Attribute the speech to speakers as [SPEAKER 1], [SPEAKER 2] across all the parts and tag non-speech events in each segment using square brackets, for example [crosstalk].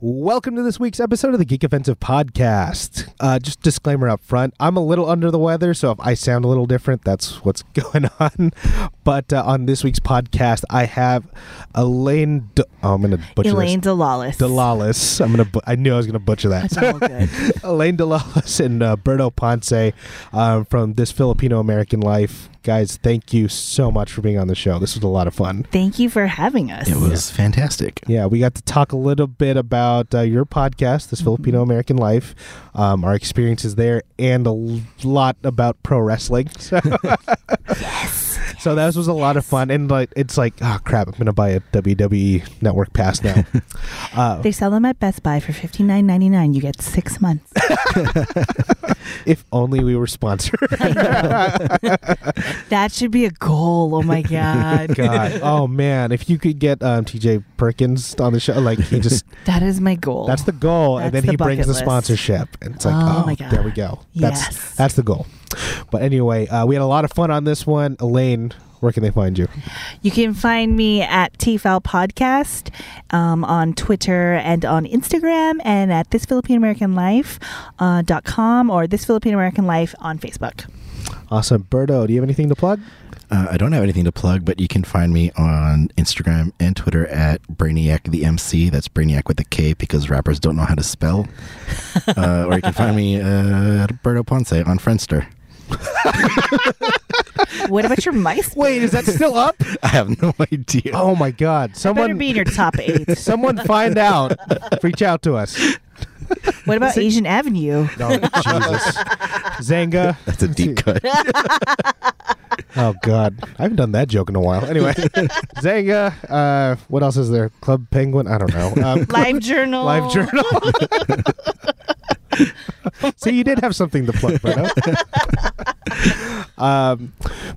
[SPEAKER 1] Welcome to this week's episode of the Geek Offensive Podcast. Uh, just disclaimer up front I'm a little under the weather, so if I sound a little different, that's what's [laughs] going on. But uh, on this week's podcast, I have Elaine. D- oh, I'm going to butcher
[SPEAKER 2] Elaine
[SPEAKER 1] this.
[SPEAKER 2] Delalis.
[SPEAKER 1] Delalis. I'm gonna. Bu- I knew I was gonna butcher
[SPEAKER 2] [laughs]
[SPEAKER 1] that.
[SPEAKER 2] It's
[SPEAKER 1] [laughs]
[SPEAKER 2] all good.
[SPEAKER 1] Elaine Delalas and uh, Berto Ponce um, from This Filipino American Life. Guys, thank you so much for being on the show. This was a lot of fun.
[SPEAKER 2] Thank you for having us.
[SPEAKER 3] It was fantastic.
[SPEAKER 1] Yeah, we got to talk a little bit about uh, your podcast, This Filipino American Life, um, our experiences there, and a l- lot about pro wrestling. [laughs] So, so that was a lot of fun. And like, it's like, oh crap, I'm gonna buy a WWE Network pass now. uh,
[SPEAKER 2] They sell them at Best Buy for fifty nine ninety nine. You get six months.
[SPEAKER 1] if only we were sponsored.
[SPEAKER 2] That should be a goal.
[SPEAKER 1] [laughs]
[SPEAKER 2] Oh my god,
[SPEAKER 1] God. Oh man, if you could get um, TJ Perkins on the show, like he just
[SPEAKER 2] that is my goal.
[SPEAKER 1] that's the goal, and
[SPEAKER 2] That's
[SPEAKER 1] then he
[SPEAKER 2] the
[SPEAKER 1] brings
[SPEAKER 2] bucket
[SPEAKER 1] the
[SPEAKER 2] list.
[SPEAKER 1] sponsorship, and it's like, oh,
[SPEAKER 2] Oh, my God.
[SPEAKER 1] there we go. That's
[SPEAKER 2] Yes.
[SPEAKER 1] that's the goal. But anyway, uh, we had a lot of fun on this one. Elaine, where can they find you?
[SPEAKER 2] you can find me at TFL Podcast um, on Twitter and on Instagram, and at this Philippine American Life uh, dot com or this Philippine American Life on Facebook.
[SPEAKER 1] Awesome, Berto. Do you have anything to plug?
[SPEAKER 3] Uh, I don't have anything to plug, but you can find me on Instagram and Twitter at Brainiac the MC. That's Brainiac with a K because rappers don't know how
[SPEAKER 2] [laughs]
[SPEAKER 3] to spell. uh, or you can find me uh, at Berto Ponce on Friendster.
[SPEAKER 1] [laughs]
[SPEAKER 2] What about your mice?
[SPEAKER 1] Wait, is that still up?
[SPEAKER 3] I have no [laughs] idea.
[SPEAKER 1] [laughs] oh my God!
[SPEAKER 2] Better
[SPEAKER 1] Someone,
[SPEAKER 2] be in your
[SPEAKER 1] [laughs]
[SPEAKER 2] top eight.
[SPEAKER 1] someone, find
[SPEAKER 2] [laughs]
[SPEAKER 1] out. Reach out to us.
[SPEAKER 2] What about
[SPEAKER 1] [laughs]
[SPEAKER 2] Asian Avenue?
[SPEAKER 1] No, Jesus, Zanga.
[SPEAKER 2] [laughs]
[SPEAKER 3] That's a deep cut.
[SPEAKER 1] Oh God, I haven't done that joke in a while.
[SPEAKER 2] [laughs]
[SPEAKER 1] Anyway, Zanga. Uh, what else is there? Club Penguin. I don't know. Um,
[SPEAKER 2] Live Journal.
[SPEAKER 1] Live Journal. See, you did have something to plug, Bruno. um,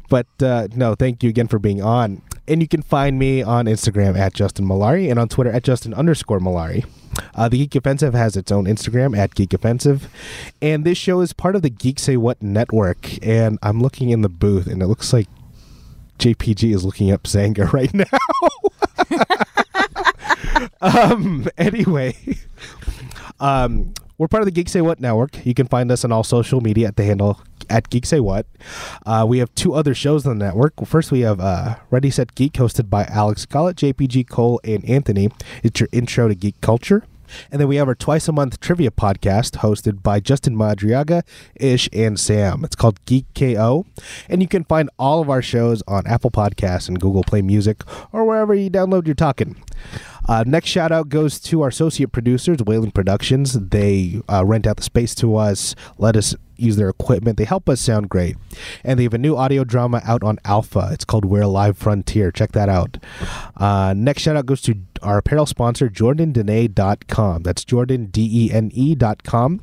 [SPEAKER 1] but uh, no, thank you again for being on. And you can find me on Instagram at Justin Malari and on Twitter at Justin underscore Malari. Uh, the Geek Offensive has its own Instagram at Geek Offensive. And this show is part of the Geek Say What network. And I'm looking in the booth, and it looks like JPG is looking up Zanga [laughs] right now. um, [laughs] anyway. Um, we're part of the Geek Say What network. You can find us on all social media at the handle at Geek Say What. Uh, we have two other shows on the network. First, we have uh, Ready Set Geek, hosted by Alex Collett, JPG Cole, and Anthony. It's your intro to geek culture. And then we have our twice a month trivia podcast hosted by Justin Madriaga, Ish, and Sam. It's called Geek KO. And you can find all of our shows on Apple Podcasts and Google Play Music or wherever you download your talking. Uh, next shout out goes to our associate producers, Whaling Productions. They uh, rent out the space to us, let us use their equipment. They help us sound great. And they have a new audio drama out on Alpha. It's called We're Alive Frontier. Check that out. Uh, next shout out goes to our apparel sponsor, JordanDene.com. That's Jordan, D E N E.com.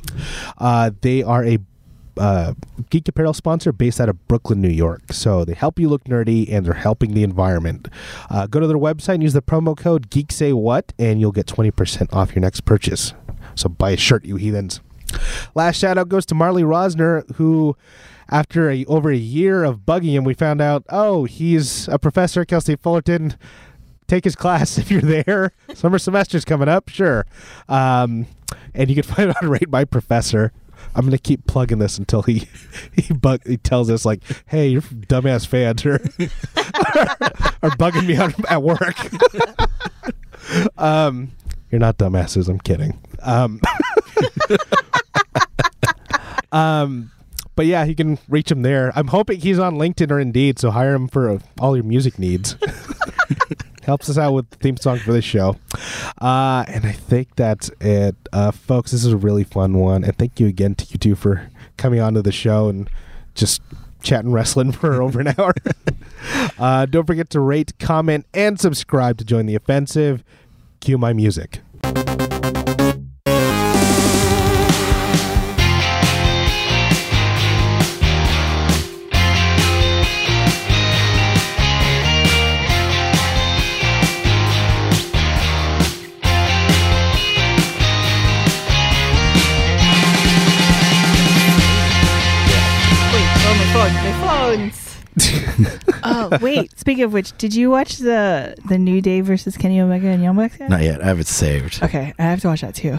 [SPEAKER 1] Uh, they are a uh, geek apparel sponsor based out of Brooklyn, New York. So they help you look nerdy and they're helping the environment. Uh, go to their website and use the promo code GeekSayWhat and you'll get 20% off your next purchase. So buy a shirt, you heathens. Last shout out goes to Marley Rosner, who, after a, over a year of bugging him, we found out, oh, he's a professor at Cal State Fullerton take his class [laughs] if you're there. Summer semester's coming up, sure. Um, and you can find out [laughs] rate my professor. I'm gonna keep plugging this until he [laughs] he bug he tells us like, hey, your dumbass fans [laughs] are are bugging me out at work. [laughs] um, you're not dumbasses. I'm kidding. Um, [laughs] um, but yeah, you can reach him there. I'm hoping he's on LinkedIn or Indeed, so hire him for uh, all your music needs helps us out with the theme song for this show. Uh, and I think that's it, uh, folks. This is a really fun one, and thank you again to you two for coming onto the show and just chatting wrestling [laughs] for over an hour. uh, don't forget to rate, comment, and subscribe to join the offensive. Cue my music.
[SPEAKER 2] Wait, oh my phone, my phones.
[SPEAKER 1] [laughs]
[SPEAKER 2] oh wait, speaking of which, did you watch the the New Day versus Kenny Omega and Young Bucks? yet?
[SPEAKER 3] Not yet. I have it saved.
[SPEAKER 2] Okay, I have to watch that too.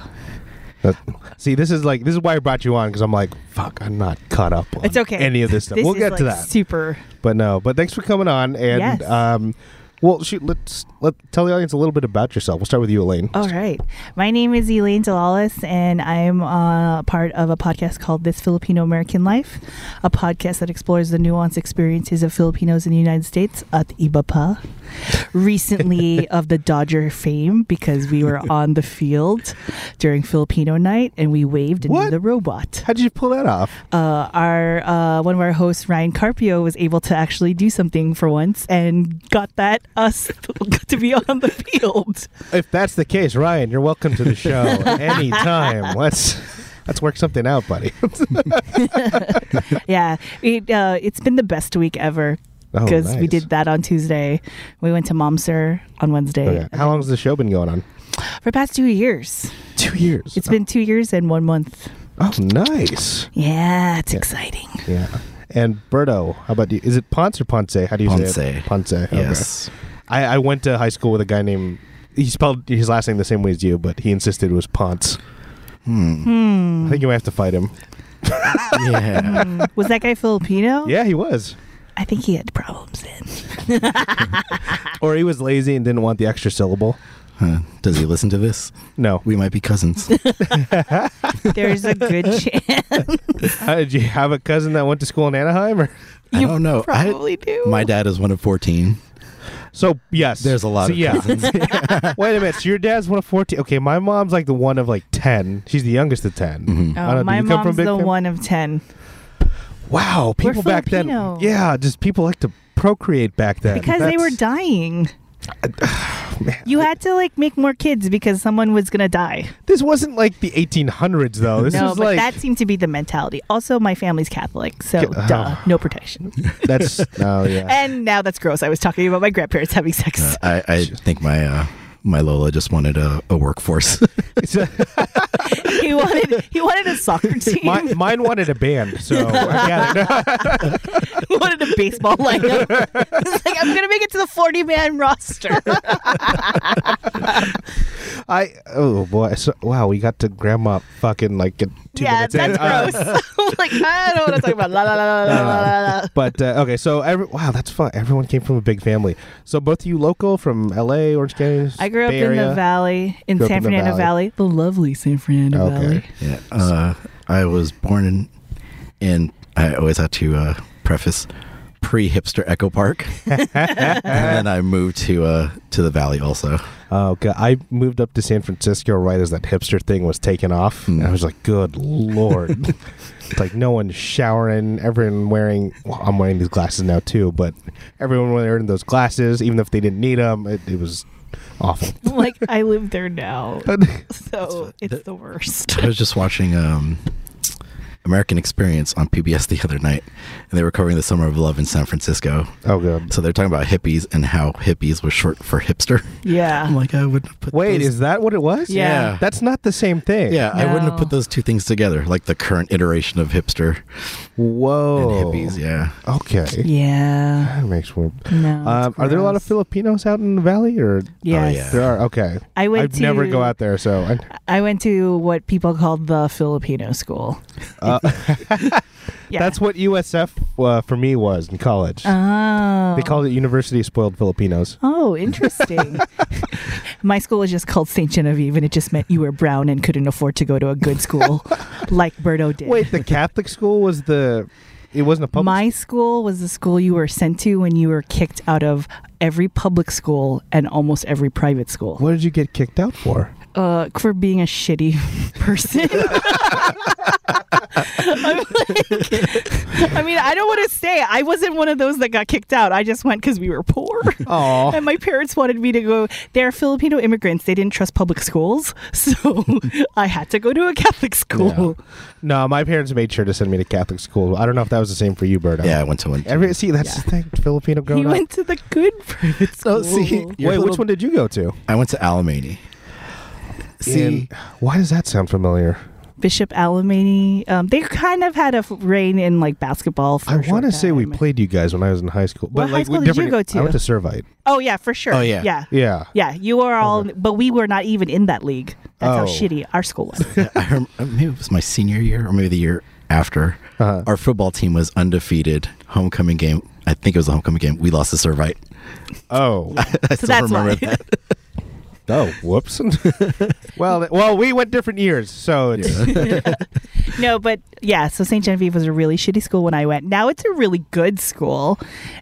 [SPEAKER 1] That- see, this is like this is why I brought you on because I'm like, fuck, I'm not caught up on
[SPEAKER 2] It's okay.
[SPEAKER 1] any of this stuff.
[SPEAKER 2] This
[SPEAKER 1] we'll
[SPEAKER 2] is
[SPEAKER 1] get
[SPEAKER 2] like
[SPEAKER 1] to that,
[SPEAKER 2] super.
[SPEAKER 1] but no. But thanks for coming on, and
[SPEAKER 2] Yes.
[SPEAKER 1] um, well, shoot, let's let tell the audience a little bit about yourself. We'll start with you, Elaine.
[SPEAKER 2] All right. My name is Elaine Delalis, and I'm uh, part of a podcast called This Filipino American Life, a podcast that explores the nuanced experiences of Filipinos in the United States at iba pa. Recently, of the Dodger fame, because we were on the field during Filipino night and we waved into
[SPEAKER 1] What?
[SPEAKER 2] the robot.
[SPEAKER 1] How did you pull that off?
[SPEAKER 2] uh, our uh, one of our hosts, Ryan Carpio, was able to actually do something for once and got that us [laughs] to be on the field.
[SPEAKER 1] If that's the case, Ryan, you're welcome to the
[SPEAKER 2] [laughs]
[SPEAKER 1] show anytime. Let's let's work something out, buddy. [laughs]
[SPEAKER 2] Yeah, it, uh, it's been the best week ever
[SPEAKER 1] Oh,
[SPEAKER 2] because we
[SPEAKER 1] nice.
[SPEAKER 2] did that on Tuesday. We went to Momser on Wednesday
[SPEAKER 1] Okay. How long has the show been going on?
[SPEAKER 2] for the past two years.
[SPEAKER 1] Two years.
[SPEAKER 2] It's been two years and one month.
[SPEAKER 1] oh, nice.
[SPEAKER 2] Yeah, it's
[SPEAKER 1] Yeah. [laughs]
[SPEAKER 2] exciting.
[SPEAKER 1] Yeah. And Berto, how about you? Is it Ponce or Ponce? How do you say it?
[SPEAKER 3] Ponce.
[SPEAKER 1] Ponce. okay.
[SPEAKER 3] Yes.
[SPEAKER 1] I, I went to high school with a guy named. He spelled his last name the same way as you, but he insisted it was Ponce.
[SPEAKER 3] Hmm.
[SPEAKER 1] I think you might have to fight him.
[SPEAKER 3] yeah.
[SPEAKER 2] Was that guy Filipino?
[SPEAKER 1] Yeah, he was.
[SPEAKER 2] I think he had problems then.
[SPEAKER 1] Or he was lazy and didn't want the extra syllable.
[SPEAKER 3] Huh. Does he listen to this?
[SPEAKER 1] No. [laughs]
[SPEAKER 3] We might be
[SPEAKER 2] [laughs]
[SPEAKER 3] cousins.
[SPEAKER 2] There's a good
[SPEAKER 1] Oh,
[SPEAKER 2] chance
[SPEAKER 1] How, Uh, did you have a cousin that went to school in Anaheim? Or?
[SPEAKER 2] [laughs]
[SPEAKER 3] I
[SPEAKER 2] You
[SPEAKER 3] don't know.
[SPEAKER 2] [laughs]
[SPEAKER 3] I-
[SPEAKER 2] probably do.
[SPEAKER 3] My dad is one of 14.
[SPEAKER 1] So yes,
[SPEAKER 3] There's a lot
[SPEAKER 1] So,
[SPEAKER 3] of
[SPEAKER 1] yeah. [laughs]
[SPEAKER 3] cousins.
[SPEAKER 1] Wait a minute. So your dad's one of fourteen. Okay, my mom's like the one of like ten. She's the youngest of 10
[SPEAKER 3] Mhm.
[SPEAKER 1] I don't know,
[SPEAKER 2] Oh,
[SPEAKER 1] do
[SPEAKER 2] my
[SPEAKER 1] you come from
[SPEAKER 2] mom's
[SPEAKER 1] big
[SPEAKER 2] the
[SPEAKER 1] fam-
[SPEAKER 2] one of ten.
[SPEAKER 1] Wow,
[SPEAKER 2] We're
[SPEAKER 1] people back then.
[SPEAKER 2] Filipino.
[SPEAKER 1] Yeah, just people like to procreate back then
[SPEAKER 2] because they
[SPEAKER 1] [sighs]
[SPEAKER 2] were dying. you had to like make more kids because someone was gonna die.
[SPEAKER 1] This wasn't like the 1800s though. This
[SPEAKER 2] no,
[SPEAKER 1] was
[SPEAKER 2] but
[SPEAKER 1] like
[SPEAKER 2] that seemed to be the mentality. Also, my family's Catholic, so
[SPEAKER 1] Ca-
[SPEAKER 2] duh, no protection.
[SPEAKER 1] [laughs] that's oh yeah.
[SPEAKER 2] [laughs] and now that's gross. I was talking about my grandparents having sex.
[SPEAKER 3] Uh, I, I think my uh, my Lola just wanted a, a workforce. [laughs]
[SPEAKER 2] [laughs] he wanted he wanted
[SPEAKER 1] [laughs]
[SPEAKER 2] a soccer team. [laughs]
[SPEAKER 1] Mi- mine wanted a band, so I got it.
[SPEAKER 2] he wanted a
[SPEAKER 1] [laughs]
[SPEAKER 2] baseball lineup. [laughs] He's like, I'm gonna make it to the 40
[SPEAKER 1] [laughs]
[SPEAKER 2] man roster.
[SPEAKER 1] I oh boy, so, wow, we got to grandma fucking like get two
[SPEAKER 2] yeah,
[SPEAKER 1] minutes in.
[SPEAKER 2] that's
[SPEAKER 1] Uh,
[SPEAKER 2] gross. [laughs] I'm like, I don't want to talk about la la la la la la. la.
[SPEAKER 1] But uh, okay, so every, wow, that's fun. Everyone came from a big family. So both of you local from L.A., Orange County.
[SPEAKER 2] I grew up
[SPEAKER 1] Bay
[SPEAKER 2] in
[SPEAKER 1] Area?
[SPEAKER 2] the valley, in
[SPEAKER 1] Grew up
[SPEAKER 2] San
[SPEAKER 1] in the
[SPEAKER 2] Fernando
[SPEAKER 1] valley.
[SPEAKER 2] valley. the lovely San Fernando
[SPEAKER 1] Okay. [laughs]
[SPEAKER 2] Valley.
[SPEAKER 3] yeah. Uh, I was born in, in I always had to uh, preface pre hipster
[SPEAKER 1] [laughs]
[SPEAKER 3] Echo Park, and then I moved to uh, to the Valley also.
[SPEAKER 1] Oh god, I moved up to San Francisco right as that hipster thing was taking off. And I was like, good lord. it's like no one's showering, everyone wearing well, I'm wearing these glasses now too, but everyone wearing those glasses even if they didn't need them. It, it was awful.
[SPEAKER 2] like I live there now,
[SPEAKER 1] But-
[SPEAKER 2] so it's the worst.
[SPEAKER 3] I was just watching um, American Experience on PBS the other night, and they were covering the Summer of Love in San Francisco.
[SPEAKER 1] oh god.
[SPEAKER 3] So they're talking about hippies and how hippies was short for hipster. I'm
[SPEAKER 1] Oh
[SPEAKER 2] Yeah,
[SPEAKER 3] like, I wouldn't have put
[SPEAKER 1] Wait,
[SPEAKER 3] those-
[SPEAKER 1] is that what it was?
[SPEAKER 2] Yeah. Yeah.
[SPEAKER 1] That's not the same thing.
[SPEAKER 3] yeah, I wouldn't have
[SPEAKER 2] No.
[SPEAKER 3] put those two things together, like the current iteration of hipster and
[SPEAKER 1] Whoa.
[SPEAKER 3] hippies. Yeah,
[SPEAKER 1] Okay.
[SPEAKER 2] yeah.
[SPEAKER 1] That makes weird.
[SPEAKER 2] No,
[SPEAKER 1] Um, are there a lot of Filipinos out in the valley or
[SPEAKER 2] Yes,
[SPEAKER 3] Oh, yeah.
[SPEAKER 1] there are okay.
[SPEAKER 2] I went
[SPEAKER 1] I'd never
[SPEAKER 2] to-
[SPEAKER 1] go out there, so I,
[SPEAKER 2] I went to what people called the Filipino school. [laughs]
[SPEAKER 1] uh,
[SPEAKER 2] yeah.
[SPEAKER 1] That's what USF uh, for me was in college.
[SPEAKER 2] oh.
[SPEAKER 1] They called it University of Spoiled Filipinos.
[SPEAKER 2] Oh,
[SPEAKER 1] [laughs]
[SPEAKER 2] interesting. My school was just called St. Genevieve, and it just meant you were brown and couldn't afford to go to a good
[SPEAKER 1] [laughs]
[SPEAKER 2] school like Berto did.
[SPEAKER 1] Wait, the Catholic school was the. It wasn't a public.
[SPEAKER 2] My school was the school you were sent to when you were kicked out of every public school and almost every private school
[SPEAKER 1] what did you get kicked out for?
[SPEAKER 2] uh, for being a shitty
[SPEAKER 1] [laughs]
[SPEAKER 2] [laughs] person. I'm like, I mean, I don't want to say I wasn't one of those that got kicked out. I just went because we were poor.
[SPEAKER 1] Oh,
[SPEAKER 2] And my parents wanted me to go. They're Filipino immigrants. They didn't trust public schools. [laughs] So I had to go to a Catholic school.
[SPEAKER 1] [laughs] no! My parents made sure to send me to Catholic school. I don't know if that was the same for you, Berto.
[SPEAKER 3] yeah, I went to one.
[SPEAKER 1] Every see, that's the thing. Filipino growing
[SPEAKER 2] He
[SPEAKER 1] up.
[SPEAKER 2] went to the good private school.
[SPEAKER 3] Oh, see,
[SPEAKER 1] Wait, which one did you go to?
[SPEAKER 3] I went to Alamany. See,
[SPEAKER 1] In- why does that sound familiar?
[SPEAKER 2] Bishop Alamany. Um, they kind of had a f- reign in like basketball. For
[SPEAKER 1] I
[SPEAKER 2] want to
[SPEAKER 1] say we played you guys when I was in high school, but
[SPEAKER 2] What high
[SPEAKER 1] like we
[SPEAKER 2] school did you
[SPEAKER 1] different-
[SPEAKER 2] go to?
[SPEAKER 1] I went to Servite.
[SPEAKER 2] Oh yeah, for sure.
[SPEAKER 3] Oh, yeah.
[SPEAKER 2] yeah, yeah.
[SPEAKER 1] Yeah.
[SPEAKER 2] you were all, but we were not even in that league. That's how
[SPEAKER 1] Oh.
[SPEAKER 2] shitty our school
[SPEAKER 1] [laughs]
[SPEAKER 2] was.
[SPEAKER 3] [laughs] I rem- uh, maybe it was my senior year or maybe the year after.
[SPEAKER 1] Uh-huh.
[SPEAKER 3] Our football team was undefeated. Homecoming game. I think it was a homecoming game. We lost to Servite. [laughs]
[SPEAKER 2] [laughs]
[SPEAKER 1] Oh.
[SPEAKER 3] I
[SPEAKER 2] So
[SPEAKER 3] still
[SPEAKER 2] that's
[SPEAKER 3] remember
[SPEAKER 2] why.
[SPEAKER 3] that.
[SPEAKER 1] oh. Whoops. [laughs] well, th- well, we went different years, so it's
[SPEAKER 2] [laughs] no, but yeah, so St. Genevieve was a really shitty school when I went. Now it's a really good school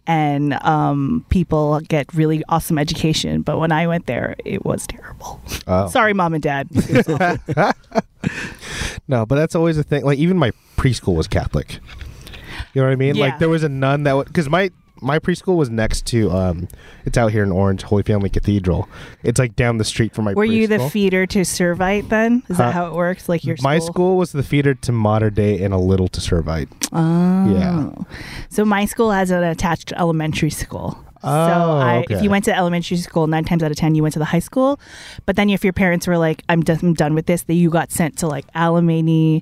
[SPEAKER 2] and um, people get really awesome education. But when I went there, it was terrible.
[SPEAKER 1] Oh.
[SPEAKER 2] Sorry, mom and dad. It was awful.
[SPEAKER 1] [laughs] No, but that's always a thing. Like even my preschool was Catholic. You know what I mean?
[SPEAKER 2] Yeah.
[SPEAKER 1] Like there was a nun that because my my preschool was next to um, it's out here in Orange Holy Family Cathedral. It's like down the street from my.
[SPEAKER 2] were you the
[SPEAKER 1] preschool.
[SPEAKER 2] feeder to Servite then? Is
[SPEAKER 1] Huh?
[SPEAKER 2] that how it works? Like your school?
[SPEAKER 1] My school was the feeder to modern day and a little to Servite.
[SPEAKER 2] Oh.
[SPEAKER 1] Yeah.
[SPEAKER 2] So my school has an attached elementary school. so
[SPEAKER 1] Oh,
[SPEAKER 2] I, if
[SPEAKER 1] okay.
[SPEAKER 2] you went to elementary school, nine times out of ten you went to the high school. But then if your parents were like, "I'm, done- I'm done with this," that you got sent to like Alamany,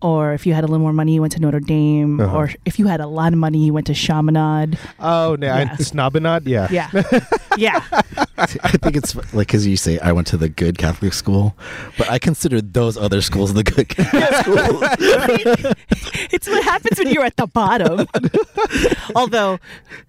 [SPEAKER 2] or if you had a little more money, you went to Notre Dame,
[SPEAKER 1] Uh-huh.
[SPEAKER 2] or if you had a lot of money, you went to Chaminade.
[SPEAKER 1] Oh no,
[SPEAKER 2] Yeah.
[SPEAKER 1] I, Snobinot. Yeah. [laughs]
[SPEAKER 2] Yeah, yeah. [laughs]
[SPEAKER 3] I think it's like because you say I went to the good Catholic school, but I consider those other schools the good Catholic schools.
[SPEAKER 2] It's what happens when you're at the bottom. [laughs] Although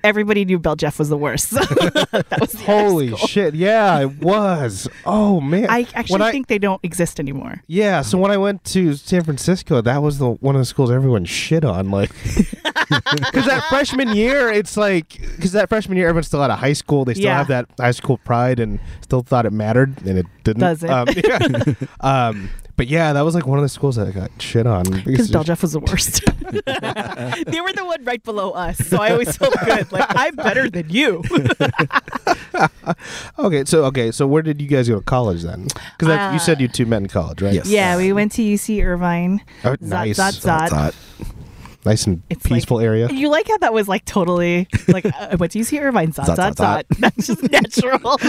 [SPEAKER 2] everybody knew Bell Jeff was the worst. [laughs] So that was the other
[SPEAKER 1] Holy
[SPEAKER 2] school.
[SPEAKER 1] shit! Yeah, it was. Oh man.
[SPEAKER 2] I
[SPEAKER 1] When
[SPEAKER 2] actually think they don't exist anymore.
[SPEAKER 1] Yeah, so when I went to San Francisco, that was the one of the schools everyone shit on,
[SPEAKER 2] [laughs]
[SPEAKER 1] like, because that freshman year, it's like, because that freshman year, everyone's still out of high school, they still
[SPEAKER 2] Yeah.
[SPEAKER 1] have that high school pride, and still thought it mattered, and it didn't.
[SPEAKER 2] Doesn't.
[SPEAKER 1] Um,
[SPEAKER 2] [laughs]
[SPEAKER 1] yeah. Um, but yeah, that was like one of the schools that got shit on
[SPEAKER 2] Because Beljeff was the worst. [laughs] they were the one right below us, so I always felt good. Like I'm better than you.
[SPEAKER 1] Okay, so okay, so where did you guys go to college then? Because
[SPEAKER 2] Uh,
[SPEAKER 1] you said you two met in college, right?
[SPEAKER 3] Yes.
[SPEAKER 2] [laughs] yeah, we went to UC Irvine.
[SPEAKER 1] Oh,
[SPEAKER 2] Zot,
[SPEAKER 1] nice,
[SPEAKER 2] zot, [laughs] zot.
[SPEAKER 3] That's hot.
[SPEAKER 1] nice and
[SPEAKER 2] It's like-
[SPEAKER 1] peaceful
[SPEAKER 2] [laughs]
[SPEAKER 1] area.
[SPEAKER 2] You like how that was like totally like uh, what do you see Irvine dot
[SPEAKER 3] Zot,
[SPEAKER 2] dot
[SPEAKER 3] zot,
[SPEAKER 2] dot. [laughs] That's just natural.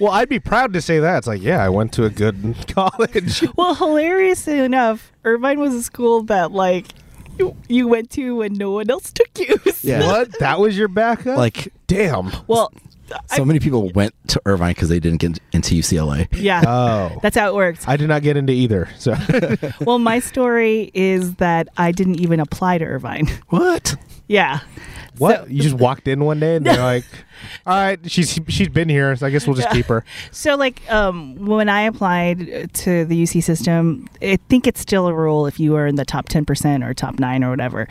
[SPEAKER 1] Well, I'd be proud to say that. It's like, yeah, I went to a good [laughs]
[SPEAKER 2] [laughs]
[SPEAKER 1] college.
[SPEAKER 2] well, hilariously enough, Irvine was a school that like you, you went to and no one else took you. [laughs]
[SPEAKER 3] Yeah.
[SPEAKER 1] What? That was your backup?
[SPEAKER 3] Like
[SPEAKER 1] [laughs] damn.
[SPEAKER 2] Well,
[SPEAKER 3] so many people went to Irvine because they didn't get into UCLA.
[SPEAKER 2] yeah.
[SPEAKER 1] Oh.
[SPEAKER 2] [laughs] that's how it works.
[SPEAKER 1] I did not get into either.
[SPEAKER 2] [laughs]
[SPEAKER 1] So [laughs]
[SPEAKER 2] Well, my story is that I didn't even apply to Irvine. [laughs]
[SPEAKER 3] What?
[SPEAKER 2] Yeah.
[SPEAKER 1] what?
[SPEAKER 2] So-
[SPEAKER 1] you just walked in one day and
[SPEAKER 2] [laughs]
[SPEAKER 1] they're like, "All right, she's she's been here, so I guess we'll just keep her."
[SPEAKER 2] So, like, um, when I applied uh, to the UC system, I think it's still a rule if you are in the top 10% or top nine or whatever,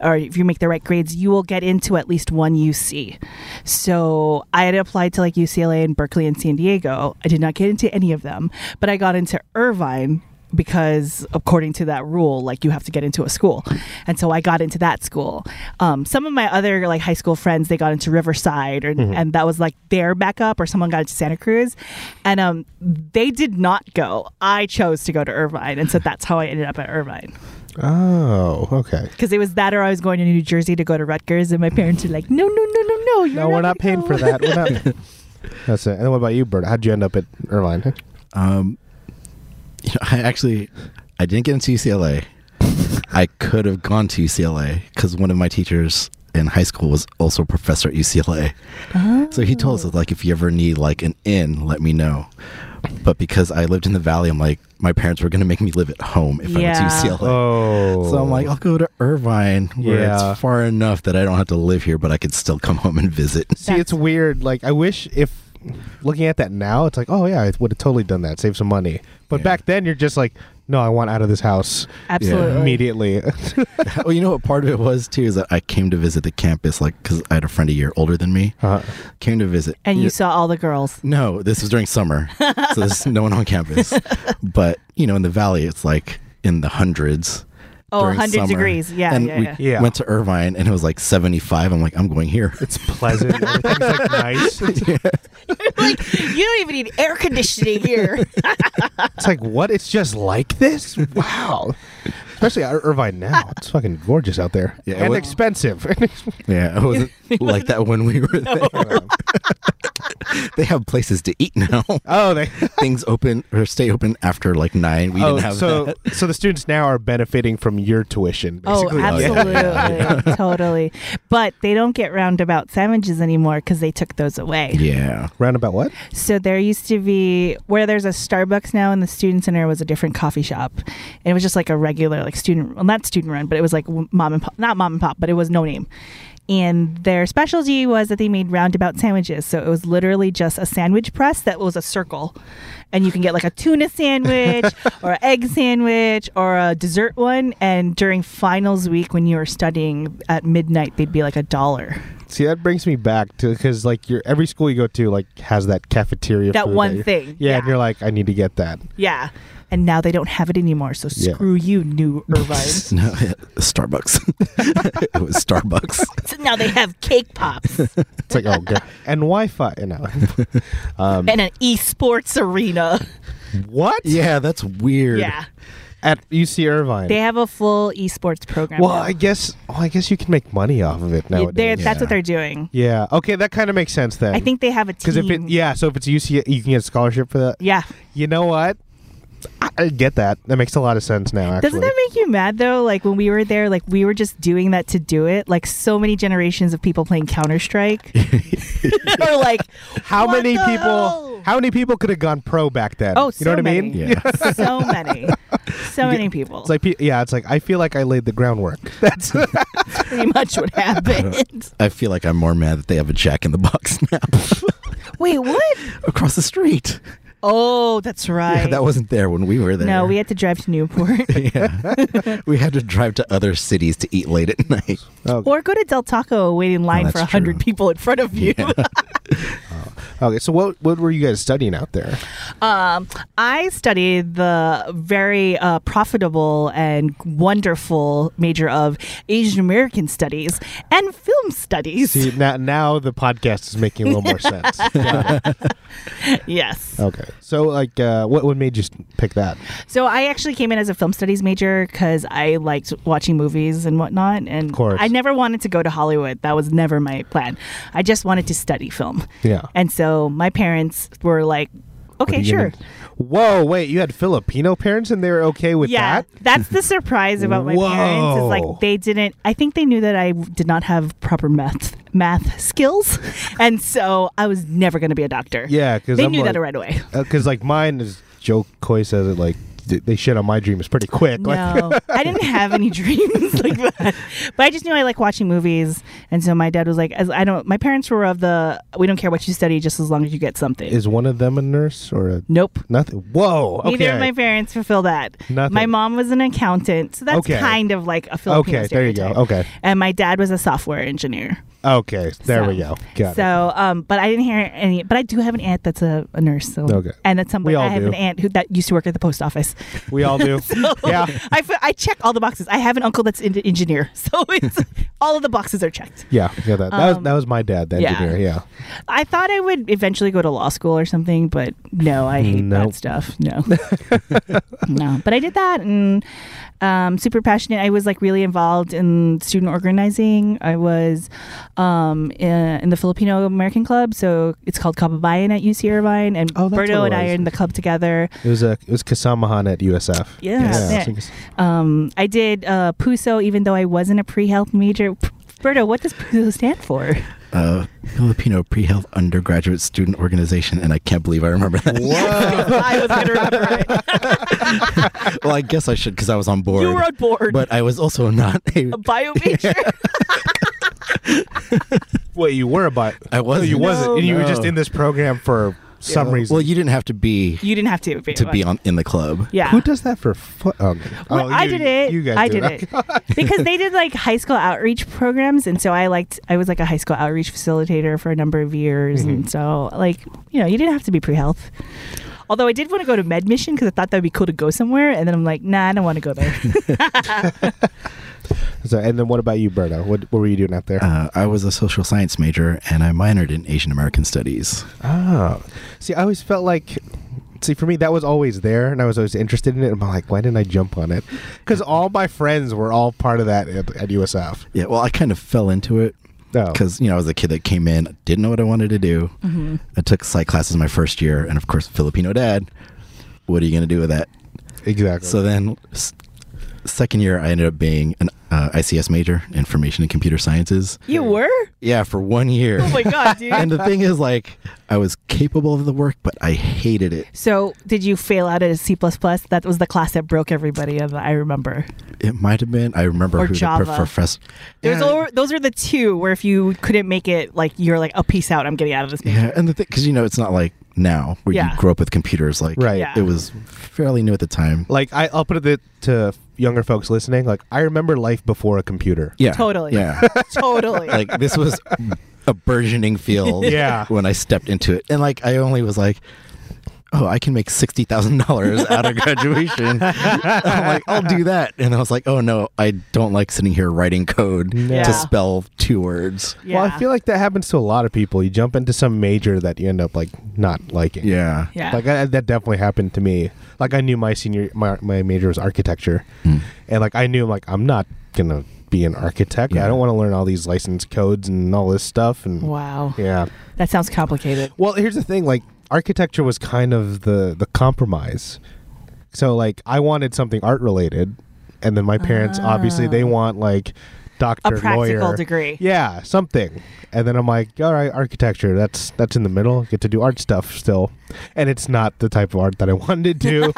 [SPEAKER 2] or if you make the right grades, you will get into at least one UC. So, I had applied to like UCLA and Berkeley and San Diego. I did not get into any of them, but I got into Irvine because according to that rule like you have to get into a school and so i got into that school um, some of my other like high school friends they got into riverside or,
[SPEAKER 1] Mm-hmm.
[SPEAKER 2] and that was like their backup or someone got into santa cruz and um, they did not go i chose to go to irvine and so that's how i ended up at irvine
[SPEAKER 1] Oh, okay.
[SPEAKER 2] because it was that or i was going to new jersey to go to rutgers and my parents were like no no no no no you're
[SPEAKER 1] No, we're not paying for
[SPEAKER 2] [laughs]
[SPEAKER 1] that. We're not. That's it. And then what about you, Bert? How'd you end up at Irvine?
[SPEAKER 3] Um, [laughs] you know, I actually I didn't get into UCLA. [laughs] I could have gone to UCLA because one of my teachers in high school was also a professor at UCLA. So he told us like if you ever need like an inn, let me know. But because I lived in the valley, I'm like my parents were gonna make me live at home if
[SPEAKER 2] Yeah.
[SPEAKER 3] I went to UCLA.
[SPEAKER 1] Oh,
[SPEAKER 3] So I'm like, I'll go to Irvine where
[SPEAKER 1] Yeah.
[SPEAKER 3] it's far enough that I don't have to live here, but I could still come home and visit.
[SPEAKER 1] see, it's weird. Like, I wish if looking at that now, it's like, oh yeah, I would have totally done that, save some money. But
[SPEAKER 3] Yeah.
[SPEAKER 1] back then, you're just like, no, I want out of this house
[SPEAKER 2] absolutely
[SPEAKER 3] [laughs]
[SPEAKER 1] immediately.
[SPEAKER 3] well, Oh, you know what part of it was too is that I came to visit the campus, like because I had a friend a year older than me,
[SPEAKER 1] Uh,
[SPEAKER 3] came to visit.
[SPEAKER 2] and you saw all the girls
[SPEAKER 3] No, this was during summer, so there's no one
[SPEAKER 2] [laughs]
[SPEAKER 3] on campus. But you know, in the valley, it's like in the hundreds.
[SPEAKER 2] Oh,
[SPEAKER 3] during
[SPEAKER 2] 100
[SPEAKER 3] summer.
[SPEAKER 2] degrees. Yeah,
[SPEAKER 3] and
[SPEAKER 2] yeah,
[SPEAKER 3] we
[SPEAKER 2] yeah.
[SPEAKER 1] Yeah.
[SPEAKER 3] went to Irvine, and it was like 75. I'm like, I'm going here. [laughs]
[SPEAKER 1] it's pleasant. Everything's [laughs] like nice.
[SPEAKER 2] [laughs] you don't even need air conditioning [laughs] here
[SPEAKER 1] It's like what? It's just like
[SPEAKER 3] [laughs]
[SPEAKER 1] this? Wow. Especially Ir- Irvine now. It's fucking gorgeous out there.
[SPEAKER 3] Yeah,
[SPEAKER 1] and
[SPEAKER 3] [laughs] what-
[SPEAKER 1] expensive. [laughs]
[SPEAKER 2] [laughs]
[SPEAKER 3] Yeah, it wasn't like that when we were there. [laughs] they have places to eat
[SPEAKER 2] [laughs]
[SPEAKER 3] now.
[SPEAKER 1] Oh, they.
[SPEAKER 3] Things open or stay open after like nine. We
[SPEAKER 1] oh,
[SPEAKER 3] didn't have
[SPEAKER 1] so
[SPEAKER 3] that.
[SPEAKER 1] so the students now are benefiting from your tuition.
[SPEAKER 2] Oh,
[SPEAKER 1] Basically.
[SPEAKER 2] absolutely, totally. But they don't get roundabout sandwiches anymore because they took those away.
[SPEAKER 3] Yeah.
[SPEAKER 1] Roundabout what?
[SPEAKER 2] So there used to be where there's a Starbucks now, and the student center was a different coffee shop, and it was just like a regular like student, well not student run, but it was like w- mom and pop, not mom and pop, but it was no name. And their specialty was that they made roundabout sandwiches. So it was literally just a sandwich press that was a circle. And you can get like a tuna sandwich or an egg sandwich or a dessert one. And during finals week, when you were studying at midnight, they'd be like a dollar.
[SPEAKER 1] See, that brings me back to because like your every school you go to like has that cafeteria.
[SPEAKER 2] That
[SPEAKER 1] food
[SPEAKER 2] one
[SPEAKER 1] you-
[SPEAKER 2] thing,
[SPEAKER 1] Yeah, and
[SPEAKER 2] yeah.
[SPEAKER 1] you're like, I need to get that.
[SPEAKER 2] Yeah. And now they don't have it anymore. So
[SPEAKER 1] Yeah.
[SPEAKER 2] screw you, new
[SPEAKER 1] [laughs]
[SPEAKER 2] Irvine.
[SPEAKER 3] [laughs] No, Starbucks. [laughs] it was Starbucks.
[SPEAKER 2] so now they have cake pops
[SPEAKER 1] It's like, oh,
[SPEAKER 2] [laughs]
[SPEAKER 1] God. and Wi-Fi, you know. [laughs] um,
[SPEAKER 2] and an esports arena.
[SPEAKER 1] what?
[SPEAKER 3] Yeah, that's weird.
[SPEAKER 2] Yeah.
[SPEAKER 1] At UC Irvine.
[SPEAKER 2] They have a full esports program.
[SPEAKER 1] well,
[SPEAKER 2] now.
[SPEAKER 1] I guess. Well, I guess you can make money off of it
[SPEAKER 2] Yeah,
[SPEAKER 1] nowadays.
[SPEAKER 2] they're- That's
[SPEAKER 3] Yeah.
[SPEAKER 2] what they're doing.
[SPEAKER 1] Yeah. Okay, that kind of makes sense then.
[SPEAKER 2] I think they have a team.
[SPEAKER 1] because if it yeah, so if it's UC, you can get a scholarship for that.
[SPEAKER 2] Yeah.
[SPEAKER 1] You know what? I, I get that. That makes a lot of sense now. Actually,
[SPEAKER 2] Doesn't that make you mad though? Like when we were there, like we were just doing that to do it. Like so many generations of people playing
[SPEAKER 1] [laughs]
[SPEAKER 2] Counter [laughs] Strike are like,
[SPEAKER 1] how
[SPEAKER 2] "What
[SPEAKER 1] many
[SPEAKER 2] the
[SPEAKER 1] people?
[SPEAKER 2] hell?"
[SPEAKER 1] How many people could have gone pro back then?
[SPEAKER 2] Oh,
[SPEAKER 1] you
[SPEAKER 2] so
[SPEAKER 1] know what
[SPEAKER 2] many.
[SPEAKER 1] I mean?
[SPEAKER 3] Yeah.
[SPEAKER 2] so many,
[SPEAKER 1] [laughs]
[SPEAKER 2] so many people.
[SPEAKER 1] It's like, pe- yeah, it's like I feel like I laid the groundwork. [laughs]
[SPEAKER 2] [laughs]
[SPEAKER 1] That's
[SPEAKER 2] pretty much
[SPEAKER 3] [laughs]
[SPEAKER 2] what happened.
[SPEAKER 3] I feel like I'm more mad that they have a Jack in the Box [laughs] map
[SPEAKER 2] Wait, what?
[SPEAKER 3] across the street.
[SPEAKER 2] Oh, that's right.
[SPEAKER 3] Yeah, [laughs] that wasn't there when we were there.
[SPEAKER 2] no, we had to drive to Newport
[SPEAKER 3] [laughs] yeah. we had to drive to other cities to eat late at [laughs] night.
[SPEAKER 1] okay.
[SPEAKER 2] or go to Del Taco, wait in line
[SPEAKER 3] Oh,
[SPEAKER 2] for
[SPEAKER 3] that's
[SPEAKER 2] hundred
[SPEAKER 3] true.
[SPEAKER 2] people in front of you.
[SPEAKER 1] okay. So what what were you guys studying out
[SPEAKER 2] [laughs]
[SPEAKER 1] there?
[SPEAKER 2] [laughs] Um, I studied the very uh, profitable and wonderful major of Asian American Studies and Film Studies.
[SPEAKER 1] See now now the podcast is making a little more sense. Got it.
[SPEAKER 2] [laughs] yes.
[SPEAKER 1] Okay. So like, uh, what what made you s- pick that?
[SPEAKER 2] So I actually came in as a film studies major because I liked watching movies and whatnot, and
[SPEAKER 1] course.
[SPEAKER 2] I never wanted to go to Hollywood. That was never my plan. I just wanted to study film.
[SPEAKER 1] Yeah.
[SPEAKER 2] And so my parents were like, "Okay,
[SPEAKER 1] You
[SPEAKER 2] sure."
[SPEAKER 1] gonna- Whoa, wait, you had Filipino parents and they were okay with
[SPEAKER 2] yeah,
[SPEAKER 1] that?
[SPEAKER 2] that's the surprise about my parents is
[SPEAKER 1] Whoa.
[SPEAKER 2] like they didn't. I think they knew that I did not have proper math math
[SPEAKER 1] [laughs]
[SPEAKER 2] skills, and so I was never going to be a doctor.
[SPEAKER 1] Yeah, because
[SPEAKER 2] they
[SPEAKER 1] I'm
[SPEAKER 2] knew
[SPEAKER 1] like,
[SPEAKER 2] that right away.
[SPEAKER 1] Because like mine is Joe Coy says it like th- they shit on my dreams pretty quick. Like,
[SPEAKER 2] No,
[SPEAKER 1] [laughs]
[SPEAKER 2] I didn't have any dreams [laughs] like that. But I just knew I like watching movies, and so my dad was like, as "I don't." My parents were of the "We don't care what you study, just as long as you get something."
[SPEAKER 1] is one of them a nurse or a
[SPEAKER 2] nope.
[SPEAKER 1] nothing? Whoa. Okay.
[SPEAKER 2] Neither of my parents fulfill that.
[SPEAKER 1] Nothing.
[SPEAKER 2] My mom was an accountant, so that's
[SPEAKER 1] Okay.
[SPEAKER 2] kind of like a Filipino
[SPEAKER 1] okay. There you go.
[SPEAKER 2] stereotype.
[SPEAKER 1] Okay.
[SPEAKER 2] And my dad was a software engineer.
[SPEAKER 1] Okay. There
[SPEAKER 2] So-
[SPEAKER 1] we go. Got it.
[SPEAKER 2] so, um, but I didn't hear any. But I do have an aunt that's a, a nurse. So,
[SPEAKER 1] Okay.
[SPEAKER 2] and at some
[SPEAKER 1] We
[SPEAKER 2] point,
[SPEAKER 1] all
[SPEAKER 2] I have
[SPEAKER 1] do.
[SPEAKER 2] an aunt who that used to work at the post office.
[SPEAKER 1] We all
[SPEAKER 2] [laughs]
[SPEAKER 1] do. yeah.
[SPEAKER 2] I, f- I check all the boxes. I have an uncle that's an engineer, [laughs] so it's all of the boxes are checked.
[SPEAKER 1] Yeah. Yeah. That, that was
[SPEAKER 2] Um,
[SPEAKER 1] that was my dad, the
[SPEAKER 2] yeah.
[SPEAKER 1] engineer. Yeah.
[SPEAKER 2] I thought I would eventually go to law school or something, but no, I hate
[SPEAKER 1] Nope.
[SPEAKER 2] that stuff. No, [laughs] no. But I did that and um, super passionate. I was like really involved in student organizing. I was um, in, in the Filipino American Club, so it's called Kababayan at UC Irvine, and
[SPEAKER 1] Oh, that's
[SPEAKER 2] Berto
[SPEAKER 1] what it
[SPEAKER 2] and I
[SPEAKER 1] was.
[SPEAKER 2] are in the club together.
[SPEAKER 1] It was a it was Kasamahan at USF.
[SPEAKER 2] Yeah,
[SPEAKER 1] yeah.
[SPEAKER 2] that's it. Um, I did uh, PUSO, even though I wasn't a pre-health major. P- Berto, what does PUSO stand for?
[SPEAKER 3] Uh, Filipino Pre Health Undergraduate Student Organization, and I can't believe I remember that.
[SPEAKER 2] I was going to remember it.
[SPEAKER 3] well, I guess I should because I was on board.
[SPEAKER 2] You were on board.
[SPEAKER 3] But I was also not a.
[SPEAKER 2] [laughs] a bio major.
[SPEAKER 1] Wait, you were about?
[SPEAKER 3] [laughs] I wasn't.
[SPEAKER 1] You wasn't.
[SPEAKER 2] No.
[SPEAKER 1] And you were just
[SPEAKER 3] No.
[SPEAKER 1] in this program for some reason.
[SPEAKER 3] Well, you didn't have to be
[SPEAKER 2] You didn't have to be
[SPEAKER 3] to be on in the club.
[SPEAKER 2] Yeah.
[SPEAKER 1] Who does that for? Fu- oh, okay.
[SPEAKER 2] Well,
[SPEAKER 1] Oh,
[SPEAKER 2] I
[SPEAKER 1] you-
[SPEAKER 2] did it.
[SPEAKER 1] You guys
[SPEAKER 2] I
[SPEAKER 1] do
[SPEAKER 2] did it because they did like high school outreach programs, and so I liked. I was like a high school outreach facilitator for a number of years, and so like you know, you didn't have to be pre-health. Although I did want to go to med mission because I thought that'd be cool to go somewhere, and then I'm like, nah, I don't want to go there.
[SPEAKER 1] [laughs] So, and then what about you, Berto? What, what were you doing out there?
[SPEAKER 3] Uh, I was a social science major and I minored in Asian American studies.
[SPEAKER 1] Oh, see, I always felt like, see, for me, that was always there, and I was always interested in it. And I'm like, why didn't I jump on it? Because all my friends were all part of that at, at USF.
[SPEAKER 3] Yeah, well, I kind of fell into it [laughs]
[SPEAKER 1] Oh.
[SPEAKER 3] because you know I was a kid that came in didn't know what I wanted to do.
[SPEAKER 2] Mm-hmm.
[SPEAKER 3] I took psych classes my first year, and of course, Filipino dad. What are you going to do with that?
[SPEAKER 1] Exactly.
[SPEAKER 3] So then, s- second year, I ended up being an uh, ICS major, Information and Computer Sciences.
[SPEAKER 2] You were?
[SPEAKER 3] Yeah, for one year.
[SPEAKER 2] Oh my god, dude.
[SPEAKER 3] [laughs] and the thing is, like, I was capable of the work, but I hated it.
[SPEAKER 2] so did you fail out at C plus plus? That was the class that broke everybody and I remember.
[SPEAKER 3] It might have been. I remember
[SPEAKER 2] Or
[SPEAKER 3] who
[SPEAKER 2] Java.
[SPEAKER 3] the prof- professor.
[SPEAKER 2] There's
[SPEAKER 3] Yeah.
[SPEAKER 2] all, those are the two where if you couldn't make it, like you're like, oh peace out, I'm getting out of this.
[SPEAKER 3] Yeah, and the thing, because you know, it's not like now where
[SPEAKER 2] Yeah.
[SPEAKER 3] you grew up with computers. Like,
[SPEAKER 1] Right.
[SPEAKER 2] Yeah.
[SPEAKER 3] it was fairly new at the time.
[SPEAKER 1] like I, I'll put it th- to younger folks listening. Like I remember life before a computer.
[SPEAKER 3] Yeah,
[SPEAKER 2] Totally.
[SPEAKER 3] Yeah,
[SPEAKER 2] [laughs] totally.
[SPEAKER 3] [laughs] like this was a burgeoning field.
[SPEAKER 1] Yeah.
[SPEAKER 3] when I stepped into it, and like I only was like, oh, I can make sixty thousand dollars out of graduation. I'm like, I'll do that, and I was like, oh no, I don't like sitting here writing code
[SPEAKER 1] Yeah.
[SPEAKER 3] to spell two words.
[SPEAKER 1] Well, I feel like that happens to a lot of people. You jump into some major that you end up like not liking.
[SPEAKER 3] Yeah,
[SPEAKER 2] Yeah.
[SPEAKER 1] Like I, that definitely happened to me. Like I knew my senior my, my major was architecture,
[SPEAKER 3] Hmm.
[SPEAKER 1] and like I knew like I'm not gonna be an architect.
[SPEAKER 3] Yeah.
[SPEAKER 1] I don't want to learn all these license codes and all this stuff. And
[SPEAKER 2] wow.
[SPEAKER 1] yeah.
[SPEAKER 2] That sounds complicated.
[SPEAKER 1] Well, here's the thing. Like architecture was kind of the the compromise. So like I wanted something art related, and then my parents obviously they want like
[SPEAKER 2] Ah. A
[SPEAKER 1] doctor,
[SPEAKER 2] practical
[SPEAKER 1] lawyer,
[SPEAKER 2] degree.
[SPEAKER 1] yeah, something. And then I'm like, all right, architecture. That's that's in the middle. Get to do art stuff still, and it's not the type of art that I [laughs] wanted
[SPEAKER 2] [laughs]
[SPEAKER 1] to.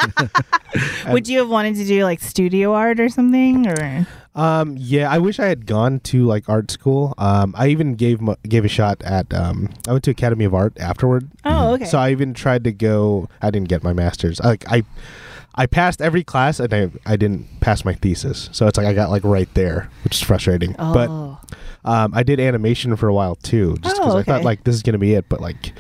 [SPEAKER 2] Would you have wanted to do like studio art or something? Or
[SPEAKER 1] um, yeah, I wish I had gone to like art school. Um, I even gave m- gave a shot at. Um, I went to Academy of Art afterward.
[SPEAKER 2] oh, okay.
[SPEAKER 1] So I even tried to go. I didn't get my master's. Like I, I passed every class and I I didn't pass my thesis. So it's like I got like right there, which is frustrating.
[SPEAKER 2] oh.
[SPEAKER 1] But um, I did animation for a while too, just because
[SPEAKER 2] Oh,
[SPEAKER 1] I thought
[SPEAKER 2] okay.
[SPEAKER 1] like this is gonna be it. But like,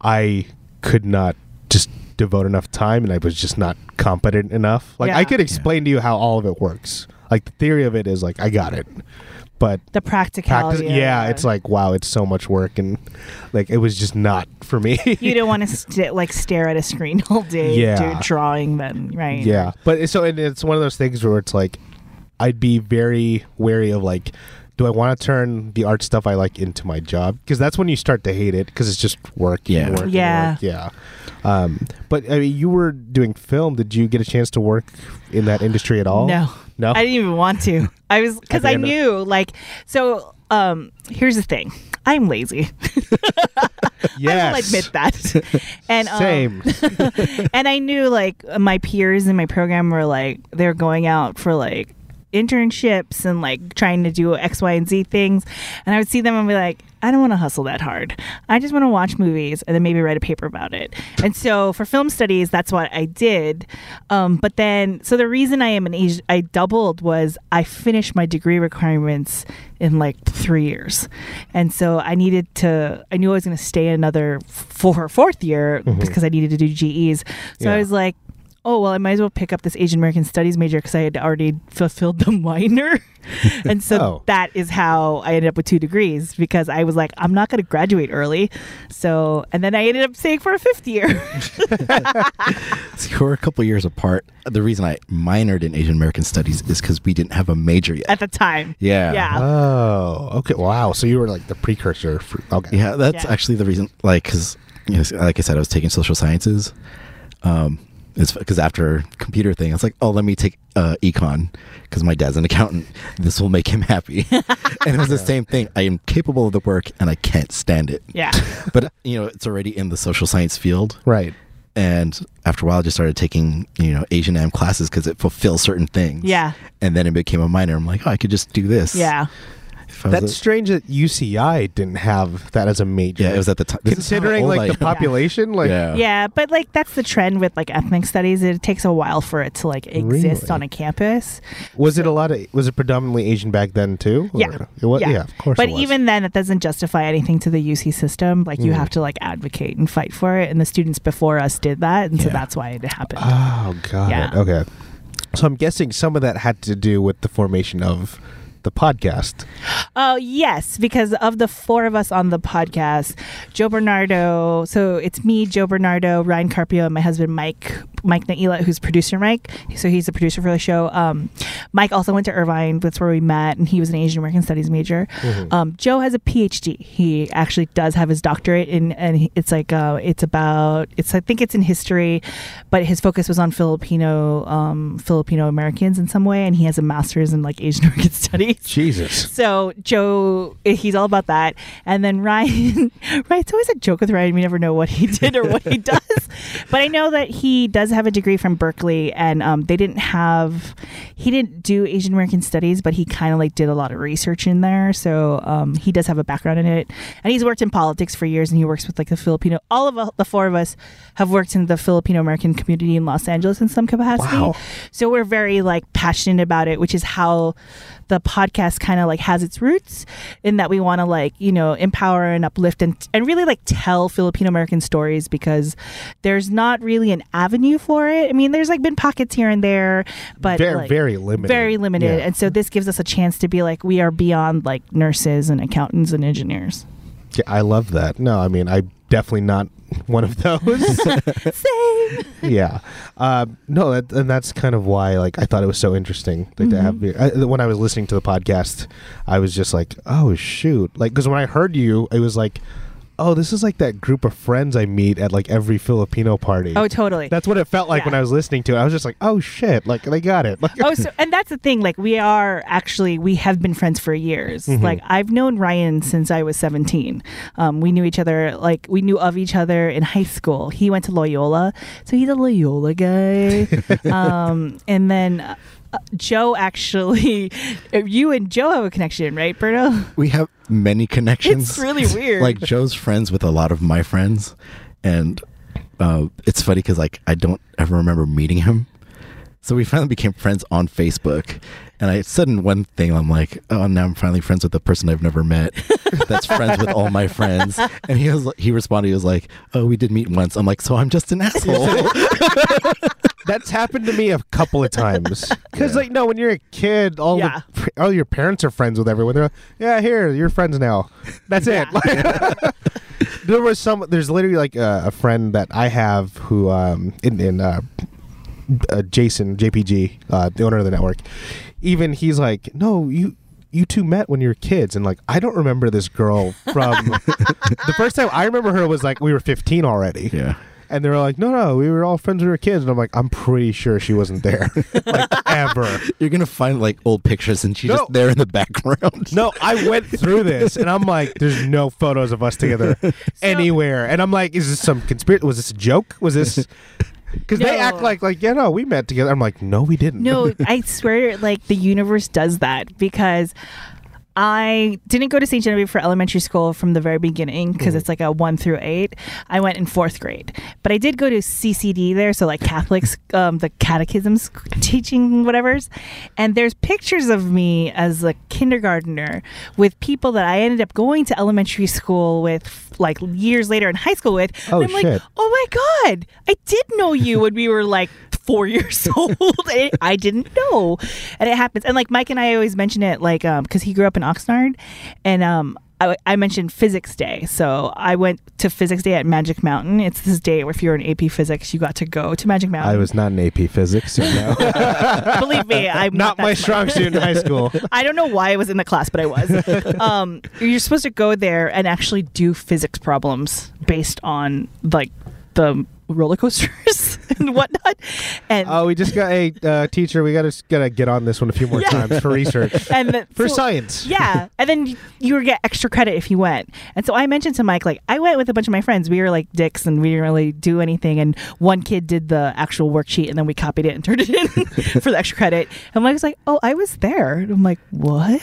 [SPEAKER 1] I could not just devote enough time, and I was just not competent enough. Like
[SPEAKER 2] Yeah.
[SPEAKER 1] I could explain to you how all of it works. Like the theory of it is like I got it, but
[SPEAKER 2] the
[SPEAKER 1] practice,
[SPEAKER 2] practicality. of
[SPEAKER 1] yeah,
[SPEAKER 2] it.
[SPEAKER 1] it's like wow, it's so much work, and like it was just not for me. [laughs]
[SPEAKER 2] you don't want to st- like stare at a screen [laughs] all day
[SPEAKER 1] Yeah.
[SPEAKER 2] do drawing then right
[SPEAKER 1] Yeah, but it's- so and it's one of those things where it's like, I'd be very wary of like, do I want to turn the art stuff I like into my job? Because that's when you start to hate it because it's just work. and
[SPEAKER 3] Yeah.
[SPEAKER 1] work and
[SPEAKER 2] Yeah.
[SPEAKER 1] work, yeah. Um, but I mean, you were doing film. Did you get a chance to work in that industry at all?
[SPEAKER 2] no
[SPEAKER 1] no.
[SPEAKER 2] i didn't even want to i was because
[SPEAKER 1] Oh. the
[SPEAKER 2] i
[SPEAKER 1] end of-
[SPEAKER 2] knew like so um here's the thing i'm lazy [laughs] i will
[SPEAKER 1] Yes.
[SPEAKER 2] admit
[SPEAKER 1] [laughs]
[SPEAKER 2] that and um, [laughs]
[SPEAKER 1] Same.
[SPEAKER 2] and I knew like my peers in my program were like they're going out for like internships and like trying to do X, Y, and Z things, and I would see them and be like, I don't want to hustle that hard. I just want to watch movies and then maybe write a paper about it. And so for film studies, that's what I did. Um, but then, so the reason I am an Asi- I doubled was I finished my degree requirements in like three years. And so I needed to, I knew I was going to stay another four or fourth year because I needed to do GEs. So I
[SPEAKER 1] Mm-hmm. Yeah.
[SPEAKER 2] was like, oh, well, I might as well pick up this Asian American Studies major because I had already fulfilled
[SPEAKER 1] [laughs]
[SPEAKER 2] the [laughs] minor. and so
[SPEAKER 1] Oh.
[SPEAKER 2] that is how I ended up with two degrees because I was like, I'm not going to graduate early. So, and then I ended up staying for a fifth year. [laughs]
[SPEAKER 3] So we're a couple years apart. The reason I minored in Asian American Studies is because we didn't have a major yet.
[SPEAKER 2] at the time.
[SPEAKER 3] Yeah.
[SPEAKER 2] Yeah.
[SPEAKER 1] oh, okay. Wow. So you were like the precursor. For, okay.
[SPEAKER 3] Yeah, that's
[SPEAKER 2] Yeah.
[SPEAKER 3] actually the reason. Like, because like I said, I was taking social sciences. Um, it's because after computer thing, I was like, oh, let me take uh, econ because my dad's an accountant. This will make him [laughs] happy.
[SPEAKER 2] [laughs]
[SPEAKER 3] and it was the same thing. I am capable of the work, and I can't stand it.
[SPEAKER 2] yeah.
[SPEAKER 3] But you know, it's already in the social science field.
[SPEAKER 1] Right.
[SPEAKER 3] And after a while, I just started taking you know Asian AM classes because it fulfills certain things.
[SPEAKER 2] Yeah.
[SPEAKER 3] And then it became a minor. I'm like, oh, I could just do this.
[SPEAKER 2] Yeah.
[SPEAKER 3] If I was
[SPEAKER 1] That's
[SPEAKER 3] a-
[SPEAKER 1] strange that UCI didn't have that as a major.
[SPEAKER 3] yeah. It was at the time. This is how
[SPEAKER 1] considering
[SPEAKER 3] old I
[SPEAKER 1] like the
[SPEAKER 3] am.
[SPEAKER 1] population. Like
[SPEAKER 3] yeah.
[SPEAKER 2] Yeah, but like that's the trend with like ethnic studies. It takes a while for it to like exist
[SPEAKER 1] Really?
[SPEAKER 2] on a campus.
[SPEAKER 1] Was it a lot of? Was it predominantly Asian back then too?
[SPEAKER 2] Yeah.
[SPEAKER 1] Or- It was, yeah. Of course.
[SPEAKER 2] But
[SPEAKER 1] it was. Mm.
[SPEAKER 2] even then, it doesn't justify anything to the UC system. Like you have to like advocate and fight for it, and the students before us did that, and so
[SPEAKER 3] Yeah.
[SPEAKER 2] that's why it happened.
[SPEAKER 1] Oh God.
[SPEAKER 2] Yeah.
[SPEAKER 1] Okay. So I'm guessing some of that had to do with the formation of the podcast.
[SPEAKER 2] Oh, yes, because of the four of us on the podcast, Joe Bernardo, so it's me, Joe Bernardo, Ryan Carpio, and my husband Mike Mike Naila, who's producer Mike. So he's the producer for the show. Um, Mike also went to Irvine. That's where we met, and he was an Asian American Studies major. Um, Joe has a PhD. He actually does have his doctorate in, and he- it's like uh, it's about it's I think it's in history, but his focus was on Filipino um, Filipino Americans in some way, and he has a master's in like Asian [laughs] American Studies.
[SPEAKER 1] Jesus.
[SPEAKER 2] So Joe, eh, he's all about that. And then Ryan, [laughs] right? It's always a joke with Ryan. We never know what he [laughs] did or what he does. But I know that he does have a degree from Berkeley, and um, they didn't have, he didn't do Asian American Studies, but he kind of like did a lot of research in there. So um, he does have a background in it, and he's worked in politics for years, and he works with like the Filipino. All of uh, the four of us have worked in the Filipino American community in Los Angeles in some capacity.
[SPEAKER 1] Wow.
[SPEAKER 2] So we're very like passionate about it, which is how the podcast kind of like has its roots in that we want to like, you know, empower and uplift and and really like tell Filipino American stories because there's not really an avenue for it. I mean, there's like been pockets here and there, but
[SPEAKER 1] Very,
[SPEAKER 2] like,
[SPEAKER 1] very limited.
[SPEAKER 2] Very limited.
[SPEAKER 1] Yeah.
[SPEAKER 2] And so this gives us a chance to be like we are beyond like nurses and accountants and engineers.
[SPEAKER 1] Yeah, I love that. No, I mean, I'm definitely not [laughs] one of those.
[SPEAKER 2] [laughs] Same.
[SPEAKER 1] yeah. Um, no, that, and that's kind of why, like, I thought it was so interesting like,
[SPEAKER 2] Mm-hmm.
[SPEAKER 1] to have. I, when I was listening to the podcast, I was just like, "Oh shoot!" Like, because when I heard you, it was like, "Oh, this is like that group of friends I meet at like every Filipino party."
[SPEAKER 2] Oh, totally.
[SPEAKER 1] That's what it felt like when
[SPEAKER 2] Yeah.
[SPEAKER 1] I was listening to it. I was just like, "Oh shit!" Like, they got it. [laughs] Like,
[SPEAKER 2] oh, so and that's the thing. Like we are actually we have been friends for years. Like I've known Ryan since I was seventeen. Um, we knew each other. Like we knew of each other in high school. He went to Loyola, so he's a Loyola guy. um, and then. Uh, Joe actually, [laughs] you and Joe have a connection, right, Berto?
[SPEAKER 3] We have many connections.
[SPEAKER 2] It's
[SPEAKER 3] [laughs]
[SPEAKER 2] really weird.
[SPEAKER 3] like Joe's friends with a lot of my friends, and uh, it's funny because like I don't ever remember meeting him. So we finally became friends on Facebook, and I said in one thing, I'm like, "Oh, now I'm finally friends with the person I've
[SPEAKER 2] [laughs]
[SPEAKER 3] never met, that's friends with all my friends." And he was, like- he responded, he was like, "Oh, we did meet once." I'm like, "So I'm just
[SPEAKER 2] [laughs]
[SPEAKER 3] an asshole."
[SPEAKER 1] That's happened to me a couple of times. Because like no, when you're a kid, all
[SPEAKER 2] Yeah.
[SPEAKER 1] the, all your parents are friends with everyone. They're like, yeah, here you're friends now. That's it. [laughs] there was some. There's literally like a, a friend that I have who um in in uh, uh, Jason JPG uh, the owner of the network. Even he's like, no, you. You two met when you were kids, and like I don't remember this girl from [laughs] the first time I remember her was like we were 15 already.
[SPEAKER 3] yeah,
[SPEAKER 1] And they were like, no, no, we were all friends when we were kids. And I'm like, I'm pretty sure she wasn't there. [laughs] like, ever.
[SPEAKER 3] you're gonna find like old pictures, and she's
[SPEAKER 1] No.
[SPEAKER 3] just there in the background.
[SPEAKER 1] No, I went through this and I'm like, there's no photos of us together
[SPEAKER 2] [laughs]
[SPEAKER 1] anywhere. And I'm like, is this some conspiracy? Was this a joke? Was this.
[SPEAKER 2] [laughs]
[SPEAKER 1] Because they act
[SPEAKER 2] No.
[SPEAKER 1] like, like, yeah, no, we met together. I'm like, no, we [laughs] didn't.
[SPEAKER 2] No, I swear, like the universe does that because I didn't go to St. Genevieve for elementary school from the very beginning
[SPEAKER 1] Mm-hmm.
[SPEAKER 2] because it's like a one through eight. I went in fourth grade, but I did go to CCD there, so like Catholics, [laughs] um, the catechisms sc- teaching, whatever's. And there's pictures of me as a kindergartner with people that I ended up going to elementary school with, like years later in high school with.
[SPEAKER 1] Oh,
[SPEAKER 2] and I'm like,
[SPEAKER 1] shit.
[SPEAKER 2] oh my god i did know you when we were like four [laughs] years old I, I didn't know and it happens and like mike and i always mention it like um because he grew up in oxnard and um I, I mentioned physics day so i went to physics day at magic mountain it's this day where if you're in ap physics you got to go to magic mountain
[SPEAKER 1] I was not in AP physics. So
[SPEAKER 2] [laughs]
[SPEAKER 1] no. [laughs]
[SPEAKER 2] believe me i'm
[SPEAKER 1] not
[SPEAKER 2] that
[SPEAKER 1] my
[SPEAKER 2] smart.
[SPEAKER 1] strong suit in high
[SPEAKER 2] [laughs]
[SPEAKER 1] school.
[SPEAKER 2] I don't know why I was in the class, but I was.
[SPEAKER 1] [laughs]
[SPEAKER 2] um, you're supposed to go there and actually do physics problems based on like the roller coasters [laughs] and whatnot. And
[SPEAKER 1] Oh, we just got a uh, teacher. We got to gotta get on this one a few more
[SPEAKER 2] Yeah.
[SPEAKER 1] times for research.
[SPEAKER 2] [laughs] and the,
[SPEAKER 1] For
[SPEAKER 2] so-
[SPEAKER 1] science.
[SPEAKER 2] Yeah, and then you, you would get extra credit if you went. And so I mentioned to Mike, like I went with a bunch of my friends. We were like dicks, and we didn't really do anything. And one kid did the actual worksheet, and then we copied it and turned it in [laughs] for the extra credit. And Mike was like, "Oh, I was there." And I'm like,
[SPEAKER 1] [laughs]
[SPEAKER 2] "What?"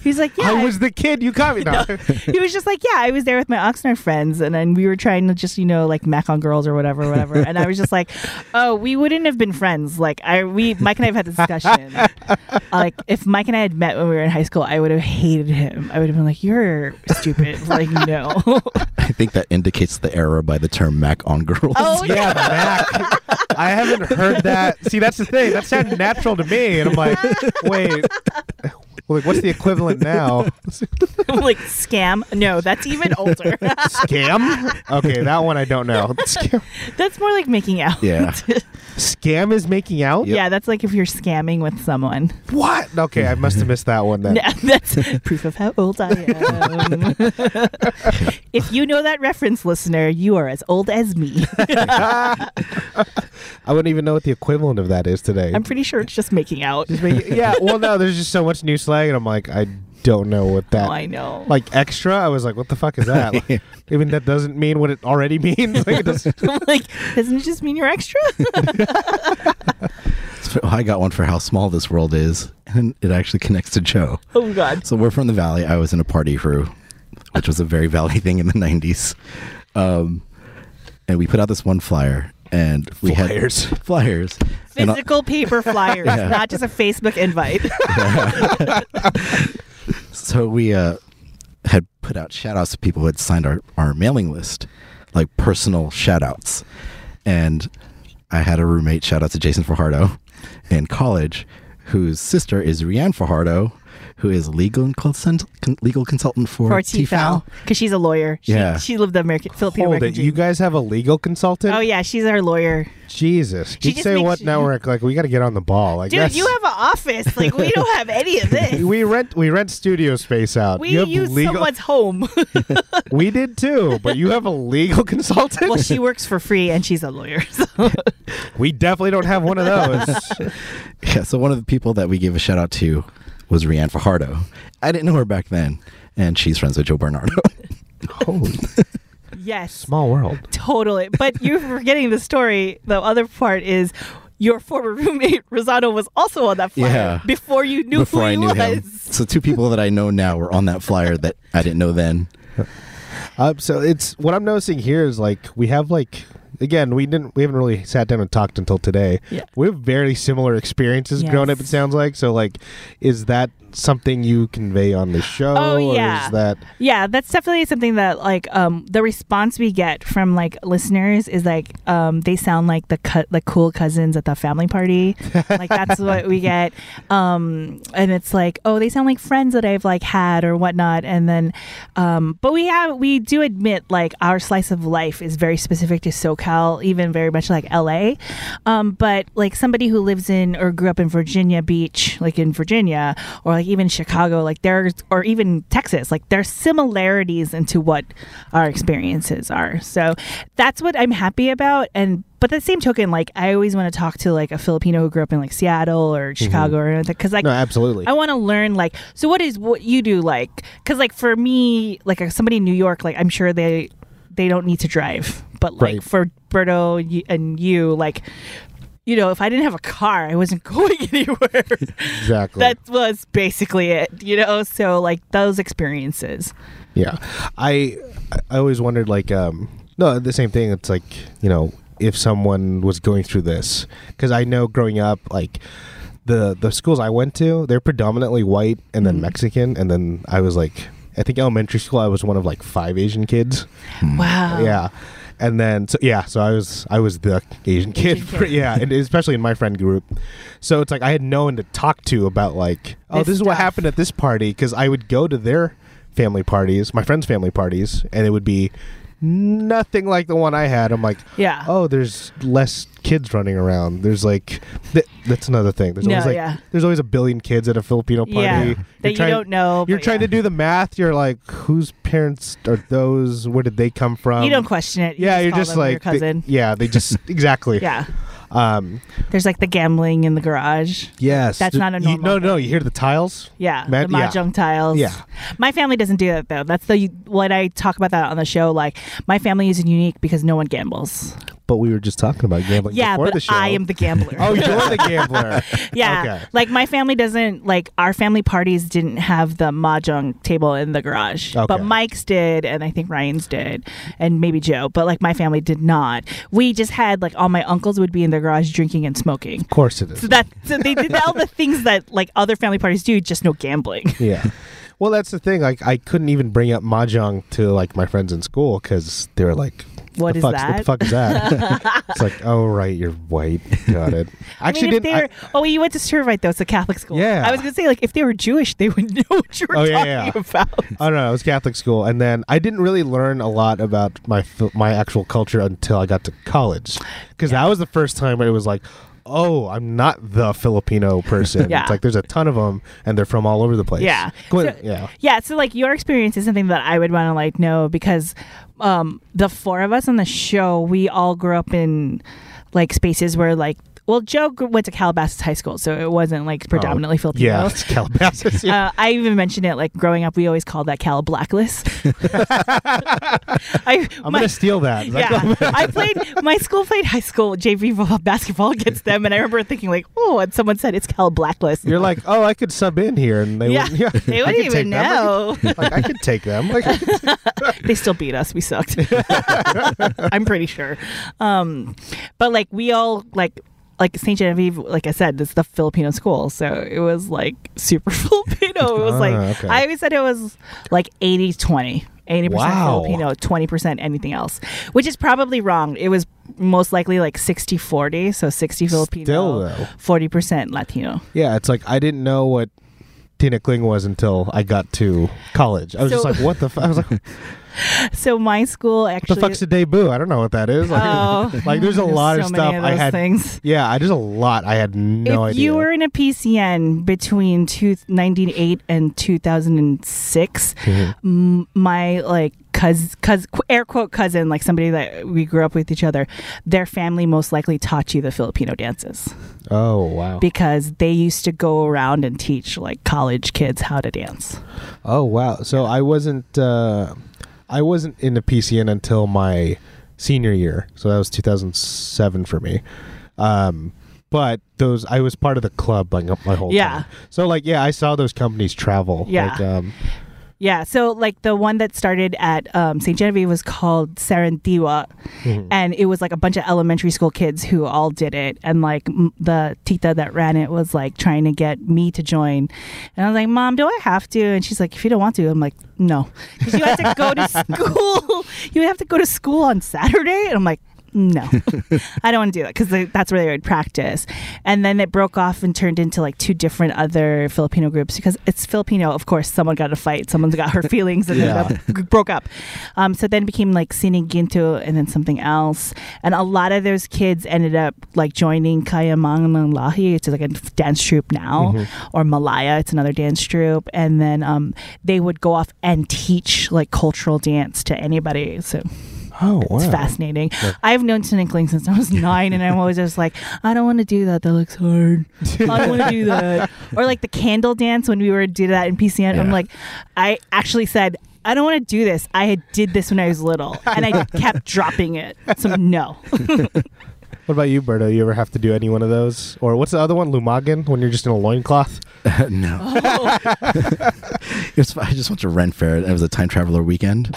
[SPEAKER 2] He's like, "Yeah,
[SPEAKER 1] I was the kid you
[SPEAKER 2] [laughs]
[SPEAKER 1] caught me. No.
[SPEAKER 2] he was just like, yeah, I was there with my Oxnard friends, and then we were trying to just you know like mac on girls or whatever, whatever. And I was just like, [laughs] oh, we wouldn't have been friends. Like I, we Mike and I have had this discussion. like if Mike and I had met when we were in high school, I would have hated him. I would have been like, you're stupid. like no. [laughs]
[SPEAKER 3] I think that indicates the error by the term "Mac on girls." [laughs]
[SPEAKER 2] [laughs] oh yeah.
[SPEAKER 1] Yeah, Mac. I haven't heard that. See, that's the thing. That sounded natural to me, and I'm like, wait, like, what's the equivalent now?
[SPEAKER 2] like scam. No, that's even older. [laughs]
[SPEAKER 1] Scam? Okay, that one I don't know. Scam,
[SPEAKER 2] that's more like making out. [laughs]
[SPEAKER 3] Yeah.
[SPEAKER 1] scam is making out?
[SPEAKER 2] Yeah, that's like if you're scamming with someone.
[SPEAKER 1] What? Okay, I must have missed that one then.
[SPEAKER 2] No, [laughs] that's
[SPEAKER 1] [laughs]
[SPEAKER 2] proof of how old I am. if you know that reference, listener, you are as old
[SPEAKER 1] [laughs]
[SPEAKER 2] as me.
[SPEAKER 1] I wouldn't even know what the equivalent of that is today.
[SPEAKER 2] I'm pretty sure it's just making out.
[SPEAKER 1] Just make- [laughs]
[SPEAKER 2] [laughs]
[SPEAKER 1] yeah, well, no, there's just so much new slang, and I'm like, I don't know what that.
[SPEAKER 2] Oh, I know.
[SPEAKER 1] [laughs] Like extra, I was like, "What the fuck is that?" [laughs] Like, even that doesn't mean what it already means. [laughs] Like, it doesn't-
[SPEAKER 2] I'm [laughs] like, doesn't it just mean
[SPEAKER 1] [laughs]
[SPEAKER 2] you're extra?
[SPEAKER 3] So I got one for how small this world is, and it actually connects to Joe.
[SPEAKER 2] oh God.
[SPEAKER 3] So we're from the valley. I was in a party crew, which was a very valley thing in the '90s. Um, and we put out this one flyer, and we
[SPEAKER 1] Flyers.
[SPEAKER 3] had [laughs] flyers, and
[SPEAKER 2] [laughs]
[SPEAKER 3] uh,
[SPEAKER 1] [laughs]
[SPEAKER 2] Physical paper flyers, not just a Facebook invite.
[SPEAKER 3] so we uh, had put out shout outs to people who had signed our, our mailing list, like personal shout outs. And I had a roommate, shout out to Jason Fajardo in college, whose sister is Rianne Fajardo, who is legal consult- con- legal consultant for,
[SPEAKER 2] For
[SPEAKER 3] TFL.
[SPEAKER 2] TFL, because she's a lawyer. She,
[SPEAKER 3] Yeah.
[SPEAKER 2] she lived the American Filipino
[SPEAKER 1] Hold
[SPEAKER 2] American
[SPEAKER 1] it, you
[SPEAKER 2] dream.
[SPEAKER 1] guys have a legal consultant?
[SPEAKER 2] Oh yeah, she's our lawyer.
[SPEAKER 1] Jesus,
[SPEAKER 2] She
[SPEAKER 1] you
[SPEAKER 2] just
[SPEAKER 1] say
[SPEAKER 2] makes-
[SPEAKER 1] what network? Like, we got to get on the ball. Like,
[SPEAKER 2] Dude,
[SPEAKER 1] that's-
[SPEAKER 2] you have an office. Like we don't have any of this.
[SPEAKER 1] [laughs] we rent we rent studio space out.
[SPEAKER 2] We
[SPEAKER 1] you have
[SPEAKER 2] use
[SPEAKER 1] legal.
[SPEAKER 2] someone's home.
[SPEAKER 1] [laughs] we did too, but you have a legal [laughs] consultant.
[SPEAKER 2] well, she works for free and she's a lawyer. So.
[SPEAKER 1] we definitely don't have one of those.
[SPEAKER 2] [laughs]
[SPEAKER 3] Yeah, so one of the people that we gave a shout out to was Rianne Fajardo. I didn't know her back then, and she's friends with Joe Bernardo. [laughs]
[SPEAKER 1] Holy
[SPEAKER 2] Yes,
[SPEAKER 1] small world.
[SPEAKER 2] totally. But you're forgetting the story. The other part is your former roommate [laughs] Rosado was also on that flyer
[SPEAKER 3] Yeah.
[SPEAKER 2] before you knew
[SPEAKER 3] before
[SPEAKER 2] who
[SPEAKER 3] I
[SPEAKER 2] he
[SPEAKER 3] knew
[SPEAKER 2] was.
[SPEAKER 3] him. So two people that I know now were on that flyer that I didn't know then.
[SPEAKER 1] Uh, so it's what I'm noticing here is like we have like again we didn't we haven't really sat down and talked until today.
[SPEAKER 2] Yeah.
[SPEAKER 1] We have very similar experiences growing up. It
[SPEAKER 2] Yes.
[SPEAKER 1] sounds like so like is that something you convey on the show?
[SPEAKER 2] Oh, yeah.
[SPEAKER 1] Or is that
[SPEAKER 2] Yeah, that's definitely something that like um the response we get from like listeners is like um they sound like the cut the cool cousins at the family
[SPEAKER 3] [laughs]
[SPEAKER 2] party. like that's what we get. Um and it's like, oh, they sound like friends that I've like had or whatnot. And then um but we have we do admit like our slice of life is very specific to SoCal, even very much like LA. Um but like somebody who lives in or grew up in Virginia Beach, like in Virginia, or like even Chicago, like there's or even Texas, like there's similarities into what our experiences are. So that's what I'm happy about. And but the same token, like I always want to talk to like a Filipino who grew up in like Seattle or Chicago or anything, because like
[SPEAKER 1] no? Absolutely.
[SPEAKER 2] I want to learn like so what is what you do like cuz like for me like if somebody in New York like I'm sure they they don't need to drive but like
[SPEAKER 1] Right.
[SPEAKER 2] for Berto y- and you like you know if I didn't have a car I wasn't [laughs] going
[SPEAKER 1] [laughs]
[SPEAKER 2] anywhere
[SPEAKER 1] exactly.
[SPEAKER 2] that was basically it you know so like those experiences
[SPEAKER 1] Yeah, I I always wondered like um no the same thing. It's like you know if someone was going through this because I know growing up like the the schools I went to they're predominantly white and then Mexican and then I was like I think elementary school I was one of like five Asian kids.
[SPEAKER 2] wow
[SPEAKER 1] Hmm. Yeah. And then so yeah, so I was I was the Asian kid,
[SPEAKER 2] Asian kid.
[SPEAKER 1] yeah, and especially in my friend group. So it's like I had no one to talk to about like, oh,
[SPEAKER 2] This
[SPEAKER 1] this, is what
[SPEAKER 2] stuff.
[SPEAKER 1] happened at this party because I would go to their family parties, my friends' family parties, and it would be nothing like the one I had. I'm like,
[SPEAKER 2] yeah
[SPEAKER 1] oh, there's less kids running around. There's like th- that's another thing. There's
[SPEAKER 2] No,
[SPEAKER 1] always like
[SPEAKER 2] yeah.
[SPEAKER 1] there's always a billion kids at a Filipino party.
[SPEAKER 2] Yeah,
[SPEAKER 1] You're
[SPEAKER 2] that you
[SPEAKER 1] trying-
[SPEAKER 2] don't know,
[SPEAKER 1] You're
[SPEAKER 2] but
[SPEAKER 1] trying
[SPEAKER 2] yeah.
[SPEAKER 1] to do the math. You're like, whose parents are those? Where did they come from?
[SPEAKER 2] you don't question it You
[SPEAKER 1] um, yeah, you're
[SPEAKER 2] call
[SPEAKER 1] just
[SPEAKER 2] them
[SPEAKER 1] like
[SPEAKER 2] your
[SPEAKER 1] they-
[SPEAKER 2] cousin
[SPEAKER 1] yeah,
[SPEAKER 2] [laughs]
[SPEAKER 1] they just exactly.
[SPEAKER 2] yeah
[SPEAKER 1] Um.
[SPEAKER 2] there's like the gambling in the garage
[SPEAKER 1] Yes.
[SPEAKER 2] That's
[SPEAKER 1] th-
[SPEAKER 2] not a
[SPEAKER 1] you-
[SPEAKER 2] normal
[SPEAKER 1] no, no. You hear the tiles.
[SPEAKER 2] Yeah,
[SPEAKER 1] Ma-
[SPEAKER 2] the
[SPEAKER 1] yeah.
[SPEAKER 2] mahjong tiles.
[SPEAKER 1] Yeah.
[SPEAKER 2] my family doesn't do that though. That's the what I talk about that on the show. Like my family is unique because no one gambles.
[SPEAKER 1] But we were just talking about gambling
[SPEAKER 2] yeah,
[SPEAKER 1] before
[SPEAKER 2] but
[SPEAKER 1] the show.
[SPEAKER 2] I am the gambler.
[SPEAKER 1] [laughs] Oh, you're the gambler.
[SPEAKER 2] [laughs] yeah,
[SPEAKER 1] Okay.
[SPEAKER 2] like my family doesn't like our family parties didn't have the mahjong table in the garage,
[SPEAKER 1] Okay.
[SPEAKER 2] but Mike's did, and I think Ryan's did, and maybe Joe. But like my family did not. We just had like all my uncles would be in the garage drinking and smoking.
[SPEAKER 1] Of course it is.
[SPEAKER 2] So that so they did all
[SPEAKER 1] [laughs]
[SPEAKER 2] the things that like other family parties do, just no gambling.
[SPEAKER 1] yeah. Well, that's the thing. Like, I couldn't even bring up mahjong to like my friends in school because they were like,
[SPEAKER 2] What
[SPEAKER 1] the
[SPEAKER 2] is
[SPEAKER 1] fuck's-
[SPEAKER 2] that?
[SPEAKER 1] What the fuck is
[SPEAKER 2] [laughs]
[SPEAKER 1] that? [laughs] it's like, oh right, you're white. Got it.
[SPEAKER 2] I mean,
[SPEAKER 1] Actually,
[SPEAKER 2] if they
[SPEAKER 1] didn't. I-
[SPEAKER 2] were, oh, you went to Servite though, it's a Catholic school.
[SPEAKER 1] Yeah.
[SPEAKER 2] I was gonna say like if they were Jewish, they would [laughs] know what you were
[SPEAKER 1] Oh,
[SPEAKER 2] talking
[SPEAKER 1] yeah,
[SPEAKER 2] about.
[SPEAKER 1] I don't know. It was Catholic school, and then I didn't really learn a lot about my f- my actual culture until I got to college, because that was the first time where it was like, oh, I'm not the Filipino person.
[SPEAKER 2] Yeah.
[SPEAKER 1] It's like there's a ton of them, and they're from all over the place.
[SPEAKER 2] Yeah.
[SPEAKER 1] Go
[SPEAKER 2] So,
[SPEAKER 1] ahead- yeah. Um,
[SPEAKER 2] Yeah. So like your experience is something that I would want to like know because um the four of us on the show, we all grew up in like spaces where like well, Joe gr- went to Calabasas High School, so it wasn't like predominantly Filipino.
[SPEAKER 1] Oh, Yeah, [laughs] it's Calabasas. Yeah.
[SPEAKER 2] [laughs] Uh, I even mentioned it like growing up. We always called that Cal
[SPEAKER 1] [laughs]
[SPEAKER 2] a blacklist. [laughs] I,
[SPEAKER 1] I'm
[SPEAKER 2] my-
[SPEAKER 1] gonna steal that. It's like,
[SPEAKER 2] [laughs]
[SPEAKER 1] oh,
[SPEAKER 2] yeah, I played. My school played high school JV vo- [laughs] basketball against them, and I remember thinking like, "Oh!" And someone said, "It's Cal Blacklist."
[SPEAKER 1] You're like, oh, I could sub in here, and [laughs] they
[SPEAKER 2] yeah,
[SPEAKER 1] wouldn't. Yeah,
[SPEAKER 2] [laughs] they
[SPEAKER 1] I
[SPEAKER 2] wouldn't
[SPEAKER 1] could take
[SPEAKER 2] even
[SPEAKER 1] them. I could-
[SPEAKER 2] know.
[SPEAKER 1] Like I could take them. Like I could-
[SPEAKER 2] they still beat us. We sucked. [laughs] I'm pretty sure. Um, but like we all like like Saint Genevieve, like I said, it's the Filipino school, so it was like super [laughs] Filipino. It was
[SPEAKER 1] Ah,
[SPEAKER 2] like
[SPEAKER 1] okay.
[SPEAKER 2] I always said it was like 80 20. 80%
[SPEAKER 1] Wow.
[SPEAKER 2] Filipino, 20% anything else, which is probably wrong. It was most likely like 60 40, so 60 Filipino,
[SPEAKER 1] Still, though.
[SPEAKER 2] 40% Latino.
[SPEAKER 1] yeah, it's like I didn't know what Tina Kling was until I got to college. I was just
[SPEAKER 2] So-
[SPEAKER 1] like, what the? F-? I was like, what
[SPEAKER 2] So my school
[SPEAKER 1] the
[SPEAKER 2] actually.
[SPEAKER 1] fuck's a debut? I don't know what that is. Like,
[SPEAKER 2] Oh.
[SPEAKER 1] [laughs] like, there's a lot
[SPEAKER 2] so
[SPEAKER 1] of
[SPEAKER 2] many
[SPEAKER 1] stuff
[SPEAKER 2] of
[SPEAKER 1] I
[SPEAKER 2] those
[SPEAKER 1] had.
[SPEAKER 2] things.
[SPEAKER 1] Yeah, I, there's a lot I had no
[SPEAKER 2] if
[SPEAKER 1] idea.
[SPEAKER 2] you were in a PCN between two, 98 and 2006,
[SPEAKER 1] Mhm.
[SPEAKER 2] m- my like cuz cuz air quote cousin, like somebody that we grew up with each other, their family most likely taught you the Filipino dances
[SPEAKER 1] [laughs] oh wow.
[SPEAKER 2] because they used to go around and teach like college kids how to dance.
[SPEAKER 1] oh wow. So I wasn't. Uh, I wasn't in the PCN until my senior year. So that was 2007 for me. Um, but those I was part of the club like my whole time.
[SPEAKER 2] Yeah.
[SPEAKER 1] So like yeah, I saw those companies travel.
[SPEAKER 2] Yeah.
[SPEAKER 1] Like, um,
[SPEAKER 2] Yeah, so like the one that started at um, St. Genevieve was called Sarandiwa, and it was like a bunch of elementary school kids who all did it. And like m- the tita that ran it was like trying to get me to join, and I was like, "Mom, do I have to?" And she's like, "If you don't want to," I'm like, "No, because you have to go to school. you would have to go to school on Saturday," and I'm like. No, [laughs] I don't want to do that because that's where they would practice. And then it broke off and turned into like two different other Filipino groups because it's Filipino, of course. Someone got in a fight, someone's got her [laughs] feelings, and
[SPEAKER 1] Yeah.
[SPEAKER 2] ended up, g- broke up. Um, so then it became like Sini Ginto and then something else. And a lot of those kids ended up like joining Kaya Mangang Lahi, it's like a dance troupe now, or Malaya, it's another dance troupe. And then um, they would go off and teach like cultural dance to anybody. So
[SPEAKER 1] oh wow.
[SPEAKER 2] it's fascinating. I've known Tinkling since I was nine, and I'm always just like, I don't want to do that. That looks hard. I don't want to do that. Or like the candle dance when we were did that in PCN. I'm
[SPEAKER 3] Yeah.
[SPEAKER 2] like, I actually said. I don't want to do this. I had did this when I was little, and I kept dropping it. So no,
[SPEAKER 1] What about you, Berto? You ever have to do any one of those? Or what's the other one? Lumagan, when you're just in a loincloth?
[SPEAKER 3] [laughs] no. It was, I just went to Ren Fair. It was a time traveler weekend.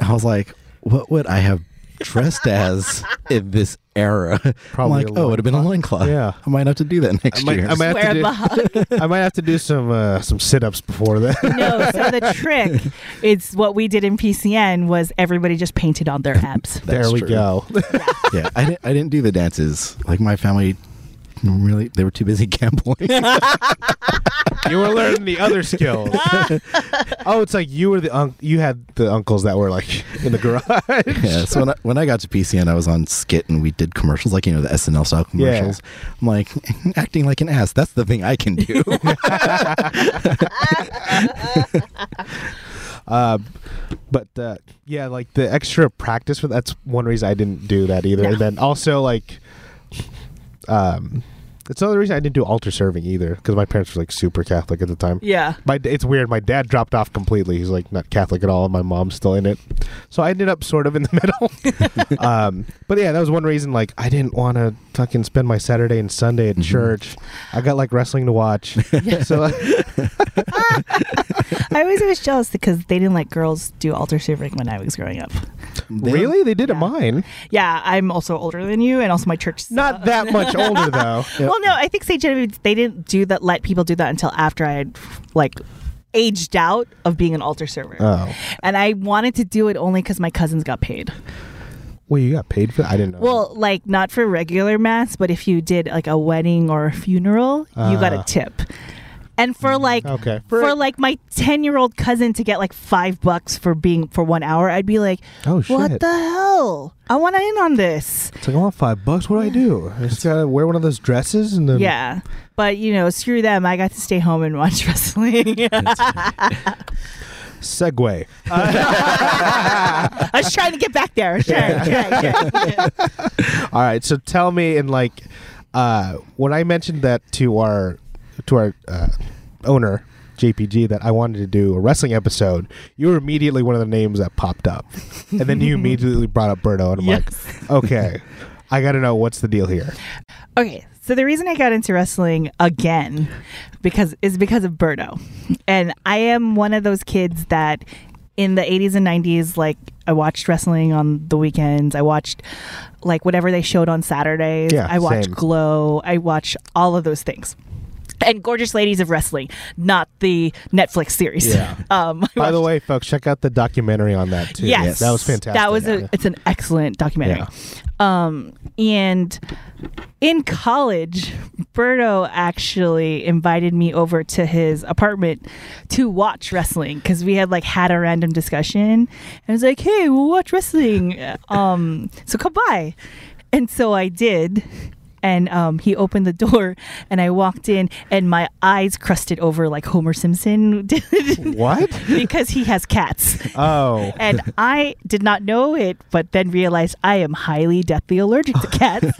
[SPEAKER 3] I was like, what would I have dressed as in this era?
[SPEAKER 1] Probably
[SPEAKER 3] I'm like,
[SPEAKER 1] a
[SPEAKER 3] oh, it would have been a loincloth.
[SPEAKER 1] Yeah.
[SPEAKER 3] I might have to do that next
[SPEAKER 1] I might-
[SPEAKER 3] year.
[SPEAKER 1] I might- have to
[SPEAKER 2] wear
[SPEAKER 1] do-
[SPEAKER 2] the
[SPEAKER 1] [laughs]
[SPEAKER 2] hug.
[SPEAKER 1] I might have to do some uh, some sit ups before [laughs] that.
[SPEAKER 2] No, so the trick is what we did in PCN was everybody just painted on their abs.
[SPEAKER 1] there
[SPEAKER 3] That's
[SPEAKER 1] we
[SPEAKER 3] true.
[SPEAKER 1] go.
[SPEAKER 3] yeah, I didn't, I didn't do the dances. Like my family, really, they were too
[SPEAKER 1] [laughs]
[SPEAKER 3] busy [laughs] gambling.
[SPEAKER 1] you were learning the other skills. [laughs] oh, it's like you were the un- you had the uncles that were like in the garage. [laughs]
[SPEAKER 3] yeah. So when I, when I got to PCN, I was on skit and we did commercials, like you know the SNL style commercials. I'm like [laughs] acting like an ass. That's the thing I can do.
[SPEAKER 1] Uh, but uh, yeah, like the extra practice for that's one reason I didn't do that either.
[SPEAKER 2] No.
[SPEAKER 1] And then also like, um, it's another reason I didn't do altar serving either because my parents were like super Catholic at the time.
[SPEAKER 2] Yeah.
[SPEAKER 1] My d- it's weird. My dad dropped off completely. He's like not Catholic at all, and my mom's still in it. So I ended up sort of in the [laughs] middle. um, but yeah, that was one reason. Like I didn't want to fucking spend my Saturday and Sunday at church. I got like wrestling to watch. so uh,
[SPEAKER 2] I always was jealous because they didn't let girls do altar serving when I was growing up.
[SPEAKER 1] [laughs] really, they did it
[SPEAKER 2] Yeah.
[SPEAKER 1] mine.
[SPEAKER 2] Yeah, I'm also older than you, and also my church.
[SPEAKER 1] Not that
[SPEAKER 2] [laughs]
[SPEAKER 1] much older though.
[SPEAKER 2] Well, no, I think St. Genevieve they didn't do that. Let people do that until after I had like aged out of being an altar server,
[SPEAKER 1] Oh.
[SPEAKER 2] and I wanted to do it only because my cousins got paid.
[SPEAKER 1] Wait, you got paid for that? I didn't know.
[SPEAKER 2] Well, like not for regular mass, but if you did like a wedding or a funeral, you got a
[SPEAKER 1] Ah.
[SPEAKER 2] tip. And for like
[SPEAKER 1] okay.
[SPEAKER 2] for, like my 10-year-old cousin to get like 5 bucks for being for 1 hour, I'd be like,
[SPEAKER 1] oh shit!
[SPEAKER 2] "What the hell? I want in on this."
[SPEAKER 1] It's like I want five bucks. What do I do? I just gotta wear one of those dresses and then
[SPEAKER 2] Yeah. But you know, screw them. I got to stay home and watch [laughs] wrestling.
[SPEAKER 1] segue.
[SPEAKER 2] [laughs] I was trying to get back there. Sure. Yeah. [laughs] yeah.
[SPEAKER 1] All right, so tell me, and like, uh, when I mentioned that to our to our uh, owner JPG that I wanted to do a wrestling episode, you were immediately one of the names that popped up, and then
[SPEAKER 2] [laughs]
[SPEAKER 1] you immediately brought up Birdo, and I'm like, okay, I got to know what's the deal here.
[SPEAKER 2] Okay, so the reason I got into wrestling again because is because of Birdo. And I am one of those kids that in the 80s and 90s like I watched wrestling on the weekends. I watched like whatever they showed on Saturdays.
[SPEAKER 1] Yeah,
[SPEAKER 2] I watched
[SPEAKER 1] same.
[SPEAKER 2] Glow. I watched all of those things. And Gorgeous Ladies of Wrestling, not the Netflix series.
[SPEAKER 1] Yeah.
[SPEAKER 2] [laughs] Um, I
[SPEAKER 1] By the
[SPEAKER 2] watched-
[SPEAKER 1] way, folks, check out the documentary on that too.
[SPEAKER 2] Yes.
[SPEAKER 1] that was fantastic.
[SPEAKER 2] That was a, it's an excellent documentary. Um, and in college, Berto actually invited me over to his apartment to watch wrestling because we had like had a random discussion. And I was like, "Hey, we'll watch wrestling. [laughs] Um, so come by." And so I did. And um, he opened the [laughs] door, and I walked in, and my eyes crusted over like Homer Simpson [laughs] did
[SPEAKER 1] [laughs] what?
[SPEAKER 2] because he has cats.
[SPEAKER 1] Oh, [laughs]
[SPEAKER 2] [laughs] And I did not know it, but then realized I am highly deathly allergic to cats.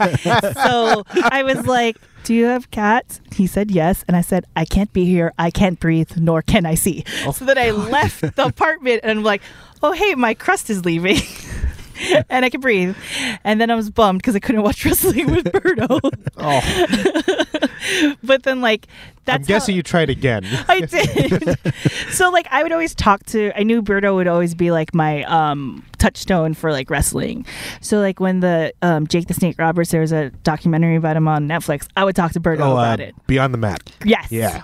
[SPEAKER 1] [laughs]
[SPEAKER 2] so I was like, Do you have cats? He said yes. And I said, I can't be here. I can't breathe, nor can I see.
[SPEAKER 1] Oh
[SPEAKER 2] so then I left
[SPEAKER 1] [laughs]
[SPEAKER 2] the apartment and I'm like, Oh, hey, my crust is leaving. [laughs] and I can breathe. And then I was bummed because I couldn't watch wrestling with
[SPEAKER 1] [laughs]
[SPEAKER 2] Birdo.
[SPEAKER 1] oh.
[SPEAKER 2] but then, like, that's.
[SPEAKER 1] I'm guessing
[SPEAKER 2] how-
[SPEAKER 1] you tried again. [laughs]
[SPEAKER 2] I did. [laughs] so like I would always talk to I knew Birdo would always be like my um touchstone for like wrestling. So like when the um Jake the Snake Roberts there was a documentary about him on Netflix, I would talk to Birdo
[SPEAKER 1] uh,
[SPEAKER 2] about it.
[SPEAKER 1] Beyond the Mat.
[SPEAKER 2] Yes.
[SPEAKER 1] Yeah. that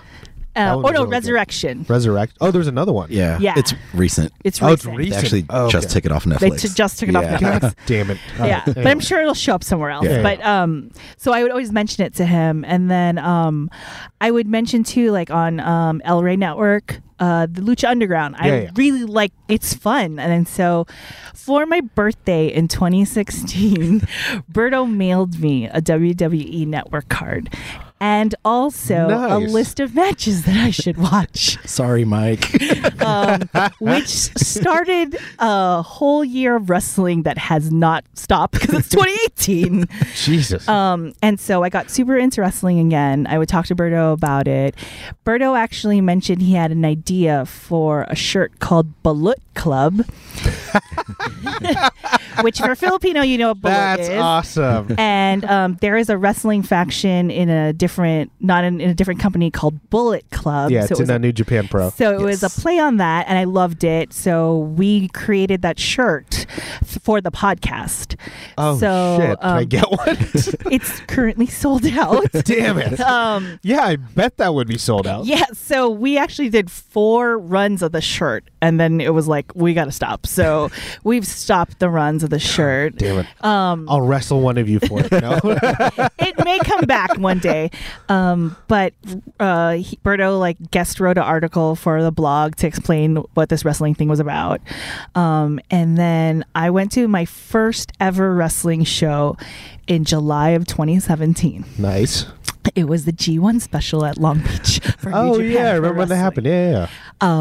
[SPEAKER 1] one
[SPEAKER 2] Uh, oh
[SPEAKER 1] was
[SPEAKER 2] no,
[SPEAKER 1] really good.
[SPEAKER 2] Resurrection.
[SPEAKER 1] Resurrect. Oh, there's another one.
[SPEAKER 3] [laughs] Yeah.
[SPEAKER 2] Yeah.
[SPEAKER 3] It's recent.
[SPEAKER 2] It's
[SPEAKER 1] Oh, it's
[SPEAKER 2] recent.
[SPEAKER 3] They
[SPEAKER 1] recent.
[SPEAKER 3] actually
[SPEAKER 1] Oh, okay.
[SPEAKER 3] just took it off Netflix.
[SPEAKER 2] They t- just took it
[SPEAKER 3] Yeah.
[SPEAKER 2] off Netflix.
[SPEAKER 1] [laughs] Damn it. Uh,
[SPEAKER 2] yeah, but I'm sure it'll show up somewhere else.
[SPEAKER 1] Oh. Yeah.
[SPEAKER 2] But um, so I would always mention it to him, and then um, I would mention too, like on um, El Rey Network, uh, the Lucha Underground. I
[SPEAKER 1] Yeah, yeah.
[SPEAKER 2] really like it's fun, and then so for my birthday in 2016, [laughs] Berto mailed me a WWE Network card. And also
[SPEAKER 1] Nice.
[SPEAKER 2] a list of matches that I should
[SPEAKER 1] [laughs]
[SPEAKER 2] watch
[SPEAKER 3] [laughs] Sorry, Mike.
[SPEAKER 2] um, which started a whole year of wrestling that has not stopped because it's 2018.
[SPEAKER 1] Jesus.
[SPEAKER 2] Um, and so I got super into wrestling again. I would talk to Berto about it. Berto actually mentioned he had an idea for a shirt called Balut Club, [laughs] which for Filipino, you know what balut
[SPEAKER 1] [laughs] That's
[SPEAKER 2] is
[SPEAKER 1] awesome.
[SPEAKER 2] and um, there is a wrestling faction in a different, not in, in a different company called Bullet Club.
[SPEAKER 1] yeah,
[SPEAKER 2] So it
[SPEAKER 1] it's in
[SPEAKER 2] was a-
[SPEAKER 1] that New Japan Pro.
[SPEAKER 2] so it was
[SPEAKER 3] Yes.
[SPEAKER 2] a play on that, and I loved it. So we created that shirt f- for the podcast.
[SPEAKER 1] Oh
[SPEAKER 2] so,
[SPEAKER 1] shit! Can I
[SPEAKER 2] um,
[SPEAKER 1] get
[SPEAKER 2] [laughs]
[SPEAKER 1] one?
[SPEAKER 2] it's currently sold out.
[SPEAKER 1] [laughs] Damn it!
[SPEAKER 2] um,
[SPEAKER 1] Yeah, I bet that would be sold out.
[SPEAKER 2] yeah, so we actually did four runs of the shirt, and then it was like we got to stop.
[SPEAKER 1] [laughs]
[SPEAKER 2] So we've stopped the runs of the shirt.
[SPEAKER 1] Damn it!
[SPEAKER 2] Um,
[SPEAKER 1] I'll wrestle one of you for it.
[SPEAKER 2] [laughs]
[SPEAKER 1] No?
[SPEAKER 2] it may come back one day. Um, but uh, he, Berto like guest wrote an article for the blog to explain what this wrestling thing was about. Um, and then I went to my first ever wrestling show in July of 2017.
[SPEAKER 1] [laughs] nice.
[SPEAKER 2] It was the G1 special at Long
[SPEAKER 1] [laughs]
[SPEAKER 2] Beach. For New
[SPEAKER 1] Oh
[SPEAKER 2] Japan
[SPEAKER 1] yeah, I
[SPEAKER 2] Pro
[SPEAKER 1] remember when that
[SPEAKER 2] Wrestling.
[SPEAKER 1] happened. Yeah, yeah, yeah.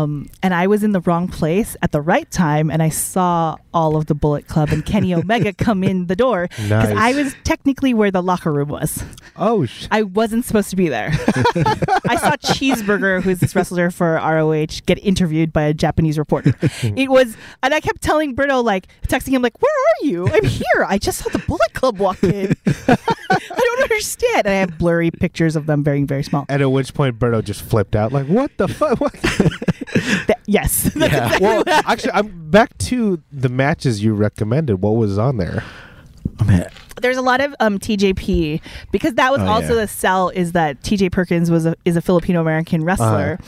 [SPEAKER 2] Um, and I was in the wrong place at the right time, and I saw all of the Bullet Club and
[SPEAKER 1] [laughs]
[SPEAKER 2] Kenny Omega come in the door because
[SPEAKER 1] Nice.
[SPEAKER 2] I was technically where the locker room was.
[SPEAKER 1] Oh shit!
[SPEAKER 2] I wasn't supposed to be there. I saw Cheeseburger, who's this wrestler for ROH, get interviewed by a Japanese reporter. It was, and I kept telling Brito, like, texting him, like, "Where are you? I'm here. I just saw the Bullet Club walk in. [laughs] I don't understand." And I have blurry pictures of them, very, very small.
[SPEAKER 1] And at which point, Berto just flipped out. Like, what the fuck? [laughs] What?
[SPEAKER 2] [laughs] Th- yes, that's exactly
[SPEAKER 1] well,
[SPEAKER 2] what happened.
[SPEAKER 1] actually, I'm back to the matches you recommended. What was on there?
[SPEAKER 3] Oh, man.
[SPEAKER 2] there's a lot of um, TJP because that was
[SPEAKER 3] Oh,
[SPEAKER 2] also
[SPEAKER 3] yeah.
[SPEAKER 2] the sell is that TJ Perkins was a, is a
[SPEAKER 3] Uh-huh.
[SPEAKER 2] Filipino American wrestler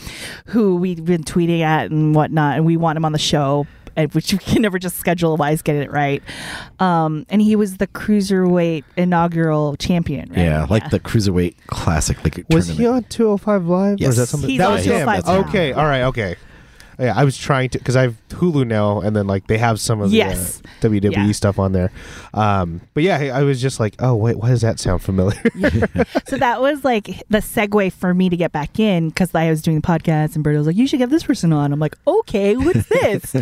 [SPEAKER 2] who we've been tweeting at and whatnot, and we want him on the show. and which you [laughs] can never just schedule wise get it right. Um, and he was the cruiserweight inaugural champion. Right?
[SPEAKER 3] Yeah, like the cruiserweight classic. Like
[SPEAKER 1] Was
[SPEAKER 3] tournament.
[SPEAKER 1] he on 205 Live? Or
[SPEAKER 3] Yes.
[SPEAKER 1] is that something?
[SPEAKER 2] He's
[SPEAKER 1] that
[SPEAKER 2] on
[SPEAKER 1] was him.
[SPEAKER 2] 205 now.
[SPEAKER 1] Okay. All right. Okay. Yeah, I was trying to because I have Hulu now, and then like they have some of the
[SPEAKER 2] Yes.
[SPEAKER 1] uh, WWE
[SPEAKER 2] Yeah.
[SPEAKER 1] stuff on there. Um, but yeah, I was just like, oh wait, why does that sound
[SPEAKER 2] [laughs]
[SPEAKER 1] familiar?
[SPEAKER 2] So that was like the segue for me to get back in because I was doing the podcast and Berto was like, "You should get this person on." I'm like, "Okay, what's
[SPEAKER 3] [laughs]
[SPEAKER 2] this?"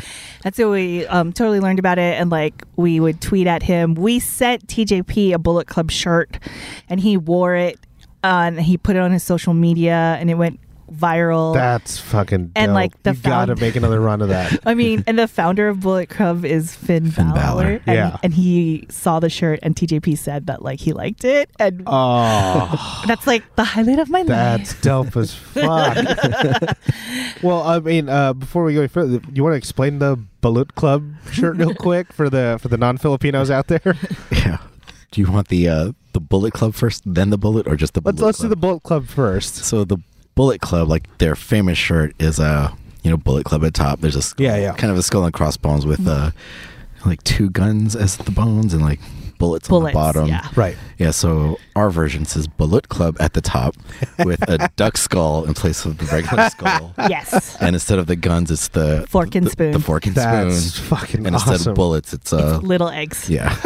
[SPEAKER 2] and so we um, totally learned about it and like we would tweet at him. We sent TJP a Bullet Club shirt, and he wore it. uh, and he put it on his social media, and it went
[SPEAKER 1] [laughs]
[SPEAKER 2] viral.
[SPEAKER 1] That's fucking.
[SPEAKER 2] And,
[SPEAKER 1] dope.
[SPEAKER 2] like, the
[SPEAKER 1] you gotta
[SPEAKER 2] found-
[SPEAKER 1] make another run of
[SPEAKER 2] [laughs]
[SPEAKER 1] that.
[SPEAKER 2] I mean, and the founder of Bullet Club is Finn,
[SPEAKER 3] Finn
[SPEAKER 2] Balor,
[SPEAKER 3] Balor.
[SPEAKER 2] And,
[SPEAKER 1] Yeah.
[SPEAKER 2] and he saw the shirt, and TJP said that like he liked it, and
[SPEAKER 1] [laughs]
[SPEAKER 2] [laughs]
[SPEAKER 1] Oh,
[SPEAKER 2] that's like the highlight of my life.
[SPEAKER 1] that's dope as fuck. [laughs] well, I mean, uh, before we go any further, you want to explain the Bullet Club shirt
[SPEAKER 2] [laughs]
[SPEAKER 1] real quick for the for the non Filipinos out there?
[SPEAKER 3] [laughs] Yeah. Do you want the uh, the Bullet Club first, then the Bullet, or just the
[SPEAKER 1] Let's
[SPEAKER 3] Bullet
[SPEAKER 1] let's do
[SPEAKER 3] Club?
[SPEAKER 1] the Bullet Club first.
[SPEAKER 3] So the Bullet Club, like their famous shirt is uh, you know Bullet Club at top. There's a skull,
[SPEAKER 1] Yeah, yeah.
[SPEAKER 3] kind of a skull and crossbones with uh, like two guns as the bones and like bullets, on the
[SPEAKER 2] Bullets,
[SPEAKER 3] bottom.
[SPEAKER 2] yeah.
[SPEAKER 1] Right.
[SPEAKER 3] Yeah, so our version says Bullet Club at the top with a duck skull in place of the regular skull.
[SPEAKER 2] yes.
[SPEAKER 3] And instead of the guns, it's the
[SPEAKER 2] Fork and
[SPEAKER 3] the-
[SPEAKER 2] spoon.
[SPEAKER 3] The fork and
[SPEAKER 1] That's
[SPEAKER 3] spoon.
[SPEAKER 1] fucking
[SPEAKER 3] And instead
[SPEAKER 1] awesome.
[SPEAKER 3] of bullets, it's uh,
[SPEAKER 2] It's little eggs.
[SPEAKER 3] [laughs] yeah,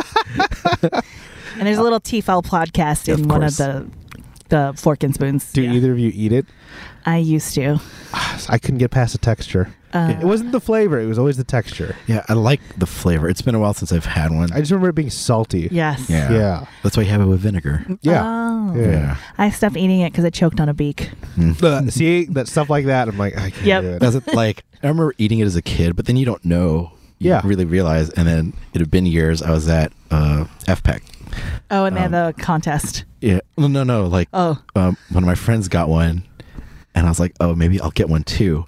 [SPEAKER 2] And there's a little TFL podcast
[SPEAKER 3] Of
[SPEAKER 2] in one of
[SPEAKER 3] course.
[SPEAKER 2] the the fork and spoons.
[SPEAKER 1] Do
[SPEAKER 2] Yeah.
[SPEAKER 1] either of you eat it?
[SPEAKER 2] I used to.
[SPEAKER 3] Ah,
[SPEAKER 1] I couldn't get past the texture.
[SPEAKER 2] Uh,
[SPEAKER 1] it wasn't the flavor; it was always the texture.
[SPEAKER 3] yeah. I like the flavor. It's been a while since I've had one.
[SPEAKER 1] I just remember it being salty.
[SPEAKER 2] Yes.
[SPEAKER 3] yeah,
[SPEAKER 1] yeah,
[SPEAKER 3] That's why you have it with vinegar.
[SPEAKER 1] yeah.
[SPEAKER 2] Oh.
[SPEAKER 1] Yeah.
[SPEAKER 2] I stopped eating it because I choked on a beak.
[SPEAKER 3] Mm.
[SPEAKER 1] [laughs] Uh, see that stuff like that. I'm like, I can't
[SPEAKER 2] Yep.
[SPEAKER 1] do it.
[SPEAKER 3] Does it like [laughs] I remember eating it as a kid, but then you don't know. You
[SPEAKER 1] Yeah.
[SPEAKER 3] don't really realize. And then it had been years. I was at uh, FPEC.
[SPEAKER 2] Oh, and they
[SPEAKER 3] Um,
[SPEAKER 2] had the contest.
[SPEAKER 3] Yeah. No, no, no. Like
[SPEAKER 2] Oh.
[SPEAKER 3] um, one of my friends got one, and I was like, oh, maybe I'll get one too.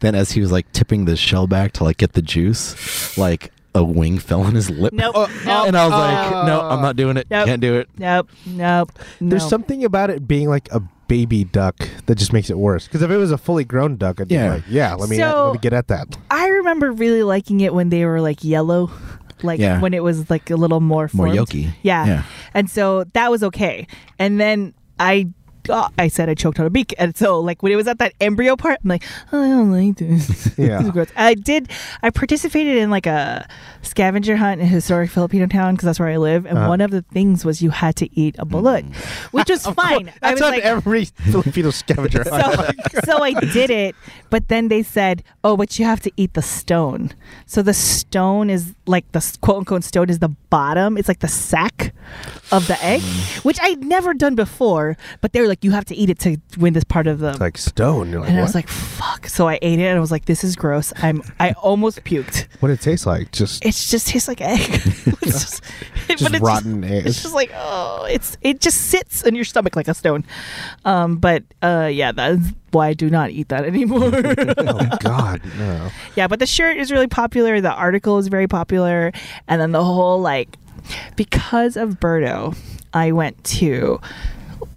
[SPEAKER 3] Then as he was like tipping the shell back to like get the juice, like a wing fell on his lip.
[SPEAKER 2] Nope.
[SPEAKER 3] Oh,
[SPEAKER 2] Oh. nope.
[SPEAKER 3] And I was like, no, I'm not doing it.
[SPEAKER 2] Nope.
[SPEAKER 3] Can't do it.
[SPEAKER 2] Nope. Nope.
[SPEAKER 1] There's
[SPEAKER 2] no.
[SPEAKER 1] something about it being like a baby duck that just makes it worse. Because if it was a fully grown duck, I'd be
[SPEAKER 3] Yeah.
[SPEAKER 1] like, yeah, let me,
[SPEAKER 2] So-
[SPEAKER 1] let me get at
[SPEAKER 2] [laughs]
[SPEAKER 1] that.
[SPEAKER 2] I remember really liking it when they were like yellow, like
[SPEAKER 3] Yeah.
[SPEAKER 2] when it was like a little more
[SPEAKER 3] More
[SPEAKER 2] formed. [laughs]
[SPEAKER 3] yolky.
[SPEAKER 2] Yeah.
[SPEAKER 3] Yeah.
[SPEAKER 2] and so that was okay. And then I. uh, I said I choked on a beak, and so like when it was at that embryo part, I'm like, oh, I don't like this. [laughs]
[SPEAKER 1] Yeah.
[SPEAKER 2] This is gross. I did. I participated in like a scavenger hunt in a historic Filipino town because that's where I live, and
[SPEAKER 1] Uh-huh. Mm.
[SPEAKER 2] one of the things was you had to eat a bullet, which
[SPEAKER 1] [laughs]
[SPEAKER 2] was fine. I
[SPEAKER 1] That's
[SPEAKER 2] was
[SPEAKER 1] on
[SPEAKER 2] like, [laughs]
[SPEAKER 1] every [laughs] Filipino scavenger. [laughs] hunt.
[SPEAKER 2] so, so I did it, but then they said, "Oh, but you have to eat the stone." So the stone is like the s- quote unquote stone is the bottom. It's like the sack of the egg,
[SPEAKER 1] Mm.
[SPEAKER 2] which I'd never done before. But they were like, "You have to eat it to win this part of the."
[SPEAKER 1] It's like stone. You're like,
[SPEAKER 2] and I
[SPEAKER 1] what?
[SPEAKER 2] was like, "Fuck!" So I ate it, and I was like, "This is gross." I'm I almost puked.
[SPEAKER 1] what it tastes like?
[SPEAKER 2] [laughs]
[SPEAKER 1] Just,
[SPEAKER 2] It just tastes like egg. it's just, [laughs] but
[SPEAKER 1] just
[SPEAKER 2] it's
[SPEAKER 1] rotten
[SPEAKER 2] it's
[SPEAKER 1] eggs.
[SPEAKER 2] just like oh, it's it just sits in your stomach like a stone. Um, but uh, yeah, that's why I do not eat that [laughs] anymore.
[SPEAKER 1] [laughs] oh God, no.
[SPEAKER 2] yeah, but the shirt is really popular. The article is very popular, and then the whole like because of Birdo, I went to.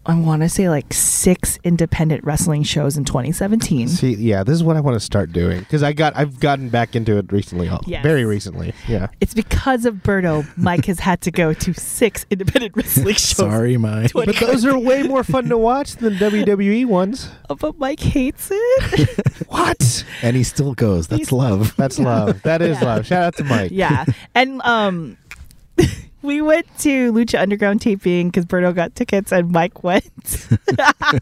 [SPEAKER 2] I want to say like six independent wrestling shows in 2017.
[SPEAKER 1] See, yeah, this is what I want to start doing because I got I've gotten back into it recently,
[SPEAKER 2] Yes.
[SPEAKER 1] very recently. Yeah,
[SPEAKER 2] It's because of Birdo, Mike has had to go to six independent wrestling shows.
[SPEAKER 3] Sorry, my.
[SPEAKER 1] but those are way more fun
[SPEAKER 2] [laughs]
[SPEAKER 1] to watch than WWE ones.
[SPEAKER 2] Oh, But Mike hates it.
[SPEAKER 1] What?
[SPEAKER 3] And he still goes.
[SPEAKER 2] [laughs]
[SPEAKER 3] That's love.
[SPEAKER 1] That's love. That is
[SPEAKER 2] Yeah.
[SPEAKER 1] love. Shout out to Mike.
[SPEAKER 2] yeah and um [laughs] we went to lucha underground taping because berto got tickets and mike went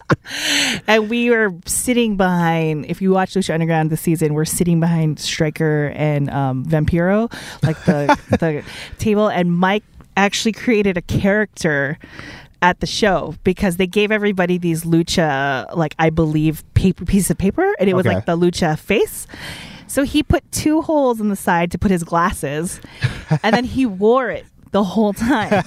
[SPEAKER 2] [laughs] and we were sitting behind if you watch lucha underground this season we're sitting behind striker and um, vampiro like the, the table and mike actually created a character at the show because they gave everybody these lucha like i believe paper piece of paper and it was
[SPEAKER 1] Okay.
[SPEAKER 2] like the lucha face so he [laughs] put two holes in the side to put his glasses, and then he wore it the whole time.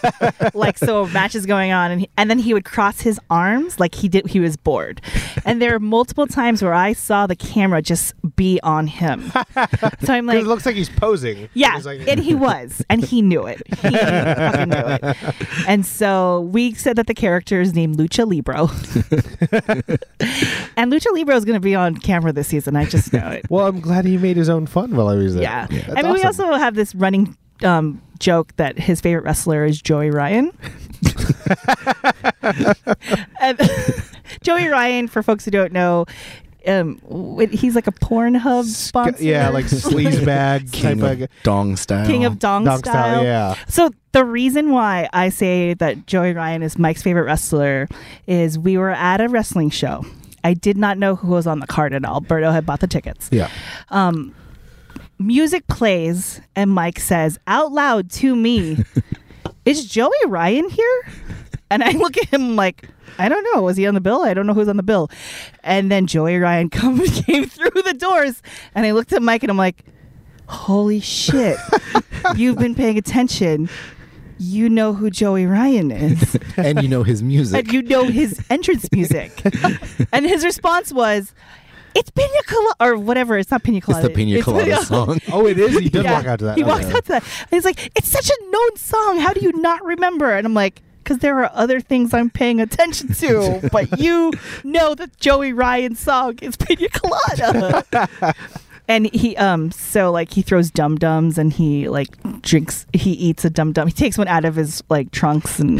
[SPEAKER 2] like so a
[SPEAKER 1] [laughs]
[SPEAKER 2] match is going on and he, and then he would cross his arms like he did he was bored. And there are multiple times where I saw the camera just be on him. so
[SPEAKER 1] [laughs]
[SPEAKER 2] I'm like
[SPEAKER 1] it looks like he's posing.
[SPEAKER 2] yeah,
[SPEAKER 1] He's like- [laughs]
[SPEAKER 2] and he [laughs] was, and he knew it. He fucking knew it. And so we said that the character is named Lucha Libro, and Lucha Libro is going to be on camera this season. I just know it.
[SPEAKER 1] well, I'm glad he made his own fun while I was there.
[SPEAKER 2] Yeah.
[SPEAKER 1] That's
[SPEAKER 2] I mean, we
[SPEAKER 1] awesome.
[SPEAKER 2] also have this running um, joke that his favorite wrestler is Joey Ryan.
[SPEAKER 1] [laughs]
[SPEAKER 2] And [laughs] Joey Ryan, for folks who don't know, um, w- he's like a Pornhub sponsor.
[SPEAKER 1] yeah, like
[SPEAKER 2] [laughs]
[SPEAKER 1] sleaze bag type
[SPEAKER 3] King
[SPEAKER 1] of
[SPEAKER 3] of Dong style.
[SPEAKER 2] King of Dong,
[SPEAKER 1] dog
[SPEAKER 2] style.
[SPEAKER 1] style. Yeah,
[SPEAKER 2] So the reason why I say that Joey Ryan is Mike's favorite wrestler is we were at a wrestling show. I did not know who was on the card at all. Berto had bought the tickets.
[SPEAKER 1] yeah.
[SPEAKER 2] Um, music plays, and Mike says out loud to me, "Is Joey Ryan here?" And I look at him like, "I don't know. Was he on the bill? I don't know who's on the bill." And then Joey Ryan [laughs] come, came through the doors, and I looked at Mike, and I'm like, "Holy shit! You've been paying attention." You know who Joey Ryan is,
[SPEAKER 3] [laughs] and you know his music.
[SPEAKER 2] and you know
[SPEAKER 3] [laughs]
[SPEAKER 2] his entrance music. and his response was, "It's pina colada or whatever. It's not pina
[SPEAKER 3] it's
[SPEAKER 2] colada.
[SPEAKER 3] the Pina Colada
[SPEAKER 2] [laughs]
[SPEAKER 3] song.
[SPEAKER 1] Oh, it is. He did
[SPEAKER 2] Yeah.
[SPEAKER 1] walk out to that.
[SPEAKER 2] He
[SPEAKER 1] Okay.
[SPEAKER 2] walks out to that. And he's like, it's such a known song. How do you not remember? And I'm like, because there are other things I'm paying attention
[SPEAKER 3] [laughs]
[SPEAKER 2] to, but you know that Joey Ryan's song is Pina
[SPEAKER 3] [laughs]
[SPEAKER 2] Colada. [laughs] and he, um, so like he throws dum dums and he like drinks, he eats a dum dum. He takes one out of his like trunks and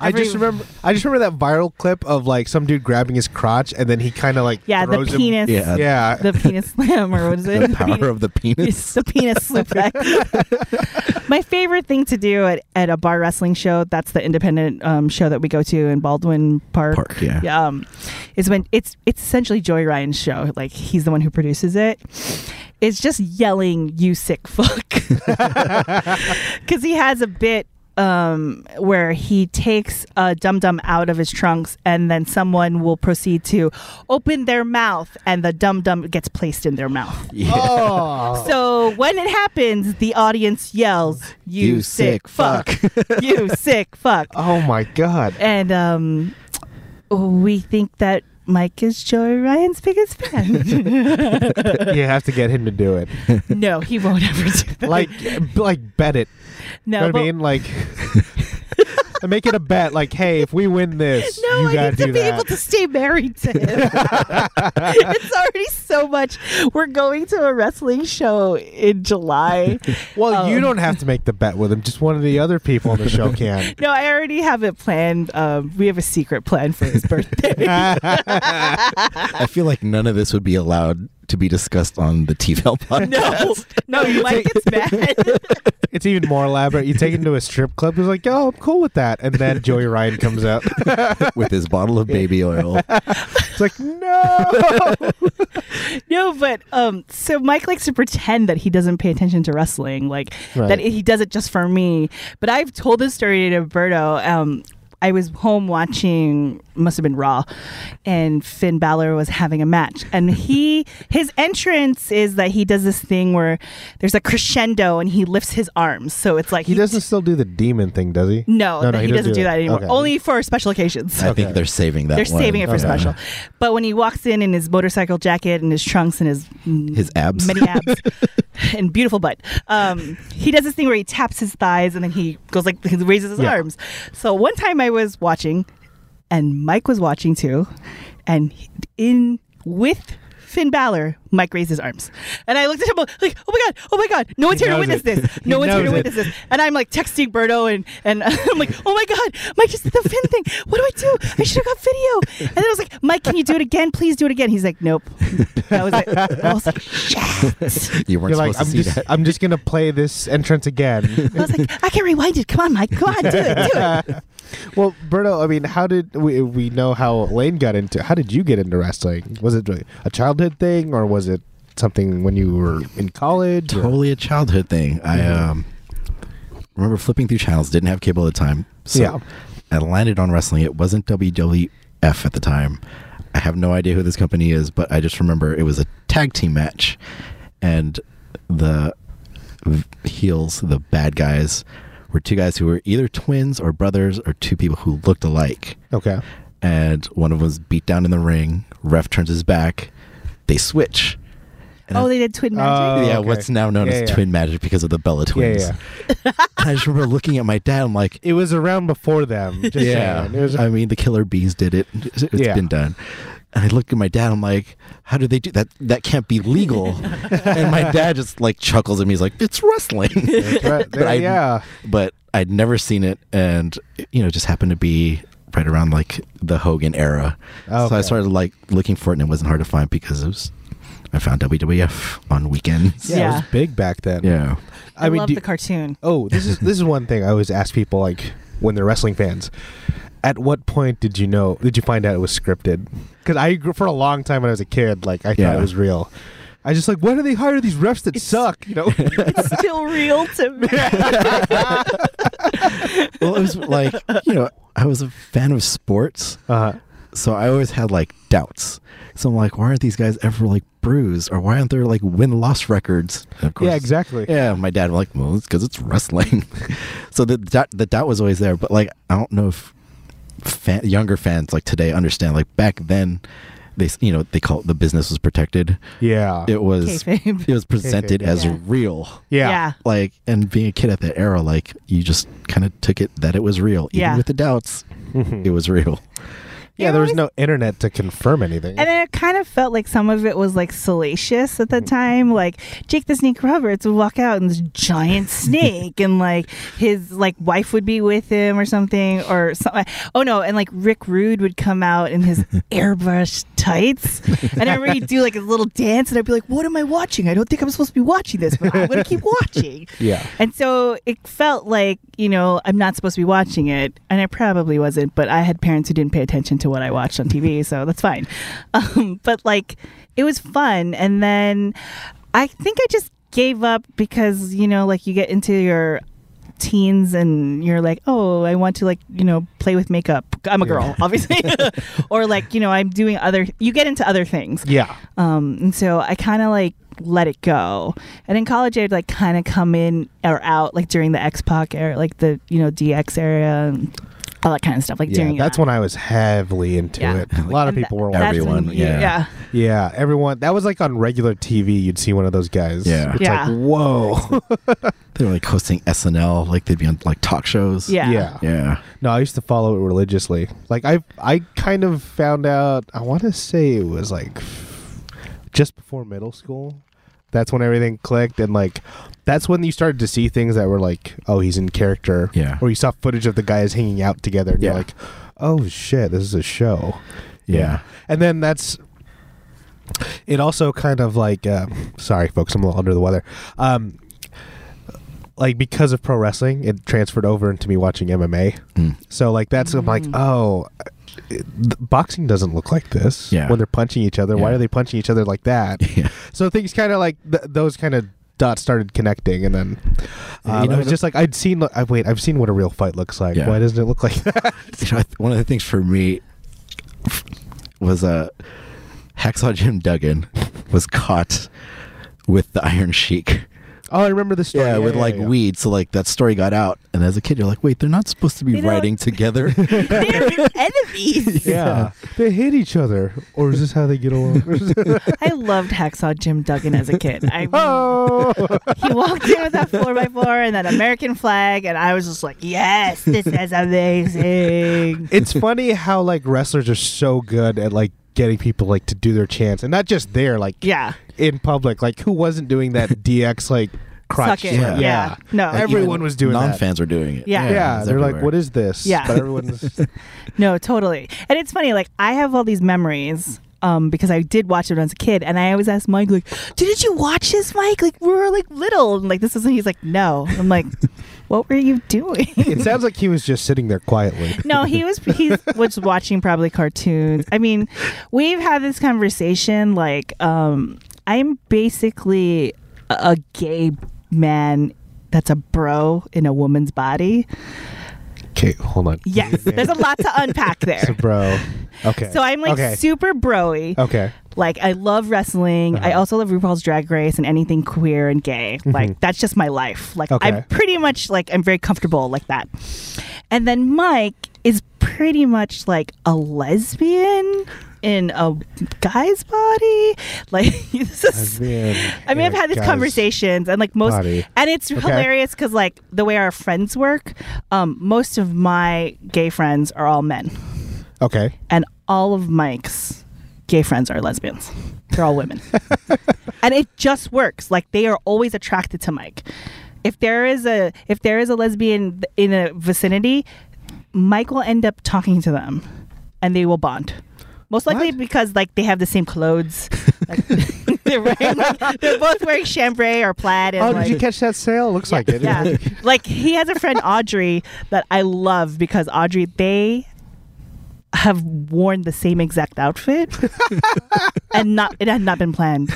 [SPEAKER 1] I just
[SPEAKER 2] every-
[SPEAKER 1] remember. I just remember that viral clip of like some dude grabbing his crotch and then he kind of like
[SPEAKER 2] yeah, the
[SPEAKER 1] throws him-
[SPEAKER 2] penis,
[SPEAKER 3] Yeah.
[SPEAKER 1] Yeah,
[SPEAKER 2] the penis slam or what is it?
[SPEAKER 3] the power of
[SPEAKER 2] [laughs]
[SPEAKER 3] the penis.
[SPEAKER 2] It's the
[SPEAKER 3] [laughs]
[SPEAKER 2] penis slip back. My favorite thing to do at, at a bar wrestling show, that's the independent um, show that we go to in Baldwin Park.
[SPEAKER 3] Park, yeah.
[SPEAKER 2] um, is when it's it's essentially Joy Ryan's show. Like he's the one who produces it. It's just yelling, you sick fuck. [laughs] Because he has a bit um, where he takes a dum dum out of his trunks, and then someone will proceed to open their mouth, and the dum dum gets placed in their mouth.
[SPEAKER 3] Yeah.
[SPEAKER 1] [laughs] Oh.
[SPEAKER 2] So when it happens, the audience yells, "You,
[SPEAKER 3] You
[SPEAKER 2] sick
[SPEAKER 3] sick
[SPEAKER 2] fuck! [laughs] you sick fuck!"
[SPEAKER 1] oh my god.
[SPEAKER 2] And um, we think that Mike is Joey Ryan's biggest
[SPEAKER 1] [laughs]
[SPEAKER 2] fan.
[SPEAKER 1] You have to get him to do it.
[SPEAKER 2] no, he won't ever do that.
[SPEAKER 1] Like, b- like bet it.
[SPEAKER 2] no,
[SPEAKER 1] You know what
[SPEAKER 2] but-
[SPEAKER 1] I mean? Like, [laughs] make it a bet. Like, hey, if we win this,
[SPEAKER 2] No,
[SPEAKER 1] you
[SPEAKER 2] I
[SPEAKER 1] gotta
[SPEAKER 2] need
[SPEAKER 1] do
[SPEAKER 2] to be
[SPEAKER 1] that.
[SPEAKER 2] able to stay married to him.
[SPEAKER 1] [laughs]
[SPEAKER 2] [laughs] it's already so much. We're going to a wrestling show in July.
[SPEAKER 1] [laughs] well, you
[SPEAKER 2] Um,
[SPEAKER 1] don't have to make the bet with him. Just one of the other people on the show
[SPEAKER 2] [laughs]
[SPEAKER 1] can.
[SPEAKER 2] No, I already have it planned. Um, we have a secret plan for his birthday.
[SPEAKER 1] [laughs]
[SPEAKER 2] [laughs]
[SPEAKER 3] I feel like none of this would be allowed to be discussed on
[SPEAKER 2] [laughs]
[SPEAKER 3] the TVL podcast.
[SPEAKER 2] No, no, Mike gets mad. [laughs]
[SPEAKER 1] It's even more elaborate. You take him to a strip club. He's like, "Yo, I'm cool with that." And then Joey Ryan comes out. [laughs]
[SPEAKER 3] with his bottle of
[SPEAKER 2] [laughs]
[SPEAKER 3] baby oil.
[SPEAKER 1] It's like, no.
[SPEAKER 2] no, but um, so Mike likes to pretend that he doesn't pay attention to wrestling, like that
[SPEAKER 1] Right.
[SPEAKER 2] he does it just for me. But I've told this story to Berto. Um, I was home watching, must have been Raw, and Finn Balor was having a match, and he [laughs] his entrance is that he does this thing where there's a crescendo, and he lifts his arms, so it's like
[SPEAKER 1] He doesn't still do the demon thing, does he?
[SPEAKER 2] No, that he, doesn't, do that, anymore.
[SPEAKER 1] Okay.
[SPEAKER 2] Only for special occasions.
[SPEAKER 3] I
[SPEAKER 1] Okay.
[SPEAKER 3] think they're saving that.
[SPEAKER 2] They're
[SPEAKER 3] one.
[SPEAKER 2] saving it for
[SPEAKER 1] Okay.
[SPEAKER 2] special. But when he walks in in his motorcycle jacket and his trunks and his
[SPEAKER 3] His abs.
[SPEAKER 2] many abs, and beautiful butt, um, he does this thing where he taps his thighs and then he goes like he raises his
[SPEAKER 1] Yeah.
[SPEAKER 2] arms. So one time I was watching, and Mike was watching too, and he- in with. Finn Balor, Mike raised his arms, and I looked at him like, "Oh my god, oh my god! No one's
[SPEAKER 1] He
[SPEAKER 2] here to
[SPEAKER 1] knows
[SPEAKER 2] witness
[SPEAKER 1] it.
[SPEAKER 2] this.
[SPEAKER 1] He
[SPEAKER 2] No one's here to
[SPEAKER 1] knows it.
[SPEAKER 2] witness this." And I'm like texting Berto, and and [laughs] I'm like, "Oh my god, Mike just did the Finn thing. What do I do? I should have got video." And then I was like, "Mike, can you do it again? Please do it again." He's like, "Nope." That was it. I was like, "Shit."
[SPEAKER 3] You weren't
[SPEAKER 1] You're like,
[SPEAKER 3] supposed
[SPEAKER 1] I'm
[SPEAKER 3] to see
[SPEAKER 1] just,
[SPEAKER 3] that.
[SPEAKER 1] I'm just gonna play this entrance
[SPEAKER 2] [laughs]
[SPEAKER 1] again.
[SPEAKER 2] I was like, I can rewind it. Come on, Mike. Come on, do it, do
[SPEAKER 1] [laughs]
[SPEAKER 2] it.
[SPEAKER 1] well, Berto, I mean, how did we, we know how Lane got into? How did you get into wrestling? Was it like a childhood thing, or was it something when you were in college? or-
[SPEAKER 3] totally a childhood thing. I um, remember flipping through channels, didn't have cable at the time. So
[SPEAKER 1] Yeah.
[SPEAKER 3] I landed on wrestling. It wasn't WWF at the time. I have no idea who this company is, but I just remember it was a tag team match. And the v- heels, the bad guys, were two guys who were either twins or brothers or two people who looked alike.
[SPEAKER 1] Okay.
[SPEAKER 3] And one of them was beat down in the ring. Ref turns his back. They switch. And I-
[SPEAKER 2] Oh, they did twin magic.
[SPEAKER 1] Oh,
[SPEAKER 3] yeah,
[SPEAKER 1] okay.
[SPEAKER 3] what's now known
[SPEAKER 1] Yeah,
[SPEAKER 3] as
[SPEAKER 1] yeah.
[SPEAKER 3] twin magic because of the Bella
[SPEAKER 1] Yeah,
[SPEAKER 3] twins. [laughs]
[SPEAKER 1] yeah.
[SPEAKER 3] I just remember looking at my dad. I'm like,
[SPEAKER 1] It was around before them. Just
[SPEAKER 3] yeah.
[SPEAKER 1] saying. It was- [laughs]
[SPEAKER 3] I mean, the killer bees did it. It's it's
[SPEAKER 1] Yeah.
[SPEAKER 3] been done. And I looked at my dad. I'm like, how did they do that? That can't be legal.
[SPEAKER 1] [laughs]
[SPEAKER 3] and my dad just like chuckles at me. He's like, it's
[SPEAKER 1] [laughs]
[SPEAKER 3] wrestling.
[SPEAKER 1] but-
[SPEAKER 3] but I-
[SPEAKER 1] yeah.
[SPEAKER 3] but I'd never seen it, and you know, it just happened to be right around like the Hogan era. So I
[SPEAKER 1] Okay.
[SPEAKER 3] started like looking for it, and it wasn't hard to find because it was. I found WWF on weekends.
[SPEAKER 1] yeah. It was
[SPEAKER 2] Yeah.
[SPEAKER 1] big back then.
[SPEAKER 3] Yeah.
[SPEAKER 2] I,
[SPEAKER 1] mean,
[SPEAKER 2] love
[SPEAKER 1] do-
[SPEAKER 2] the cartoon.
[SPEAKER 1] Oh, this is this is one thing I always ask people like when they're wrestling fans. At what point did you know? Did you find out it was scripted? Because I grew- for a long time when I was a kid, like I
[SPEAKER 3] Yeah.
[SPEAKER 1] thought it was real. I just like, why do they hire these refs that suck?
[SPEAKER 2] [laughs]
[SPEAKER 1] You know,
[SPEAKER 2] It's still real
[SPEAKER 1] [laughs]
[SPEAKER 2] to me.
[SPEAKER 3] Well, it was like you know, I was a fan of sports.
[SPEAKER 1] uh,
[SPEAKER 3] so I always had like doubts. So I'm like, why aren't these guys ever like bruised, or why aren't there like win loss records? And of
[SPEAKER 1] yeah, exactly.
[SPEAKER 3] Yeah, my dad was like, well, it's because it's wrestling. [laughs] so the doubt, the doubt was always there, but like I don't know if fan, younger fans like today understand. Like back then, they s- you know they call it the business was protected.
[SPEAKER 1] Yeah,
[SPEAKER 3] It was
[SPEAKER 2] Kayfabe.
[SPEAKER 3] it was presented
[SPEAKER 1] Kayfabe,
[SPEAKER 3] as
[SPEAKER 2] yeah.
[SPEAKER 3] real
[SPEAKER 1] yeah,
[SPEAKER 3] like and being a kid at that era like you just kind of took it that it was real even
[SPEAKER 2] Yeah.
[SPEAKER 3] with the doubts
[SPEAKER 1] Mm-hmm.
[SPEAKER 3] it was real
[SPEAKER 1] Yeah, There was no internet to confirm anything.
[SPEAKER 2] And I kind of felt like some of it was like salacious at the time. Like Jake the Snake Roberts would walk out and this giant snake, and like his like wife would be with him or something, or something. Oh no, and like Rick Rude would come out in his airbrush tights, and I remember he'd do like a little dance, and I'd be like, "What am I watching? I don't think I'm supposed to be watching this, but I'm gonna keep watching."
[SPEAKER 1] yeah,
[SPEAKER 2] And so it felt like, you know, I'm not supposed to be watching it. And I probably wasn't, but I had parents who didn't pay attention to what I watched on TV. So that's fine. [laughs] Um, but like, it was fun. And then I think I just gave up because, you know, like you get into your teens and you're like oh i want to like you know play with makeup i'm a girl obviously [laughs] or like you know i'm doing other you get into other things
[SPEAKER 1] yeah.
[SPEAKER 2] um, and so I kind of like let it go. And in college, I'd like kind of come in or out like during the X Pac era, like the you know DX area, and all that kind of stuff. Like
[SPEAKER 1] Yeah,
[SPEAKER 2] during
[SPEAKER 1] that's
[SPEAKER 2] that.
[SPEAKER 1] when I was heavily into
[SPEAKER 2] Yeah.
[SPEAKER 1] it. A lot of
[SPEAKER 2] And
[SPEAKER 1] people
[SPEAKER 2] tha-
[SPEAKER 1] were
[SPEAKER 2] that's
[SPEAKER 1] watching.
[SPEAKER 3] Everyone,
[SPEAKER 2] when you- [laughs]
[SPEAKER 3] yeah.
[SPEAKER 2] yeah.
[SPEAKER 1] Yeah, everyone. That was like on regular TV. You'd see one of those guys.
[SPEAKER 3] Yeah.
[SPEAKER 1] it's
[SPEAKER 2] Yeah.
[SPEAKER 1] like whoa.
[SPEAKER 3] They're like hosting SNL, like they'd be on like talk shows.
[SPEAKER 2] [laughs] Yeah.
[SPEAKER 1] yeah.
[SPEAKER 3] Yeah.
[SPEAKER 1] No, I used to follow it religiously. Like I, I kind of found out. I want to say it was like f- just before middle school. That's when everything clicked, and like that's when you started to see things that were like, oh, he's in character.
[SPEAKER 3] Yeah.
[SPEAKER 1] Or you saw footage of the guys hanging out together, and you're
[SPEAKER 3] Yeah.
[SPEAKER 1] like, oh shit, this is a show.
[SPEAKER 3] Yeah.
[SPEAKER 1] And then that's. It also kind of like, uh, sorry, folks, I'm a little under the weather. Um, like because of pro wrestling, it transferred over into me watching MMA.
[SPEAKER 3] Mm. [laughs]
[SPEAKER 1] So like that's I'm like oh, it, th- boxing doesn't look like this.
[SPEAKER 3] Yeah.
[SPEAKER 1] When they're punching each other, why
[SPEAKER 3] Yeah.
[SPEAKER 1] are they punching each other like
[SPEAKER 3] [laughs]
[SPEAKER 1] that?
[SPEAKER 3] Yeah.
[SPEAKER 1] so things kind of like th- those kind of dots started connecting, and then uh,
[SPEAKER 3] You know,
[SPEAKER 1] it was just like I'd seen. I wait, I've seen what a real fight looks like.
[SPEAKER 3] Yeah.
[SPEAKER 1] Why doesn't it look like that?
[SPEAKER 3] You know, I th- one of the things for me was uh, Hacksaw Jim Duggan was caught with the Iron Sheik.
[SPEAKER 1] [laughs] oh, I remember the story.
[SPEAKER 3] Yeah, with like
[SPEAKER 1] yeah.
[SPEAKER 3] weed. So like that story got out, and as a kid, you're like, wait, they're not supposed to be
[SPEAKER 2] You know-
[SPEAKER 3] writing together.
[SPEAKER 2] They're
[SPEAKER 1] [laughs]
[SPEAKER 2] enemies.
[SPEAKER 1] Yeah, they hit each other, or is this how they get [laughs] along?
[SPEAKER 2] I loved Hacksaw Jim Duggan as a kid. I
[SPEAKER 1] [laughs] oh,
[SPEAKER 2] he walked in with that four by four and that American flag, and I was just like, yes, this is
[SPEAKER 1] [laughs]
[SPEAKER 2] amazing.
[SPEAKER 1] it's funny how like wrestlers are so good at like getting people like to do their chants, and not just there, like
[SPEAKER 2] Yeah.
[SPEAKER 1] in public. Like who wasn't doing that DX like crotch?
[SPEAKER 2] Suck it.
[SPEAKER 1] slap?
[SPEAKER 3] Yeah.
[SPEAKER 2] Yeah. No.
[SPEAKER 1] Like, [laughs] everyone was doing
[SPEAKER 3] non
[SPEAKER 1] that.
[SPEAKER 3] fans were doing it.
[SPEAKER 2] Yeah.
[SPEAKER 1] Yeah,
[SPEAKER 3] it was
[SPEAKER 1] they're like,
[SPEAKER 3] everywhere.
[SPEAKER 1] what is this?
[SPEAKER 2] Yeah.
[SPEAKER 1] but everyone's
[SPEAKER 2] No, totally. And it's funny, like I have all these memories. Um, because I did watch it when I was a kid, and I always ask Mike, like, "Didn't you watch this, Mike? Like, we were like little, and like this isn't." He's like, "No." I'm like, [laughs] "What were you doing?" [laughs]
[SPEAKER 1] it sounds like he was just sitting there quietly.
[SPEAKER 2] no, he was he was watching probably cartoons. I mean, we've had this conversation. Like, um, I'm basically a a gay man that's a bro in a woman's body.
[SPEAKER 1] [laughs] Okay, hold on.
[SPEAKER 2] Yes, there's a lot to unpack there.
[SPEAKER 1] bro. Okay.
[SPEAKER 2] So I'm like
[SPEAKER 1] okay.
[SPEAKER 2] super broy.
[SPEAKER 1] okay.
[SPEAKER 2] Like I love wrestling.
[SPEAKER 1] Uh-huh.
[SPEAKER 2] I also love RuPaul's Drag Race and anything queer and gay. Like that's just my life. Like I'm
[SPEAKER 1] Mm-hmm. Okay.
[SPEAKER 2] pretty much like I'm very comfortable like that. And then Mike is pretty much like a lesbian in a guy's body. [laughs] Like this is
[SPEAKER 1] Man,
[SPEAKER 2] I mean, I've had these
[SPEAKER 1] guys.
[SPEAKER 2] conversations, and like most,
[SPEAKER 1] body.
[SPEAKER 2] and it's hilarious because like the way our friends work, um, most of my gay friends are all men,
[SPEAKER 1] Okay.
[SPEAKER 2] and all of Mike's gay friends are lesbians. They're
[SPEAKER 1] [laughs]
[SPEAKER 2] all women, and it just works. Like they are always attracted to Mike. If there is a if there is a lesbian in a vicinity, Mike will end up talking to them, and they will bond. Most likely
[SPEAKER 1] What?
[SPEAKER 2] because like they have the same clothes.
[SPEAKER 1] [laughs]
[SPEAKER 2] Like, [laughs] they're wearing like, they're both wearing chambray or plaid. And,
[SPEAKER 1] Oh,
[SPEAKER 2] like,
[SPEAKER 1] did you catch that sale? Looks like it.
[SPEAKER 2] yeah. [laughs] like he has a friend Audrey that I love because Audrey they have worn the same exact outfit and not it had not been planned.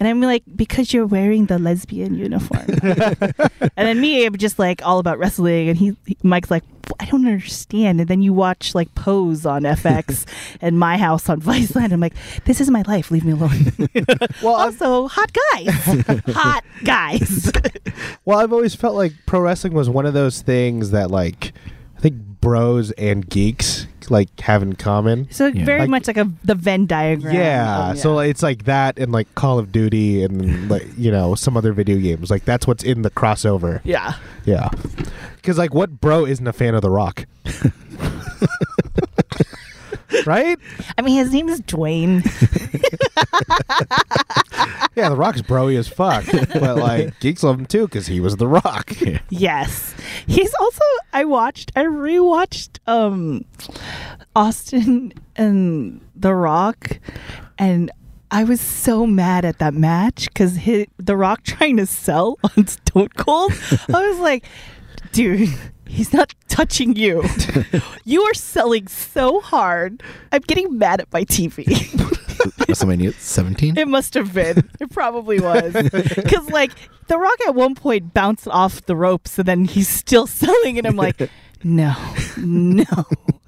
[SPEAKER 2] And I'm like because you're wearing the lesbian uniform. and then me I'm just like all about wrestling and he, he- Mike's like I don't understand and then you watch like Pose on FX and My House on Viceland I'm like this is my life leave me alone.
[SPEAKER 1] [laughs] Well, I've,
[SPEAKER 2] also hot guys. hot guys. [laughs]
[SPEAKER 1] well, I've always felt like pro wrestling was one of those things that like I think bros and geeks like have in common.
[SPEAKER 2] So
[SPEAKER 3] Yeah.
[SPEAKER 2] very
[SPEAKER 1] Like-
[SPEAKER 2] much like a the Venn diagram. Oh,
[SPEAKER 1] Yeah,
[SPEAKER 2] of-
[SPEAKER 1] so like, it's like that and like Call of Duty and like you know some other video games. Like that's what's in the crossover.
[SPEAKER 2] yeah,
[SPEAKER 1] Yeah, because like what bro isn't a fan of The
[SPEAKER 2] [laughs]
[SPEAKER 1] Rock, right?
[SPEAKER 2] I mean his name
[SPEAKER 1] [laughs]
[SPEAKER 2] is Dwayne.
[SPEAKER 1] Yeah, The Rock's broy as fuck, but like geeks love him too because he was The
[SPEAKER 2] [laughs]
[SPEAKER 1] Rock.
[SPEAKER 2] yes, he's also. I watched. I rewatched um, Austin and The Rock, and I was so mad at that match because The Rock [laughs] trying to sell on Stone Cold. I was like, dude. He's not
[SPEAKER 1] [laughs]
[SPEAKER 2] touching you. you are selling so hard. I'm getting mad at my TV.
[SPEAKER 1] [laughs]
[SPEAKER 3] WrestleMania 17.
[SPEAKER 2] It must have been. It probably
[SPEAKER 1] [laughs]
[SPEAKER 2] was. Because, like, The Rock at one point bounced off the ropes and then he's still [laughs] selling. And
[SPEAKER 1] [laughs]
[SPEAKER 2] I'm like, no, no.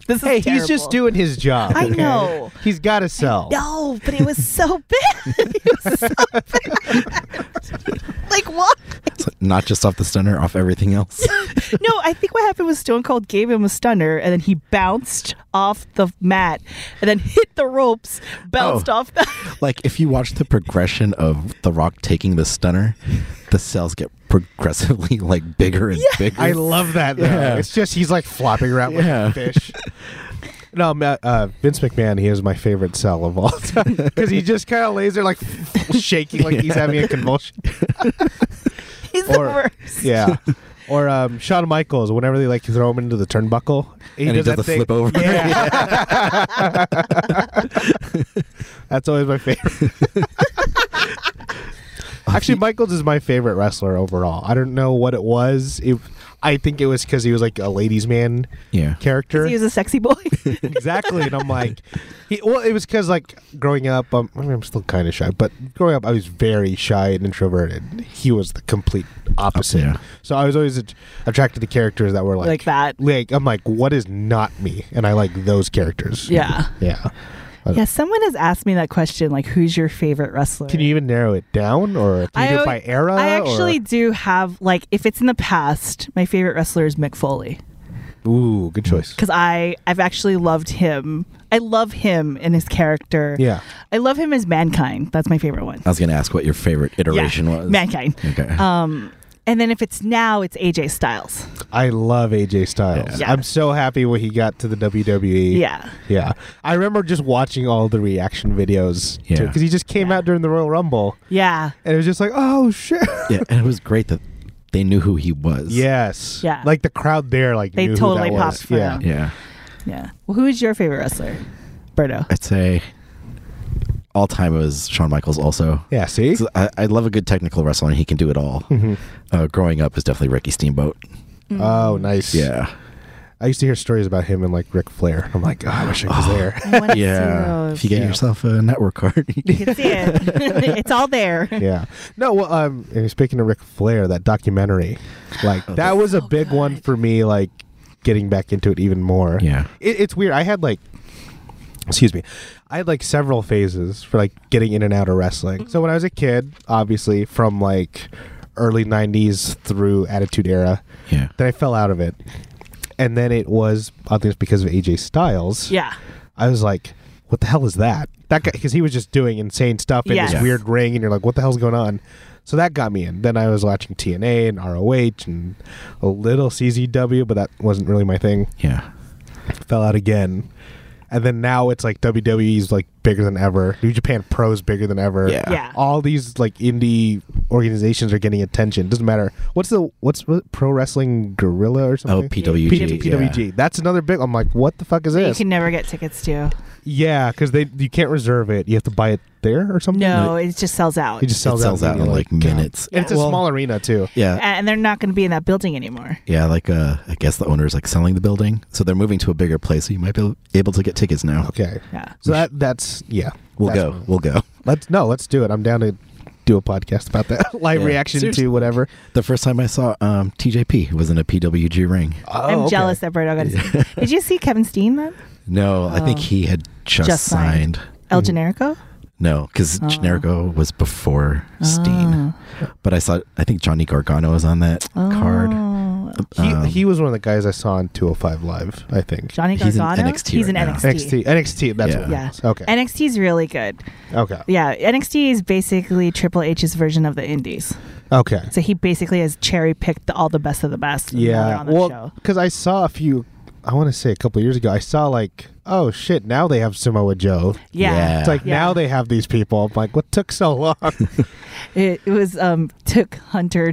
[SPEAKER 2] This is
[SPEAKER 1] Hey, he's just
[SPEAKER 2] terrible.
[SPEAKER 1] doing his job.
[SPEAKER 2] I know.
[SPEAKER 1] He's got to sell.
[SPEAKER 2] No, but it was so [laughs] bad. it was so [laughs] bad. [laughs] like, what?
[SPEAKER 3] So not just off the stunner, off
[SPEAKER 1] [laughs]
[SPEAKER 3] everything else.
[SPEAKER 2] No, I think what happened was Stone Cold gave him a stunner and then he bounced off the mat and then hit the ropes, bounced
[SPEAKER 3] Oh.
[SPEAKER 2] off the. [laughs]
[SPEAKER 3] like if you watch the progression of The Rock taking the stunner, the cells get progressively [laughs] like bigger and bigger.
[SPEAKER 1] I love that. Though.
[SPEAKER 3] Yeah.
[SPEAKER 1] It's just he's like flopping around
[SPEAKER 3] Yeah.
[SPEAKER 1] like a fish. [laughs] No, Ma- uh, Vince McMahon. He is my favorite cell of all time [laughs] because he just kind of lays there [laughs] like shaking, like he's having a convulsion.
[SPEAKER 2] He's the
[SPEAKER 1] Or-
[SPEAKER 2] worst.
[SPEAKER 3] [laughs]
[SPEAKER 1] Yeah. Or um, Shawn Michaels, whenever they like throw him into the turnbuckle,
[SPEAKER 3] And he does the flip over.
[SPEAKER 1] Yeah.
[SPEAKER 3] [laughs]
[SPEAKER 1] [laughs] That's always my favorite.
[SPEAKER 3] [laughs]
[SPEAKER 1] Actually, Michaels is my favorite wrestler overall. I don't know what it was. It, I think it was because he was like a ladies' man
[SPEAKER 3] Yeah.
[SPEAKER 1] character.
[SPEAKER 2] He was a
[SPEAKER 1] [laughs]
[SPEAKER 2] sexy boy.
[SPEAKER 1] exactly, and I'm like, he, well, it was because like growing up, um, I mean, I'm still kind of shy, but growing up, I was very shy and introverted. He was the complete opposite.
[SPEAKER 3] Yeah.
[SPEAKER 1] So I was always at- attracted to characters that were like,
[SPEAKER 2] like that.
[SPEAKER 1] like I'm like, what is not me? And I like those characters.
[SPEAKER 2] Yeah.
[SPEAKER 1] yeah.
[SPEAKER 2] Yeah, someone has asked me that question, like, who's your favorite wrestler?
[SPEAKER 1] Can you even narrow it down, or can you do it
[SPEAKER 2] always-
[SPEAKER 1] by era?
[SPEAKER 2] I actually
[SPEAKER 1] or-
[SPEAKER 2] do have, like, if it's in the past, my favorite wrestler is Mick Foley
[SPEAKER 1] ooh, good choice.
[SPEAKER 2] because I I've actually loved him. I love him and his character.
[SPEAKER 1] Yeah,
[SPEAKER 2] I love him as Mankind. That's my favorite one.
[SPEAKER 3] I was gonna ask what your favorite iteration was.
[SPEAKER 2] Mankind.
[SPEAKER 3] Okay.
[SPEAKER 2] Um, and then if it's now, it's AJ Styles.
[SPEAKER 1] I love AJ Styles.
[SPEAKER 2] Yeah.
[SPEAKER 1] I'm so happy when he got to the E. WWE.
[SPEAKER 2] Yeah.
[SPEAKER 1] Yeah, I remember just watching all the reaction videos
[SPEAKER 3] Yeah.
[SPEAKER 1] because he just came out during the Royal Rumble,
[SPEAKER 2] Yeah.
[SPEAKER 1] and it was just like, oh shit.
[SPEAKER 3] yeah, and it was great that they knew who he was.
[SPEAKER 1] yes.
[SPEAKER 2] Yeah.
[SPEAKER 1] Like the crowd there, like
[SPEAKER 2] They
[SPEAKER 1] knew who
[SPEAKER 2] totally
[SPEAKER 1] that was.
[SPEAKER 2] popped for
[SPEAKER 1] yeah.
[SPEAKER 2] him.
[SPEAKER 3] Yeah.
[SPEAKER 2] Yeah. Well, who is your favorite wrestler,
[SPEAKER 3] [laughs]
[SPEAKER 2] Berto?
[SPEAKER 3] I'd say all time it was Shawn Michaels also.
[SPEAKER 1] Yeah. Mm-hmm. See.
[SPEAKER 3] So I, I love a good technical wrestler and he can do it all. Uh, growing up is definitely Ricky Steamboat.
[SPEAKER 2] Mm.
[SPEAKER 1] Oh, nice.
[SPEAKER 3] Yeah.
[SPEAKER 1] I used to hear stories about him and like Ric Flair. I'm like, oh, I wish I was there. [laughs]
[SPEAKER 2] I
[SPEAKER 3] [laughs]
[SPEAKER 2] wanna see
[SPEAKER 3] If you
[SPEAKER 2] [laughs]
[SPEAKER 3] get
[SPEAKER 1] Yeah.
[SPEAKER 3] yourself a network card. [laughs]
[SPEAKER 2] You can see it. [laughs] it's all there.
[SPEAKER 1] yeah. No. Well, um, and speaking of Ric Flair, that documentary, like
[SPEAKER 3] Oh,
[SPEAKER 1] that was a big one for me. Like getting back into it even more.
[SPEAKER 3] yeah.
[SPEAKER 1] it, it's weird. I had like excuse me i had like several phases for like getting in and out of wrestling so when i was a kid obviously from like early 90s through attitude era
[SPEAKER 3] Yeah.
[SPEAKER 1] then i fell out of it and then it was i think it's because of aj styles
[SPEAKER 2] Yeah.
[SPEAKER 1] i was like what the hell is that that guy because he was just doing insane stuff in
[SPEAKER 2] Yes.
[SPEAKER 1] this
[SPEAKER 2] Yeah.
[SPEAKER 1] weird ring and you're like what the hell's going on so that got me in then i was watching tna and roh and a little czw but that wasn't really my thing
[SPEAKER 3] Yeah.
[SPEAKER 1] fell out again. And then now it's like WWE's like bigger than ever. New Japan Pro's bigger than ever.
[SPEAKER 3] Yeah.
[SPEAKER 2] Yeah.
[SPEAKER 1] All these like indie organizations are getting attention. Doesn't matter. What's the what's what, pro wrestling gorilla or
[SPEAKER 3] Oh,
[SPEAKER 1] something?
[SPEAKER 3] PWG.
[SPEAKER 1] PWG. PWG. That's another big. I'm like, what the fuck is
[SPEAKER 2] You
[SPEAKER 1] this?
[SPEAKER 2] can never get tickets to.
[SPEAKER 1] yeah, because they you can't reserve it. You have to buy it there or something.
[SPEAKER 2] No, it just sells out.
[SPEAKER 1] it just sells,
[SPEAKER 3] It sells out in
[SPEAKER 1] immediately.
[SPEAKER 3] like
[SPEAKER 1] God.
[SPEAKER 3] minutes.
[SPEAKER 1] And it's a
[SPEAKER 3] Well-
[SPEAKER 1] small arena too.
[SPEAKER 3] Yeah.
[SPEAKER 2] and they're not going to be in that building anymore.
[SPEAKER 3] Yeah, like uh, I guess the owner is like selling the building, so they're moving to a bigger place. So you might be able to get tickets now.
[SPEAKER 1] Okay.
[SPEAKER 2] Yeah.
[SPEAKER 1] So that that's yeah.
[SPEAKER 3] we'll
[SPEAKER 1] That's-
[SPEAKER 3] go. We'll go.
[SPEAKER 1] Let's no. Let's do it. I'm down to do a podcast about that [laughs] live
[SPEAKER 3] Yeah.
[SPEAKER 1] reaction
[SPEAKER 3] Seriously.
[SPEAKER 1] to whatever.
[SPEAKER 3] The first time I saw um, TJP was in a PWG ring.
[SPEAKER 1] Oh,
[SPEAKER 2] I'm jealous that Birdo got to
[SPEAKER 1] [laughs]
[SPEAKER 2] see. it. Did you see Kevin Steen then?
[SPEAKER 1] Mm-hmm.
[SPEAKER 3] No, I think
[SPEAKER 2] Oh.
[SPEAKER 3] he had just,
[SPEAKER 2] Just signed.
[SPEAKER 3] signed.
[SPEAKER 2] El Generico?
[SPEAKER 3] No, because Generico was before Steen. But I saw. I think Johnny Gargano was on that card.
[SPEAKER 2] Oh.
[SPEAKER 1] He,
[SPEAKER 3] Um,
[SPEAKER 1] he was one of the guys I saw on 205 Live, I think.
[SPEAKER 2] Johnny
[SPEAKER 3] He's in
[SPEAKER 2] Gargano?
[SPEAKER 3] NXT right now.
[SPEAKER 1] NXT. NXT. That's
[SPEAKER 3] Yeah.
[SPEAKER 1] what it
[SPEAKER 2] Yeah.
[SPEAKER 1] was. uh, Okay.
[SPEAKER 2] NXT's really good.
[SPEAKER 1] okay.
[SPEAKER 2] Yeah, NXT is basically Triple H's version of the indies.
[SPEAKER 1] Okay.
[SPEAKER 2] So he basically has cherry picked the, all the best of the best. and now they're
[SPEAKER 1] Yeah.
[SPEAKER 2] on that
[SPEAKER 1] Well,
[SPEAKER 2] show.
[SPEAKER 1] because I saw a few, I want to say a couple of years ago, I saw like, oh shit, now they have Samoa Joe.
[SPEAKER 2] Yeah.
[SPEAKER 3] Yeah.
[SPEAKER 1] It's like
[SPEAKER 2] Yeah.
[SPEAKER 1] now they have these people. I'm like, what took so long?
[SPEAKER 2] [laughs]
[SPEAKER 3] [laughs]
[SPEAKER 2] It, it was um took Hunter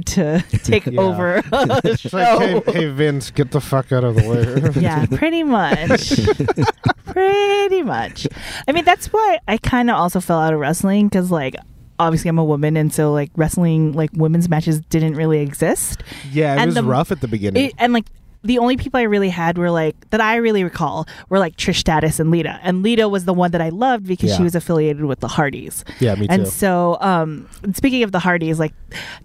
[SPEAKER 1] [laughs]
[SPEAKER 2] to take
[SPEAKER 1] Yeah.
[SPEAKER 2] over the
[SPEAKER 1] [laughs] It's like, hey,
[SPEAKER 2] show.
[SPEAKER 1] hey, Vince, get the fuck out of the way.
[SPEAKER 2] [laughs] yeah, pretty much. pretty much. I mean, that's why I kind of also fell out of wrestling because, like, obviously I'm a woman, and so like wrestling, like women's matches didn't really exist.
[SPEAKER 1] yeah, it
[SPEAKER 2] And
[SPEAKER 1] was
[SPEAKER 2] the-
[SPEAKER 1] rough at the beginning.
[SPEAKER 2] It, and like the only people I really had were like that I really recall were like Trish Stratus and Lita, and Lita was the one that I loved because she
[SPEAKER 1] Yeah.
[SPEAKER 2] was affiliated with the Hardys.
[SPEAKER 1] yeah, me too.
[SPEAKER 2] And so, um, speaking of the Hardys, like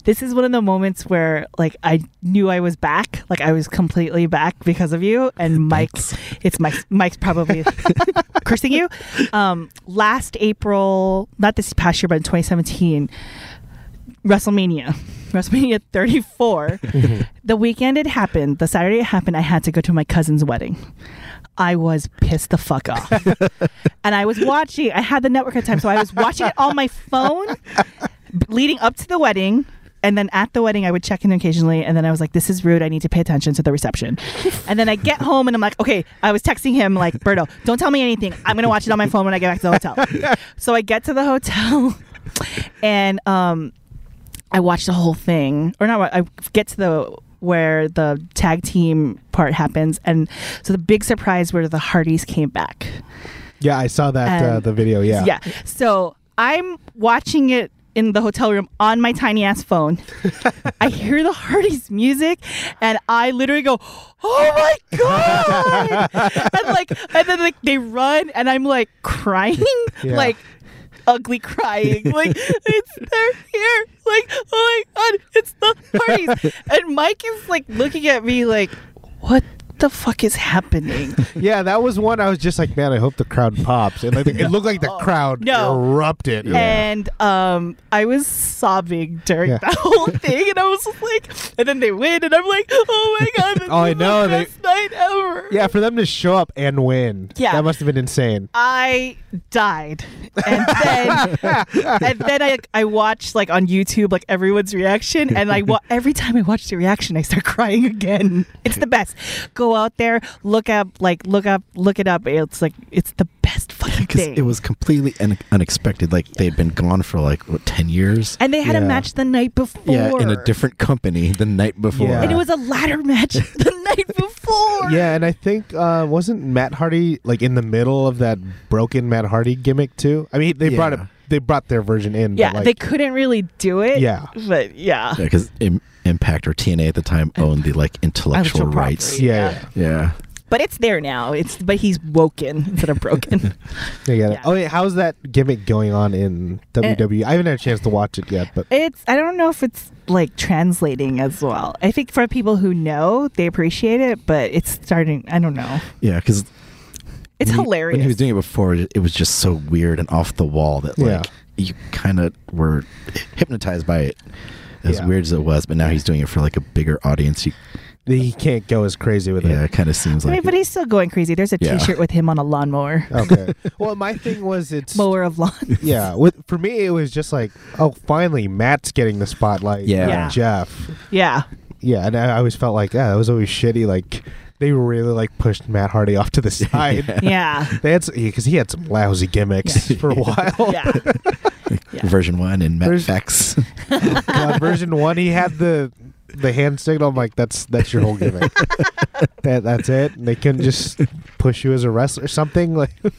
[SPEAKER 2] this is one of the moments where like I knew I was back, like I was completely back because of you. And Mike's, it's Mike. Mike's probably [laughs] cursing you. Um, last April, not this past year, but in 2017, WrestleMania, [laughs] WrestleMania 34, the weekend it happened, the Saturday it happened, I had to go to my cousin's wedding. I was pissed the fuck off. and I was watching, I had the network at the time, so I was watching it on my phone b- leading up to the wedding. And then at the wedding, I would check in occasionally. And then I was like, this is rude. I need to pay attention to the reception. and then I get home and I'm like, okay, I was texting him, like, Berto, don't tell me anything. I'm going to watch it on my phone when I get back to the hotel. so I get to the hotel and um, I watched the whole thing, or not? I get to the where the tag team part happens, and so the big surprise where the Hardys came back.
[SPEAKER 1] [laughs] yeah, I saw that uh,
[SPEAKER 2] and-
[SPEAKER 1] the video. Yeah.
[SPEAKER 2] Yeah. So I'm watching it in the hotel room on my tiny ass phone.
[SPEAKER 1] [laughs]
[SPEAKER 2] I hear the Hardys music and I literally go, Oh my God. and like and then like they run and I'm like crying.
[SPEAKER 1] Yeah.
[SPEAKER 2] Like ugly crying. Like it's they're here. Like, oh my god, it's the Hardys. and Mike is like looking at me like, What the fuck is happening?
[SPEAKER 1] Yeah, that was one I was just like, man, I hope the crowd pops. And like, it looked like
[SPEAKER 2] [laughs]
[SPEAKER 1] the crowd
[SPEAKER 2] Oh, no.
[SPEAKER 1] erupted.
[SPEAKER 2] and um, I was sobbing during
[SPEAKER 1] Yeah.
[SPEAKER 2] that
[SPEAKER 1] [laughs]
[SPEAKER 2] whole thing, and I was just like, and then they win, and I'm like, oh my god, this
[SPEAKER 1] [laughs] Oh, I
[SPEAKER 2] is
[SPEAKER 1] know,
[SPEAKER 2] the
[SPEAKER 1] they-
[SPEAKER 2] best night ever.
[SPEAKER 1] Yeah, for them to show up and win.
[SPEAKER 2] Yeah.
[SPEAKER 1] That must have been insane.
[SPEAKER 2] I died, and Uh,
[SPEAKER 1] [laughs]
[SPEAKER 2] then and then I I watched like on YouTube like everyone's reaction, and I wa- every time I watch the reaction, I start [laughs] crying again. It's the best. Go out there, look up, like look up, look it up. It's like it's the best fucking
[SPEAKER 3] [laughs] Because
[SPEAKER 2] thing.
[SPEAKER 3] it was completely un- unexpected. Like they'd been gone for like what ten years.
[SPEAKER 2] and they had a
[SPEAKER 1] Yeah.
[SPEAKER 2] match the night before.
[SPEAKER 3] Yeah, in a different company the night before.
[SPEAKER 1] Yeah.
[SPEAKER 2] and it was a ladder match [laughs] the night before.
[SPEAKER 1] Yeah, and I think uh, wasn't Matt Hardy like in the middle of that broken Matt Hardy gimmick too? I mean, they brought it.
[SPEAKER 3] Yeah.
[SPEAKER 1] They brought their version in.
[SPEAKER 2] yeah.
[SPEAKER 1] but, like,
[SPEAKER 2] they couldn't really do it.
[SPEAKER 1] Yeah.
[SPEAKER 2] but yeah,
[SPEAKER 3] because Impact or TNA at the time owned the like intellectual
[SPEAKER 2] Intellectual
[SPEAKER 3] rights.
[SPEAKER 2] property.
[SPEAKER 1] yeah,
[SPEAKER 2] yeah.
[SPEAKER 1] yeah,
[SPEAKER 3] Yeah,
[SPEAKER 2] but it's there now. It's but he's woken instead of
[SPEAKER 3] [laughs]
[SPEAKER 2] broken.
[SPEAKER 1] they got it.
[SPEAKER 2] Yeah. Eh.
[SPEAKER 1] Oh, wait, how's that gimmick going on in WWE? I haven't had a chance to watch it yet, but
[SPEAKER 2] it's I don't know if it's like translating as well. I think for people who know, they appreciate it, but it's starting. I don't know.
[SPEAKER 3] yeah, because
[SPEAKER 2] It's
[SPEAKER 3] when he-
[SPEAKER 2] hilarious.
[SPEAKER 3] When he was doing it before, it was just so weird and off the wall that like you kind of were hypnotized by it, as
[SPEAKER 1] Yeah.
[SPEAKER 3] weird as it was. But now he's doing it for like a bigger audience. You,
[SPEAKER 1] He can't go as crazy with
[SPEAKER 3] yeah,
[SPEAKER 1] it.
[SPEAKER 3] it kind of seems
[SPEAKER 2] I
[SPEAKER 3] like
[SPEAKER 2] mean, but he's still going crazy. There's a
[SPEAKER 3] Yeah.
[SPEAKER 2] shirt with him on a
[SPEAKER 3] [laughs]
[SPEAKER 2] lawnmower,
[SPEAKER 1] Okay. well, my thing was
[SPEAKER 2] [laughs]
[SPEAKER 1] it's
[SPEAKER 2] mower of lawn.
[SPEAKER 1] yeah. With for me, it was just like oh, finally Matt's getting the spotlight.
[SPEAKER 3] Yeah.
[SPEAKER 1] not
[SPEAKER 2] Yeah.
[SPEAKER 1] Jeff.
[SPEAKER 2] yeah,
[SPEAKER 1] Yeah, and I I always felt like yeah, that was always shitty. Like they really like pushed Matt Hardy off to the
[SPEAKER 3] [laughs]
[SPEAKER 1] side.
[SPEAKER 2] yeah,
[SPEAKER 1] They had because he had some lousy gimmicks for a while.
[SPEAKER 2] yeah. Yeah.
[SPEAKER 3] version one and Matt
[SPEAKER 1] There's-
[SPEAKER 2] [laughs]
[SPEAKER 3] Fax.
[SPEAKER 1] [laughs] God, version one, he had the the hand signal. I'm like, that's that's your whole gimmick. that that's it. And they couldn't just push you as a wrestler or something. Like, [laughs]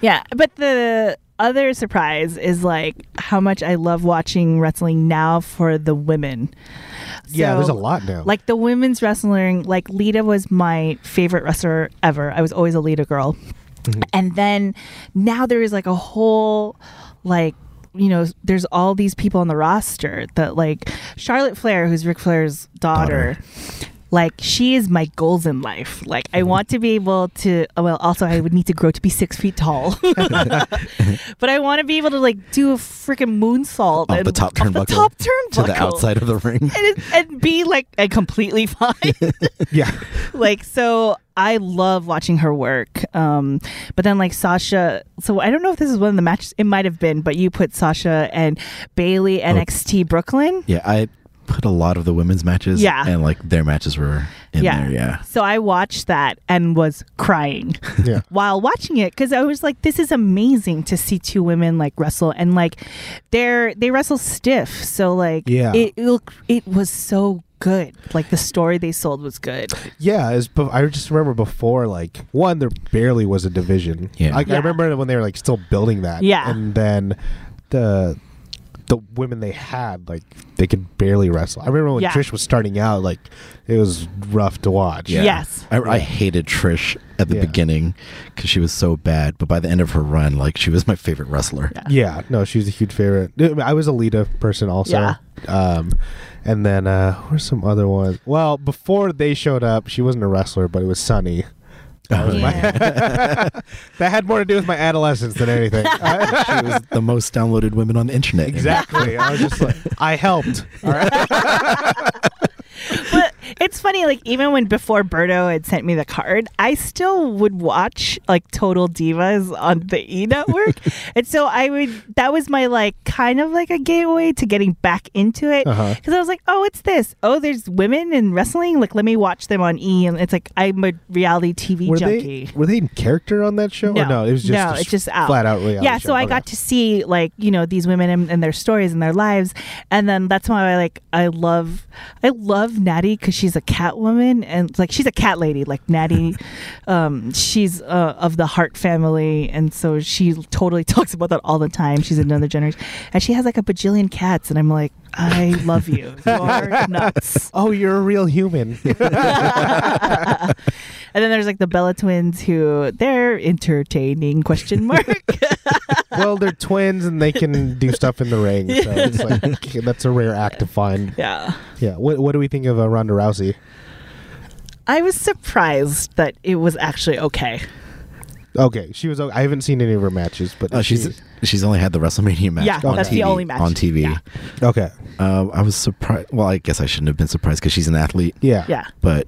[SPEAKER 2] Yeah, but the other surprise is like how much I love watching wrestling now for the women.
[SPEAKER 1] yeah,
[SPEAKER 2] So,
[SPEAKER 1] there's a lot now.
[SPEAKER 2] Like the women's wrestling, like Lita was my favorite wrestler ever. I was always a Lita girl.
[SPEAKER 3] Mm-hmm.
[SPEAKER 2] And then now there is like a whole like you know, there's all these people on the roster that like Charlotte Flair, who's Ric Flair's daughter, like she is my goals in life. Like I want to be able to. Well, also I would need to grow to be six feet
[SPEAKER 3] [laughs]
[SPEAKER 2] tall, [laughs] but I want to be able to like do a freaking moonsault
[SPEAKER 3] Off
[SPEAKER 2] and-
[SPEAKER 3] the top
[SPEAKER 2] off
[SPEAKER 3] turnbuckle
[SPEAKER 2] the top turnbuckle
[SPEAKER 3] to the outside of the ring.
[SPEAKER 2] and, it- and be like and completely [laughs] fine.
[SPEAKER 1] yeah,
[SPEAKER 2] like so, I love watching her work. Um, but then like Sasha, so I don't know if this is one of the matches. It might have been, but you put Sasha and Bailey NXT Brooklyn.
[SPEAKER 3] [laughs] Yeah, I put a lot of the women's matches.
[SPEAKER 2] Yeah.
[SPEAKER 3] and like their matches were in
[SPEAKER 2] Yeah.
[SPEAKER 3] there. Yeah,
[SPEAKER 2] So I watched that and was crying.
[SPEAKER 1] yeah.
[SPEAKER 2] while watching it because I was like, this is amazing to see two women like wrestle and like they're they wrestle stiff. So like
[SPEAKER 1] Yeah.
[SPEAKER 2] it look it was so good. Like the story they sold was good.
[SPEAKER 1] Yeah, as be- I just remember before, like one, there barely was a division.
[SPEAKER 3] Yeah.
[SPEAKER 1] I,
[SPEAKER 2] Yeah.
[SPEAKER 1] I remember when they were like still building that.
[SPEAKER 2] Yeah.
[SPEAKER 1] and then the the women they had, like they could barely wrestle. I remember when
[SPEAKER 2] Yeah.
[SPEAKER 1] Trish was starting out, like it was rough to watch.
[SPEAKER 2] Yeah. Yes.
[SPEAKER 3] I, I hated Trish at the
[SPEAKER 1] Yeah.
[SPEAKER 3] beginning because she was so bad. But by the end of her run, like she was my favorite wrestler.
[SPEAKER 2] Yeah.
[SPEAKER 1] Yeah, no, she was a huge favorite. I mean, I was a Lita person also.
[SPEAKER 2] Yeah.
[SPEAKER 1] Um, and then uh, where's some other ones? Well, before they showed up, she wasn't a wrestler, but it was Sunny. That, was my- [laughs] that had more to do with my adolescence than
[SPEAKER 2] [laughs]
[SPEAKER 1] anything.
[SPEAKER 3] she was [laughs] the most downloaded women on the internet.
[SPEAKER 1] [laughs] Exactly. I was just
[SPEAKER 2] [laughs]
[SPEAKER 1] like, I helped. All right.
[SPEAKER 2] but it's funny, like even when before Berto had sent me the card, I still would watch like Total Divas on the
[SPEAKER 1] [laughs]
[SPEAKER 2] E Network, and so I would. That was my like kind of like a gateway to getting back into it because
[SPEAKER 1] Uh-huh.
[SPEAKER 2] I was like, oh, it's this. Oh, there's women in wrestling. Like, let me watch them on E, and it's like I'm a reality TV
[SPEAKER 1] Were
[SPEAKER 2] junkie.
[SPEAKER 1] they were they in character on that show? or no, it was just
[SPEAKER 2] no,
[SPEAKER 1] a
[SPEAKER 2] it's just out.
[SPEAKER 1] flat out reality.
[SPEAKER 2] Yeah, so
[SPEAKER 1] show.
[SPEAKER 2] I
[SPEAKER 1] Okay.
[SPEAKER 2] got to see like you know these women and, and their stories and their lives, and then that's why I like I love I love Natty because she's a cat woman and like she's a cat lady like
[SPEAKER 1] [laughs]
[SPEAKER 2] Natty, um, she's uh, of the Hart family, and so she totally [laughs] talks about that all the time. She's another generation, and she has like a bajillion cats, and I'm like I love you.
[SPEAKER 1] [laughs]
[SPEAKER 2] You are nuts. [laughs]
[SPEAKER 1] Oh, you're a real human.
[SPEAKER 2] And then there's like the Bella twins who they're entertaining question mark.
[SPEAKER 1] well, they're twins and they can do stuff in the ring.
[SPEAKER 2] [laughs]
[SPEAKER 1] So it's like that's a rare act to find.
[SPEAKER 2] yeah.
[SPEAKER 1] Yeah. What What do we think of uh, Ronda Rousey?
[SPEAKER 2] I was surprised that it was actually okay.
[SPEAKER 1] Okay, she was. I haven't seen any of her matches, but
[SPEAKER 3] [laughs] Oh, she's she's only had the WrestleMania match.
[SPEAKER 2] Yeah,
[SPEAKER 3] on
[SPEAKER 2] that's
[SPEAKER 3] TV,
[SPEAKER 2] the only match.
[SPEAKER 3] on TV.
[SPEAKER 2] Yeah.
[SPEAKER 1] okay.
[SPEAKER 3] Um, I was surprised. Well, I guess I shouldn't have been surprised because she's an athlete.
[SPEAKER 1] Yeah.
[SPEAKER 2] Yeah.
[SPEAKER 3] but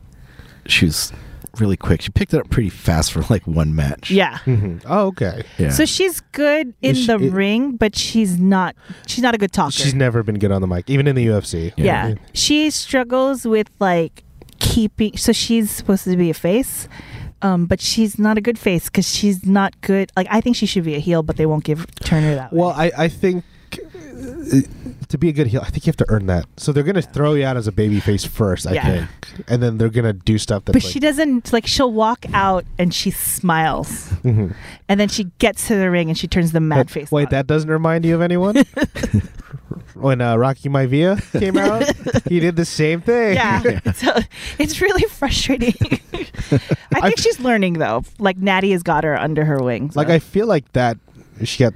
[SPEAKER 3] she was really quick. She picked it up pretty fast for like one match.
[SPEAKER 2] Yeah.
[SPEAKER 1] Mhm. Oh, okay.
[SPEAKER 3] yeah.
[SPEAKER 2] So she's good in
[SPEAKER 1] Is she-
[SPEAKER 2] the
[SPEAKER 1] it-
[SPEAKER 2] ring, but she's not she's not a good talker.
[SPEAKER 1] She's never been good on the mic, even in the UFC.
[SPEAKER 2] yeah. She struggles with like keeping so she's supposed to be a face. Um, but she's not a good face because she's not good. Like I think she should be a heel, but they won't give Turner that.
[SPEAKER 1] Well,
[SPEAKER 2] way.
[SPEAKER 1] I, I think uh, to be a good heel, I think you have to earn that. So they're gonna throw you out as a baby face first, I
[SPEAKER 2] Yeah.
[SPEAKER 1] think, and then they're gonna do stuff that's
[SPEAKER 2] but
[SPEAKER 1] like,
[SPEAKER 2] she doesn't. Like she'll walk out and she smiles,
[SPEAKER 1] Mhm.
[SPEAKER 2] and then she gets to the ring and she turns the mad
[SPEAKER 1] That-
[SPEAKER 2] face.
[SPEAKER 1] Wait,
[SPEAKER 2] on.
[SPEAKER 1] that doesn't remind you of
[SPEAKER 2] [laughs]
[SPEAKER 1] anyone? when uh, Rocky Maivia came out,
[SPEAKER 2] [laughs]
[SPEAKER 1] he did the same thing. [laughs]
[SPEAKER 2] yeah. So it's really frustrating. [laughs] I think
[SPEAKER 1] I've-
[SPEAKER 2] she's learning though. Like Natty has got her under her wing. so-
[SPEAKER 1] like I feel like that she got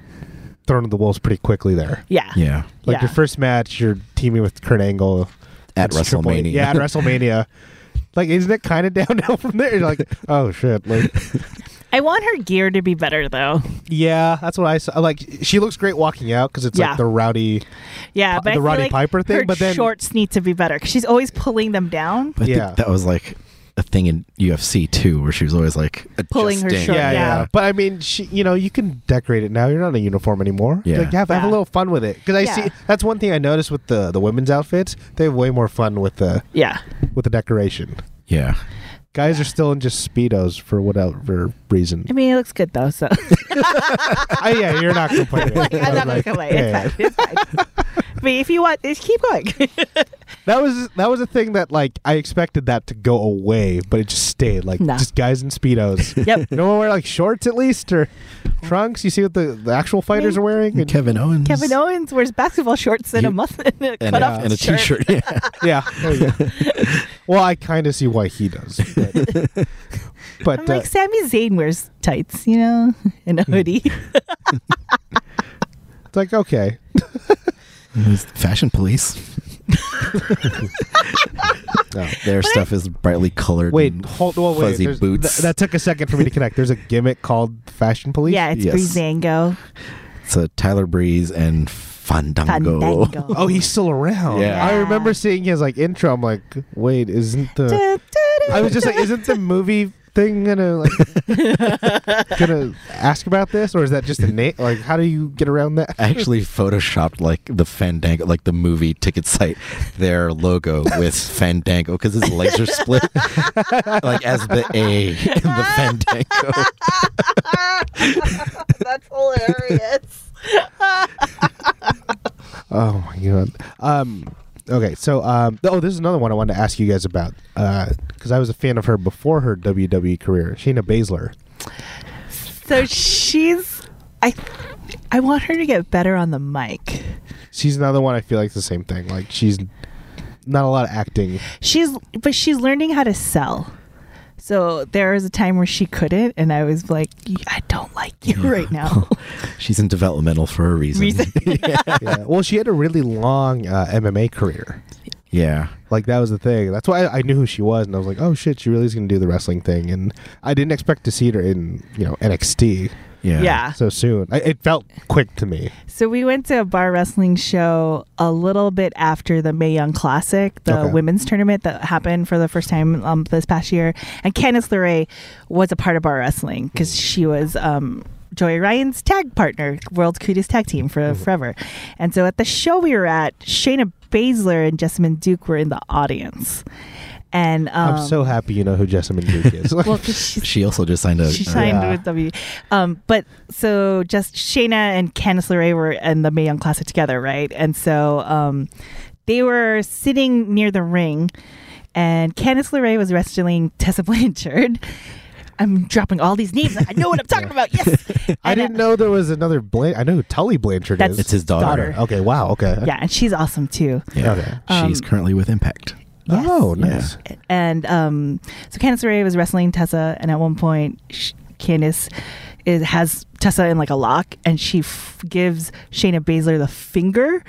[SPEAKER 1] thrown to the wolves pretty quickly there.
[SPEAKER 2] yeah.
[SPEAKER 3] [laughs] yeah,
[SPEAKER 1] Like
[SPEAKER 2] Yeah.
[SPEAKER 1] your first match, you're teaming with Kurt Angle
[SPEAKER 3] at
[SPEAKER 1] It's Triple H- [laughs]
[SPEAKER 3] WrestleMania.
[SPEAKER 1] Yeah, at WrestleMania. Like, isn't it kind of [laughs] downhill from there? You're [laughs] like, oh shit. Like,
[SPEAKER 2] I want her gear to be better though.
[SPEAKER 1] yeah, that's what I saw. Like, she looks great walking out because it's
[SPEAKER 2] Yeah.
[SPEAKER 1] like the rowdy.
[SPEAKER 2] Yeah,
[SPEAKER 1] Pi-
[SPEAKER 2] but I
[SPEAKER 1] the
[SPEAKER 2] feel
[SPEAKER 1] Roddy
[SPEAKER 2] like
[SPEAKER 1] Piper thing,
[SPEAKER 2] her
[SPEAKER 1] but then-
[SPEAKER 2] shorts need to be better because she's always pulling them down.
[SPEAKER 3] But I
[SPEAKER 1] Yeah.
[SPEAKER 3] think that was like a thing in UFC too, where she was always like
[SPEAKER 2] Pulling her
[SPEAKER 3] adjusting.
[SPEAKER 2] shirt
[SPEAKER 1] Yeah, yeah,
[SPEAKER 2] yeah.
[SPEAKER 1] But I mean, she, you know, you can decorate it now. You're not in a uniform anymore.
[SPEAKER 3] Yeah.
[SPEAKER 1] Like, have, have a
[SPEAKER 2] Yeah.
[SPEAKER 1] little fun with it. Because I
[SPEAKER 2] Yeah.
[SPEAKER 1] see that's one thing I noticed with the the women's outfits. They have way more fun with the
[SPEAKER 2] Yeah,
[SPEAKER 1] with the decoration.
[SPEAKER 3] Yeah.
[SPEAKER 1] Guys are still in just speedos for whatever
[SPEAKER 2] [laughs]
[SPEAKER 1] reason.
[SPEAKER 2] I mean it looks good
[SPEAKER 1] [laughs]
[SPEAKER 2] though. So [laughs]
[SPEAKER 1] I, yeah, you're not complaining.
[SPEAKER 2] like, I'm not gonna
[SPEAKER 1] Like,
[SPEAKER 2] complain.
[SPEAKER 1] yeah.
[SPEAKER 2] It's fine. It's fine. [laughs] but if you want, just keep going. [laughs]
[SPEAKER 1] That was that was a thing that like I expected that to go away, but it just stayed like
[SPEAKER 2] No.
[SPEAKER 1] just guys in speedos. [laughs]
[SPEAKER 2] [laughs] yep.
[SPEAKER 1] no one wear like shorts at least or trunks. You see what the, the actual fighters are wearing?
[SPEAKER 3] And
[SPEAKER 2] [laughs]
[SPEAKER 3] Kevin Owens.
[SPEAKER 2] Kevin Owens wears basketball shorts and a
[SPEAKER 3] You-
[SPEAKER 2] muff [laughs] and a
[SPEAKER 3] And,
[SPEAKER 2] cut
[SPEAKER 3] a-
[SPEAKER 2] off
[SPEAKER 3] and a
[SPEAKER 2] shirt.
[SPEAKER 3] t-shirt.
[SPEAKER 2] [laughs]
[SPEAKER 3] [laughs] Yeah.
[SPEAKER 1] yeah. there you go. well, I kind of see why he does, but,
[SPEAKER 2] [laughs]
[SPEAKER 1] but,
[SPEAKER 2] I'm
[SPEAKER 1] uh,
[SPEAKER 2] like Sami Zayn wears tights, you know, [laughs] and a
[SPEAKER 1] Hmm.
[SPEAKER 2] hoodie.
[SPEAKER 1] it's like okay,
[SPEAKER 3] It was Fashion police.
[SPEAKER 1] No.
[SPEAKER 2] "Ah."
[SPEAKER 3] Their stuff is brightly colored.
[SPEAKER 1] wait,
[SPEAKER 3] and
[SPEAKER 1] hold well, wait.
[SPEAKER 3] fuzzy
[SPEAKER 1] there's-
[SPEAKER 3] boots.
[SPEAKER 1] th- that took a second for me to connect. There's a gimmick called fashion police.
[SPEAKER 2] yeah, it's
[SPEAKER 3] Yes.
[SPEAKER 2] Breezango.
[SPEAKER 3] So Tyler Breeze and Fandango.
[SPEAKER 2] Fandango.
[SPEAKER 1] Oh,
[SPEAKER 2] [laughs]
[SPEAKER 1] he's still around.
[SPEAKER 3] Yeah.
[SPEAKER 1] I remember seeing his like intro. I'm like, wait, isn't the
[SPEAKER 2] Da, da, da,
[SPEAKER 1] I was just like,
[SPEAKER 2] da.
[SPEAKER 1] isn't the movie thing gonna like gonna ask about this, or is that just a name? Like, how do you get around that?
[SPEAKER 3] I actually photoshopped like the Fandango, like the movie ticket site, their logo
[SPEAKER 2] [laughs]
[SPEAKER 3] with Fandango because his legs are split, [laughs] like as the A in the Fandango.
[SPEAKER 2] That's hilarious.
[SPEAKER 1] [laughs] Oh my god. Um. Okay, so um. Oh, this is another one I wanted to ask you guys about. Uh, because I was a fan of her before her WWE career, Shayna Baszler.
[SPEAKER 2] So she's, I, I want her to get better on the mic.
[SPEAKER 1] She's another one I feel like is the same thing. Like she's not a lot of acting.
[SPEAKER 3] [laughs]
[SPEAKER 2] She's, but she's learning how to sell. So there was a time where she couldn't, and I was like, I don't like you right
[SPEAKER 3] [laughs]
[SPEAKER 2] now. [laughs]
[SPEAKER 3] She's in developmental for a reason.
[SPEAKER 2] Reason.
[SPEAKER 1] yeah. Well, she had a really long uh, MMA career.
[SPEAKER 3] [laughs] Yeah.
[SPEAKER 1] Like that was the thing. That's why I, I knew who she was, and I was like, "Oh shit, she really is gonna do the wrestling thing." And I didn't expect to see her in you know NXT
[SPEAKER 3] Yeah.
[SPEAKER 2] yeah.
[SPEAKER 1] so soon. I, it felt quick to me.
[SPEAKER 2] So we went to a bar wrestling show a little bit after the Mae Young Classic, the
[SPEAKER 1] Okay.
[SPEAKER 2] women's tournament that happened for the first time um, this past year. And Candice LeRae was a part of bar wrestling because she was um, Joey Ryan's tag partner, World's Cutest Tag Team for
[SPEAKER 1] Mm-hmm.
[SPEAKER 2] forever. And so at the show we were at, Shayna Baszler and Jessamine Duke were in the audience. And um,
[SPEAKER 1] I'm so happy you know who Jessamine Duke is. [laughs]
[SPEAKER 2] well, 'cause she's
[SPEAKER 3] She also just signed a.
[SPEAKER 2] she signed
[SPEAKER 1] Yeah.
[SPEAKER 2] with W. Um, but so just Shayna and Candice LeRae were in the Mae Young Classic together, right? And so um, they were sitting near the ring, and Candice LeRae was wrestling Tessa [laughs] Blanchard. I'm dropping all these names. I know what
[SPEAKER 1] [laughs]
[SPEAKER 2] I'm talking about. Yes.
[SPEAKER 1] I
[SPEAKER 2] And, uh,
[SPEAKER 1] didn't know there was another Blanchard. I know who Tully Blanchard
[SPEAKER 2] That's-
[SPEAKER 1] is.
[SPEAKER 3] it's his daughter.
[SPEAKER 2] daughter.
[SPEAKER 1] Okay. Wow. Oh, Okay.
[SPEAKER 2] Yeah, and she's awesome too.
[SPEAKER 3] Yeah.
[SPEAKER 1] Okay.
[SPEAKER 3] She's
[SPEAKER 2] Um,
[SPEAKER 3] currently with Impact.
[SPEAKER 2] Yes.
[SPEAKER 1] Oh, nice.
[SPEAKER 2] and um, so Candice LeRae was wrestling Tessa, and at one point, sh- Candice is, has Tessa in like a lock, and she f- gives Shayna Baszler the finger,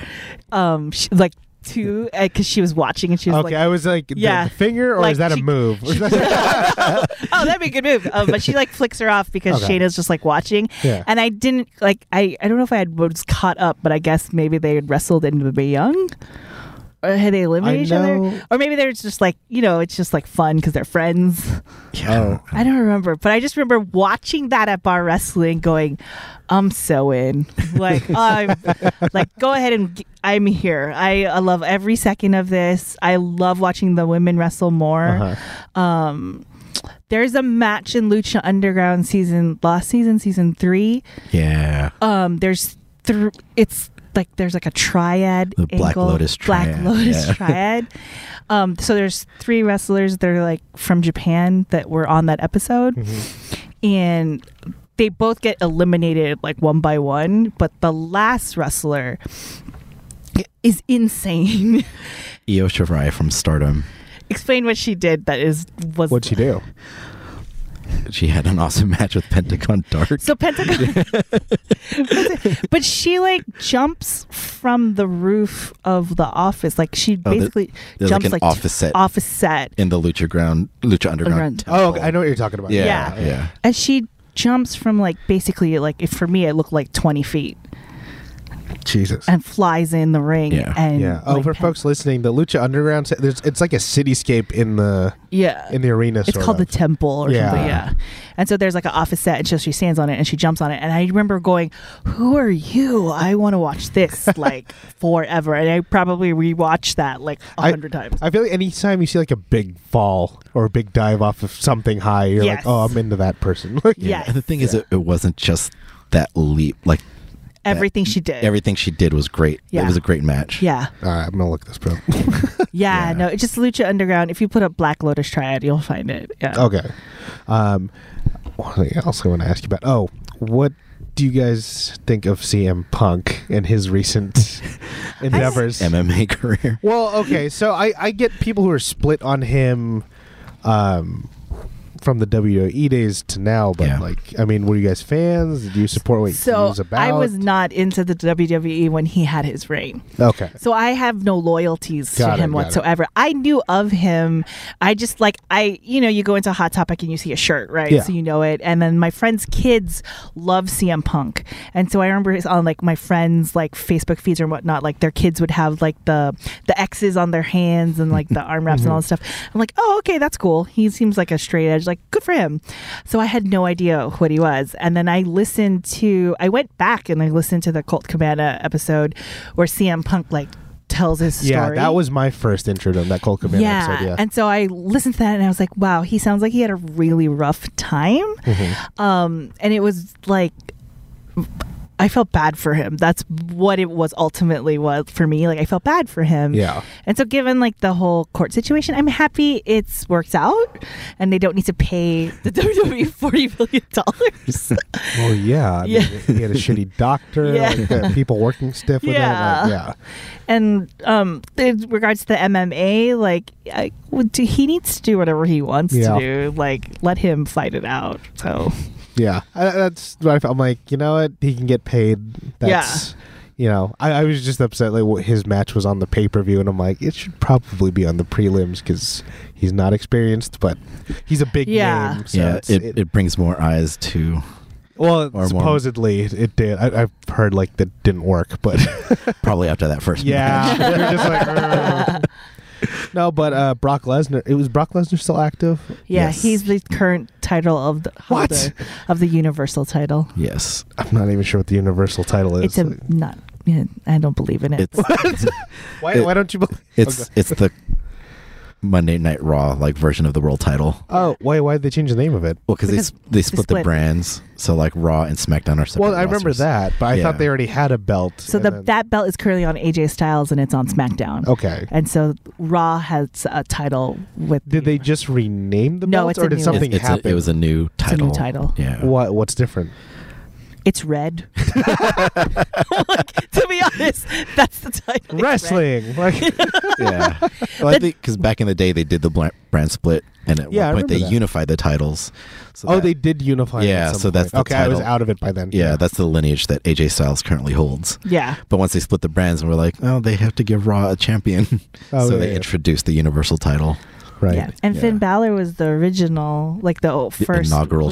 [SPEAKER 2] um, she, like two, because she was watching and she was
[SPEAKER 1] okay.
[SPEAKER 2] like,
[SPEAKER 1] I was like, the-
[SPEAKER 2] Yeah.
[SPEAKER 1] the finger, or
[SPEAKER 2] Like
[SPEAKER 1] is that
[SPEAKER 2] she-
[SPEAKER 1] a
[SPEAKER 2] [laughs]
[SPEAKER 1] move?
[SPEAKER 2] oh, that'd be a good move. Um, but she like flicks her off because
[SPEAKER 1] Okay.
[SPEAKER 2] Shayna's just like watching.
[SPEAKER 1] Yeah.
[SPEAKER 2] And I didn't like I I don't know if I had was caught up, but I guess maybe they had wrestled in the Mae Young. Or had they eliminated each
[SPEAKER 1] know-
[SPEAKER 2] other? Or maybe they're just like you know it's just like fun because they're friends.
[SPEAKER 3] Yeah.
[SPEAKER 1] Oh.
[SPEAKER 2] I don't remember, but I just remember watching that at bar wrestling, going, "I'm so in." Like, [laughs] I'm like, go ahead and g- I'm here. I, I love every second of this. I love watching the women wrestle more. Um, there's a match in Lucha Underground season, last season, season three.
[SPEAKER 3] Yeah.
[SPEAKER 2] Um, there's thr It's like there's like a triad.
[SPEAKER 3] The Black
[SPEAKER 2] angle-
[SPEAKER 3] Lotus
[SPEAKER 2] Black
[SPEAKER 3] triad, [laughs]
[SPEAKER 2] Lotus
[SPEAKER 3] yeah.
[SPEAKER 2] triad. Um, so there's three wrestlers that are like from Japan that were on that episode
[SPEAKER 3] Mm-hmm.
[SPEAKER 2] and they both get eliminated like one by one but the last wrestler is insane [laughs]
[SPEAKER 3] Io Shirai from Stardom.
[SPEAKER 2] explain what she did that is
[SPEAKER 1] [laughs]
[SPEAKER 2] was
[SPEAKER 1] What'd she do?
[SPEAKER 3] She had an awesome match with [laughs] Pentagon Dark.
[SPEAKER 2] so pentagon but she like jumps from the roof of the office. Like she
[SPEAKER 3] Oh, there-
[SPEAKER 2] basically
[SPEAKER 3] there's like
[SPEAKER 2] jumps
[SPEAKER 3] an
[SPEAKER 2] like,
[SPEAKER 3] office set.
[SPEAKER 2] office set,
[SPEAKER 3] in the Lucha Ground, Lucha Underground.
[SPEAKER 2] Underground.
[SPEAKER 1] Oh,
[SPEAKER 3] temple.
[SPEAKER 1] I know what you're talking about.
[SPEAKER 3] Yeah, yeah.
[SPEAKER 2] Yeah. and she jumps from like basically like if for me it looked like twenty feet
[SPEAKER 1] Jesus.
[SPEAKER 2] and flies in the ring.
[SPEAKER 3] Yeah.
[SPEAKER 2] and,
[SPEAKER 1] yeah. Oh,
[SPEAKER 2] like,
[SPEAKER 1] for
[SPEAKER 2] pe-
[SPEAKER 1] folks listening, the Lucha Underground, se- there's, it's like a cityscape in the
[SPEAKER 2] yeah,
[SPEAKER 1] in the arena.
[SPEAKER 2] it's
[SPEAKER 1] sort
[SPEAKER 2] called
[SPEAKER 1] of.
[SPEAKER 2] the temple or
[SPEAKER 1] Yeah.
[SPEAKER 2] something. Yeah, and so there's like an office set, and so she stands on it and she jumps on it. And I remember going, "Who are you? I want to watch
[SPEAKER 1] [laughs]
[SPEAKER 2] this like forever." And I probably rewatched that like a
[SPEAKER 1] I-
[SPEAKER 2] hundred times.
[SPEAKER 1] I feel like anytime you see like a big fall or a big dive off of something high, you're like,
[SPEAKER 2] Yes.
[SPEAKER 1] oh, I'm into that person. [laughs] Like,
[SPEAKER 2] Yeah.
[SPEAKER 3] And the thing is, it, it wasn't just that leap. Like
[SPEAKER 2] Everything she did.
[SPEAKER 3] everything she did was great. It
[SPEAKER 2] Yeah.
[SPEAKER 3] was a great match.
[SPEAKER 2] Yeah.
[SPEAKER 1] All right, I'm gonna look this up.
[SPEAKER 2] Yeah,
[SPEAKER 3] Yeah.
[SPEAKER 2] no, it's just Lucha Underground. If you put up Black Lotus Triad, you'll find it. Yeah.
[SPEAKER 1] [laughs] okay. Um, what else I want to ask you about? Oh, what do you guys think of CM Punk and his
[SPEAKER 2] [laughs]
[SPEAKER 1] recent endeavors?
[SPEAKER 3] MMA [laughs] career.
[SPEAKER 1] Well, okay, so I, I get people who are split on him um, from the WWE days to now, but
[SPEAKER 3] Yeah.
[SPEAKER 1] like, I mean, were you guys fans? Did you support what he
[SPEAKER 2] So
[SPEAKER 1] was about?
[SPEAKER 2] I was not into the WWE when he had his reign.
[SPEAKER 1] okay.
[SPEAKER 2] So I have no loyalties
[SPEAKER 1] Got it,
[SPEAKER 2] to him
[SPEAKER 1] got it.
[SPEAKER 2] whatsoever. I knew of him. I just like I you know, you go into Hot Topic and you see a shirt, right?
[SPEAKER 1] Yeah.
[SPEAKER 2] So you know it. And then my friends' kids love CM Punk. And so I remember it's on like my friends like Facebook feeds and whatnot, like their kids would have like the the X's on their hands and like the arm
[SPEAKER 1] [laughs] Mm-hmm.
[SPEAKER 2] wraps and all this stuff. I'm like, oh okay, that's cool. He seems like a straight edge, like good for him. So I had no idea what he was. And then I listened to I went back and I listened to the Colt Cabana episode where CM Punk like tells his story.
[SPEAKER 1] Yeah, that was my first intro to that Cole Cabana
[SPEAKER 2] yeah.
[SPEAKER 1] episode. Yeah.
[SPEAKER 2] And so I listened to that and I was like, wow, he sounds like he had a really rough time.
[SPEAKER 1] Mm-hmm.
[SPEAKER 2] Um, and it was like, I felt bad for him. That's what it was ultimately was for me. Like I felt bad for him.
[SPEAKER 1] Yeah.
[SPEAKER 2] And so given like the whole court situation, I'm happy it's worked out and they don't need to pay the [laughs] WWE forty billion
[SPEAKER 1] [laughs]
[SPEAKER 2] dollars.
[SPEAKER 1] Well, yeah.
[SPEAKER 2] [laughs]
[SPEAKER 1] I mean,
[SPEAKER 2] Yeah.
[SPEAKER 1] he had a shitty doctor.
[SPEAKER 2] [laughs] Yeah.
[SPEAKER 1] Like, uh, people working stiff with
[SPEAKER 2] Yeah.
[SPEAKER 1] him. like, yeah.
[SPEAKER 2] and um, in regards to the MMA, like I, would- do- he needs to do whatever he wants
[SPEAKER 1] Yeah.
[SPEAKER 2] to do. Like let him fight it out. So
[SPEAKER 1] Yeah. I, that's what I felt. I'm like, you know what? He can get paid. That's. You know, I, I was just upset. Like wh- his match was on the pay per view, and I'm like, it should probably be on the prelims because he's not experienced, but he's a big
[SPEAKER 2] Yeah.
[SPEAKER 1] name. So
[SPEAKER 3] yeah,
[SPEAKER 1] it's-
[SPEAKER 3] it, it, brings more eyes to
[SPEAKER 1] well,
[SPEAKER 3] more.
[SPEAKER 1] supposedly it, it did. I, I've heard like that didn't work,
[SPEAKER 3] [laughs]
[SPEAKER 1] but
[SPEAKER 3] probably after that first.
[SPEAKER 1] Yeah, [laughs]
[SPEAKER 3] match.
[SPEAKER 1] they're just
[SPEAKER 2] [laughs]
[SPEAKER 1] like, "Ugh." no, but uh, Brock Lesnar. It was Brock Lesnar still active.
[SPEAKER 2] yeah,
[SPEAKER 3] Yes.
[SPEAKER 2] he's the current title of the
[SPEAKER 1] What?
[SPEAKER 2] holder of the Universal title.
[SPEAKER 3] Yes,
[SPEAKER 1] I'm not even sure what the universal title is.
[SPEAKER 2] It's a not. yeah, I don't believe in it.
[SPEAKER 3] it's
[SPEAKER 1] why,
[SPEAKER 3] it-
[SPEAKER 1] why don't you? Believe?
[SPEAKER 3] it's it's the Monday Night Raw like version of the world title.
[SPEAKER 1] Oh, why? Why did they change the name of it?
[SPEAKER 3] Well, because they, s-
[SPEAKER 2] Because
[SPEAKER 3] they split the
[SPEAKER 2] split.
[SPEAKER 3] brands, so like Raw and SmackDown are separate.
[SPEAKER 1] Well, I remember
[SPEAKER 3] rosters.
[SPEAKER 1] that, but I
[SPEAKER 3] Yeah.
[SPEAKER 1] thought they already had a belt.
[SPEAKER 2] so
[SPEAKER 1] and
[SPEAKER 2] the,
[SPEAKER 1] then-
[SPEAKER 2] that belt is currently on AJ Styles and it's on SmackDown.
[SPEAKER 1] okay.
[SPEAKER 2] And so Raw has a title with
[SPEAKER 1] Did they just rename the
[SPEAKER 2] No,
[SPEAKER 1] belt,
[SPEAKER 2] it's
[SPEAKER 1] or
[SPEAKER 2] a
[SPEAKER 1] did
[SPEAKER 2] new-
[SPEAKER 1] something
[SPEAKER 3] It's- it's a-
[SPEAKER 1] happen?
[SPEAKER 3] it was a new
[SPEAKER 2] a
[SPEAKER 3] title.
[SPEAKER 2] new title.
[SPEAKER 3] Yeah.
[SPEAKER 1] what? What's different?
[SPEAKER 2] it's red. [laughs] like, to be honest, that's the title. It's red.
[SPEAKER 1] Wrestling. Like, [laughs]
[SPEAKER 3] yeah. Well, I think because back in the day they did the bl- brand split, and at
[SPEAKER 1] Yeah, I
[SPEAKER 3] one point they
[SPEAKER 1] remember that.
[SPEAKER 3] unified the titles. So
[SPEAKER 1] oh,
[SPEAKER 3] that-
[SPEAKER 1] they did unify. it at
[SPEAKER 3] Yeah,
[SPEAKER 1] some
[SPEAKER 3] so that's
[SPEAKER 1] point.
[SPEAKER 3] the
[SPEAKER 1] okay. I was
[SPEAKER 3] title.
[SPEAKER 1] out of it by then.
[SPEAKER 3] Yeah, that's the lineage that AJ Styles currently holds.
[SPEAKER 2] Yeah.
[SPEAKER 3] But once they split the brands, and we're like, oh, they have to give Raw a champion,
[SPEAKER 1] Oh,
[SPEAKER 3] [laughs] so
[SPEAKER 1] yeah,
[SPEAKER 3] they
[SPEAKER 1] yeah.
[SPEAKER 3] introduced the Universal title.
[SPEAKER 1] right.
[SPEAKER 2] Yeah. And Finn
[SPEAKER 3] Yeah.
[SPEAKER 2] Balor was the original, like the old-
[SPEAKER 3] The
[SPEAKER 2] first
[SPEAKER 3] inaugural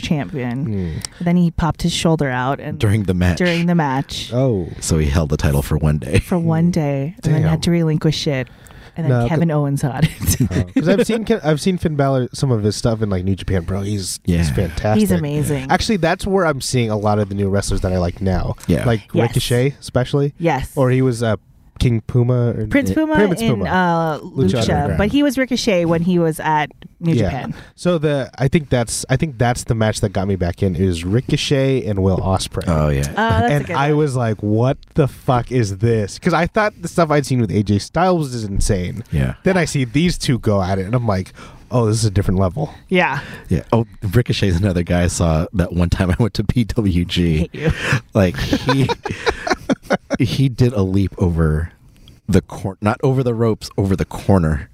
[SPEAKER 2] champion.
[SPEAKER 1] Hmm.
[SPEAKER 2] Then he popped his shoulder out and
[SPEAKER 3] during the match.
[SPEAKER 2] during the match
[SPEAKER 3] [laughs]
[SPEAKER 1] Oh.
[SPEAKER 3] so he held the title for one day. [laughs]
[SPEAKER 2] for one day and then
[SPEAKER 1] Damn.
[SPEAKER 2] had to relinquish it. And then
[SPEAKER 1] No, 'cause-
[SPEAKER 2] Kevin Owens had it. [laughs]
[SPEAKER 1] Because Uh, I've seen Ken- I've seen Finn Balor some of his stuff in like New Japan Pro. He's
[SPEAKER 3] Yeah.
[SPEAKER 1] he's fantastic.
[SPEAKER 2] He's amazing.
[SPEAKER 1] Actually, that's where I'm seeing a lot of the new wrestlers that I like now.
[SPEAKER 3] Yeah.
[SPEAKER 1] like
[SPEAKER 2] Yes.
[SPEAKER 1] Ricochet especially,
[SPEAKER 2] yes.
[SPEAKER 1] or he was uh, King Puma. Or
[SPEAKER 2] Prince Puma
[SPEAKER 1] Prince
[SPEAKER 2] in
[SPEAKER 1] Puma.
[SPEAKER 2] Uh,
[SPEAKER 1] Lucha
[SPEAKER 2] Lucha,
[SPEAKER 1] Underground.
[SPEAKER 2] but he was Ricochet when he was at New
[SPEAKER 1] yeah.
[SPEAKER 2] Japan.
[SPEAKER 1] So the I think that's I think that's the match that got me back in is Ricochet and Will Osprey.
[SPEAKER 3] Oh yeah.
[SPEAKER 2] Uh, that's a
[SPEAKER 1] and
[SPEAKER 2] good
[SPEAKER 1] I
[SPEAKER 2] one.
[SPEAKER 1] was like, "What the fuck is this?" Because I thought the stuff I'd seen with AJ Styles is insane.
[SPEAKER 3] [laughs] Yeah.
[SPEAKER 1] Then I see these two go at it, and I'm like, "Oh, this is a different level."
[SPEAKER 2] yeah.
[SPEAKER 3] Yeah. Oh, Ricochet's another guy I saw that one time I went to
[SPEAKER 2] [laughs]
[SPEAKER 3] PWG.
[SPEAKER 2] Hate you.
[SPEAKER 3] Like he he did a leap over the cor- not over the ropes, over the corner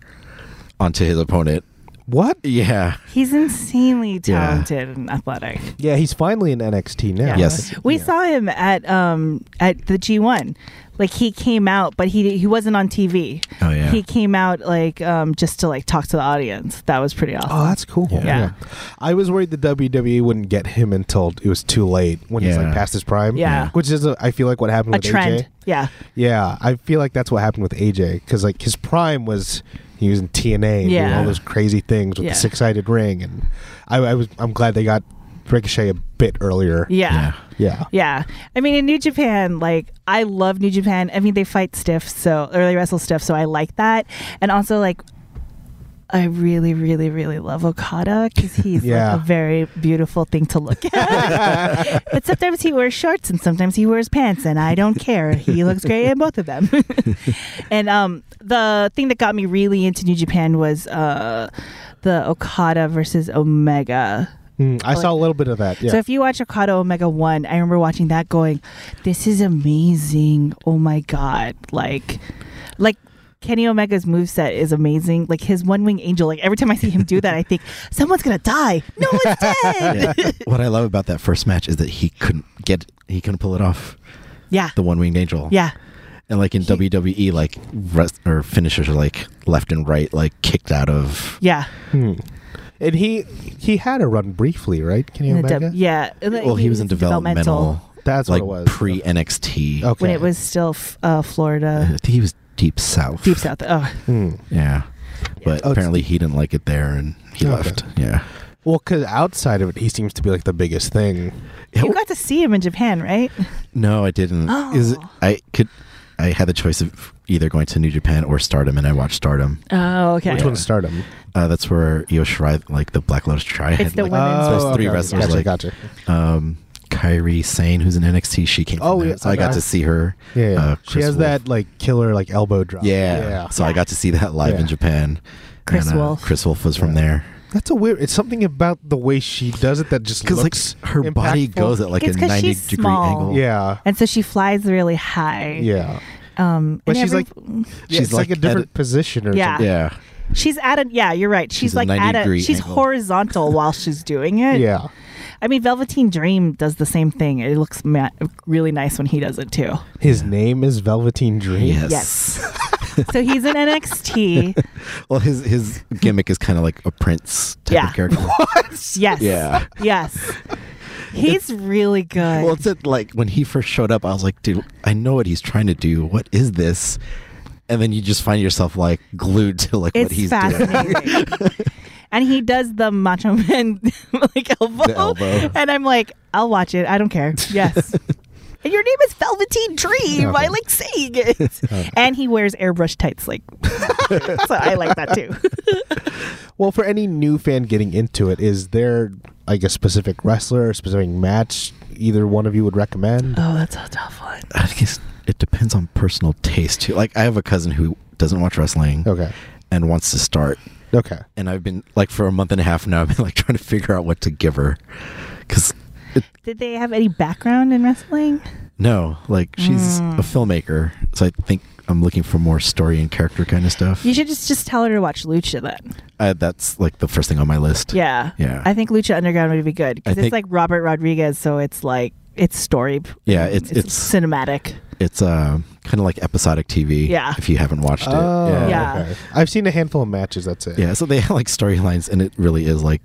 [SPEAKER 3] onto his opponent.
[SPEAKER 1] What?
[SPEAKER 3] Yeah.
[SPEAKER 2] He's insanely
[SPEAKER 3] Yeah.
[SPEAKER 2] talented and athletic.
[SPEAKER 1] Yeah, he's finally in NXT now.
[SPEAKER 2] Yeah.
[SPEAKER 3] Yes.
[SPEAKER 2] We
[SPEAKER 1] Yeah.
[SPEAKER 2] saw him at um at the G1 Like he came out, but he he wasn't on TV.
[SPEAKER 3] Oh, yeah.
[SPEAKER 2] He came out like um, just to like talk to the audience. That was pretty awesome.
[SPEAKER 1] Oh, that's cool.
[SPEAKER 3] Yeah.
[SPEAKER 2] Yeah.
[SPEAKER 1] I was worried the WWE wouldn't get him until it was too late when he's like
[SPEAKER 3] Yeah.
[SPEAKER 1] past his prime.
[SPEAKER 2] Yeah.
[SPEAKER 1] Which is, a, I feel like, what happened
[SPEAKER 2] a
[SPEAKER 1] with
[SPEAKER 2] trend.
[SPEAKER 1] AJ.
[SPEAKER 2] Yeah.
[SPEAKER 1] Yeah. I feel like that's what happened with AJ because, like, his prime was he was in TNA and doing
[SPEAKER 2] Yeah.
[SPEAKER 1] all those crazy things with
[SPEAKER 2] Yeah.
[SPEAKER 1] the six sided ring. And I, I was, I'm glad they got Ricochet a bit earlier.
[SPEAKER 2] Yeah.
[SPEAKER 1] Yeah.
[SPEAKER 2] Yeah. I mean, in New Japan, like, I love New Japan. I mean, they fight stiff, so, or they wrestle stiff, so I like that. And also, like, I really, really, really love Okada because he's
[SPEAKER 1] Yeah.
[SPEAKER 2] like a very beautiful thing to look at. but sometimes he wears shorts and sometimes he wears pants, and I don't care. He looks great in both of them. and um, the thing that got me really into New Japan was uh, the Okada versus Omega.
[SPEAKER 1] Mm, I saw a little bit of that. Yeah.
[SPEAKER 2] So if you watch Okada Omega 1, I remember watching that going, this is amazing. Oh my god. Like like Kenny Omega's moveset is amazing. Like his one wing angel. Like every time I see him do that, I think someone's gonna die. No
[SPEAKER 1] [laughs]
[SPEAKER 2] one's dead.
[SPEAKER 3] Yeah. what I love about that first match is that he couldn't get he couldn't pull it off
[SPEAKER 2] yeah.
[SPEAKER 3] the one winged angel.
[SPEAKER 2] Yeah.
[SPEAKER 3] And like in WWE, like rest, or finishers are like left and right, like kicked out of.
[SPEAKER 2] [laughs] Yeah.
[SPEAKER 1] Hmm. And he he had a run briefly, right? Can you
[SPEAKER 2] In the dub-
[SPEAKER 1] imagine?
[SPEAKER 2] yeah.
[SPEAKER 3] Well, he was in developmental.
[SPEAKER 1] That's
[SPEAKER 3] like
[SPEAKER 1] what it was. Oh.
[SPEAKER 3] pre NXT.
[SPEAKER 1] Okay.
[SPEAKER 2] When it was still f-
[SPEAKER 1] [laughs]
[SPEAKER 2] uh,
[SPEAKER 3] I
[SPEAKER 2] Florida,
[SPEAKER 3] think he was deep south.
[SPEAKER 2] deep south. Oh,
[SPEAKER 1] Hmm.
[SPEAKER 3] Yeah. But
[SPEAKER 1] Oh, it's-
[SPEAKER 3] apparently he didn't like it there and he
[SPEAKER 1] Okay.
[SPEAKER 3] left. Yeah.
[SPEAKER 1] Well, because outside of it, he seems to be like the biggest thing.
[SPEAKER 2] you got to see him in Japan, right?
[SPEAKER 3] Oh, No, I didn't. Is
[SPEAKER 2] Oh.
[SPEAKER 3] I could I had the choice of either going to New Japan or Stardom and I watched Stardom.
[SPEAKER 2] Oh, okay.
[SPEAKER 1] Which one's Stardom?
[SPEAKER 3] Uh, that's where Io Shirai like the Black Lotus Triad.
[SPEAKER 2] It's the
[SPEAKER 3] like,
[SPEAKER 1] Uh,
[SPEAKER 2] women's
[SPEAKER 3] those three wrestlers,
[SPEAKER 1] Gotcha,
[SPEAKER 3] like-
[SPEAKER 1] gotcha.
[SPEAKER 3] um Kyrie Sane, who's in NXT, she came.
[SPEAKER 1] Oh,
[SPEAKER 3] from there,
[SPEAKER 1] yeah,
[SPEAKER 3] so I got
[SPEAKER 1] okay.
[SPEAKER 3] to see her.
[SPEAKER 1] Yeah, yeah.
[SPEAKER 3] Uh,
[SPEAKER 1] she
[SPEAKER 3] Chris
[SPEAKER 1] has
[SPEAKER 3] Wolf.
[SPEAKER 1] that like killer like elbow drop.
[SPEAKER 3] Yeah. So I got to see that live
[SPEAKER 1] Yeah.
[SPEAKER 3] in Japan.
[SPEAKER 2] Chris
[SPEAKER 3] And, uh,
[SPEAKER 2] Wolf.
[SPEAKER 3] Chris Wolf was from there.
[SPEAKER 1] that's a weird. It's something about the way she does it that just
[SPEAKER 3] Because like
[SPEAKER 1] looks
[SPEAKER 3] her body
[SPEAKER 1] impactful.
[SPEAKER 3] goes at like
[SPEAKER 2] It's
[SPEAKER 3] a
[SPEAKER 2] 'cause
[SPEAKER 3] ninety
[SPEAKER 2] she's
[SPEAKER 3] degree
[SPEAKER 2] small.
[SPEAKER 3] angle.
[SPEAKER 1] Yeah,
[SPEAKER 2] And so she flies really high.
[SPEAKER 1] yeah.
[SPEAKER 2] Um,
[SPEAKER 1] But
[SPEAKER 2] and
[SPEAKER 1] she's
[SPEAKER 2] every-
[SPEAKER 1] She's
[SPEAKER 3] She's
[SPEAKER 1] like,
[SPEAKER 3] like
[SPEAKER 1] a different position or
[SPEAKER 2] Yeah.
[SPEAKER 1] something.
[SPEAKER 3] Yeah.
[SPEAKER 2] She's at a yeah, you're right. She's,
[SPEAKER 3] She's a
[SPEAKER 2] like at
[SPEAKER 3] 90
[SPEAKER 2] a
[SPEAKER 3] degree
[SPEAKER 2] she's
[SPEAKER 3] angle.
[SPEAKER 2] horizontal while she's doing it.
[SPEAKER 1] Yeah.
[SPEAKER 2] I mean, Velveteen Dream does the same thing. It looks ma- really nice when he does it too.
[SPEAKER 1] His name is Velveteen Dream. [laughs]
[SPEAKER 3] Yes.
[SPEAKER 2] Yes. so he's in NXT.
[SPEAKER 3] Well, his his gimmick is kind of like a prince type
[SPEAKER 2] Yeah.
[SPEAKER 3] of
[SPEAKER 2] [laughs]
[SPEAKER 3] character.
[SPEAKER 2] Yes.
[SPEAKER 3] Yeah.
[SPEAKER 2] Yes. He's really good.
[SPEAKER 3] Well, it's that, like when he first showed up, I was like, dude, I know what he's trying to do. What is this? And then you just find yourself like glued to like what
[SPEAKER 2] it's
[SPEAKER 3] he's doing.
[SPEAKER 2] fascinating. and he does the Macho Man [laughs] like elbow.
[SPEAKER 3] The elbow.
[SPEAKER 2] And I'm like, I'll watch it. I don't care. Yes. And your name is Velveteen Dream. I
[SPEAKER 1] Okay.
[SPEAKER 2] like saying it.
[SPEAKER 3] [laughs]
[SPEAKER 2] And he wears airbrush tights, like [laughs] so. I like that too.
[SPEAKER 1] Well, for any new fan getting into it, is there like a specific wrestler, a specific match either one of you would recommend?
[SPEAKER 2] Oh, that's a tough one.
[SPEAKER 3] I guess it depends on personal taste too. Like I have a cousin who doesn't watch wrestling
[SPEAKER 1] Okay.
[SPEAKER 3] and wants to start,
[SPEAKER 1] Okay.
[SPEAKER 3] and I've been like for a month and a half now. I've been like [laughs] trying to figure out what to give her because
[SPEAKER 2] Did they have any background in wrestling?
[SPEAKER 3] no, like she's
[SPEAKER 2] Mm.
[SPEAKER 3] a filmmaker, so I think I'm looking for more story and character kind of stuff.
[SPEAKER 2] You should just just tell her to watch Lucha then.
[SPEAKER 3] Uh, that's like the first thing on my list.
[SPEAKER 2] Yeah,
[SPEAKER 3] Yeah.
[SPEAKER 2] I think Lucha Underground would be good
[SPEAKER 3] I
[SPEAKER 2] because it's
[SPEAKER 3] think-
[SPEAKER 2] like Robert Rodriguez, so it's like it's story.
[SPEAKER 3] Yeah, it's- it's-
[SPEAKER 2] cinematic.
[SPEAKER 3] It's uh, kind of like episodic TV.
[SPEAKER 2] Yeah.
[SPEAKER 3] If you haven't watched
[SPEAKER 1] Oh,
[SPEAKER 3] it. Yeah.
[SPEAKER 2] Yeah.
[SPEAKER 1] okay. I've seen a handful of matches. That's it.
[SPEAKER 3] Yeah, So they have like storylines, and it really is like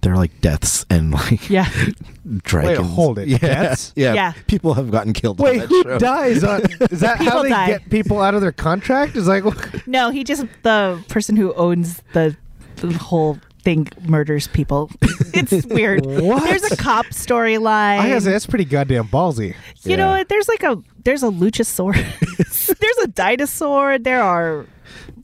[SPEAKER 3] they're like deaths and like
[SPEAKER 2] Yeah,
[SPEAKER 3] [laughs] dragons.
[SPEAKER 1] hold it.
[SPEAKER 3] Yeah.
[SPEAKER 1] Deaths?
[SPEAKER 3] [laughs] Yeah.
[SPEAKER 2] Yeah.
[SPEAKER 3] People have gotten killed. on
[SPEAKER 1] Wait,
[SPEAKER 3] that
[SPEAKER 1] who
[SPEAKER 3] show.
[SPEAKER 1] dies?
[SPEAKER 3] [laughs]
[SPEAKER 1] On, is that how
[SPEAKER 2] People
[SPEAKER 1] they
[SPEAKER 2] die.
[SPEAKER 1] get people out of their contract? Is like, [laughs]
[SPEAKER 2] no, he just the person who owns the, the whole thing murders people. [laughs] it's weird.
[SPEAKER 1] What?
[SPEAKER 2] There's a cop storyline.
[SPEAKER 1] I gotta say that's pretty goddamn ballsy.
[SPEAKER 2] You know, what? there's like a there's a luchasaurus.
[SPEAKER 1] [laughs]
[SPEAKER 2] there's a dinosaur. There are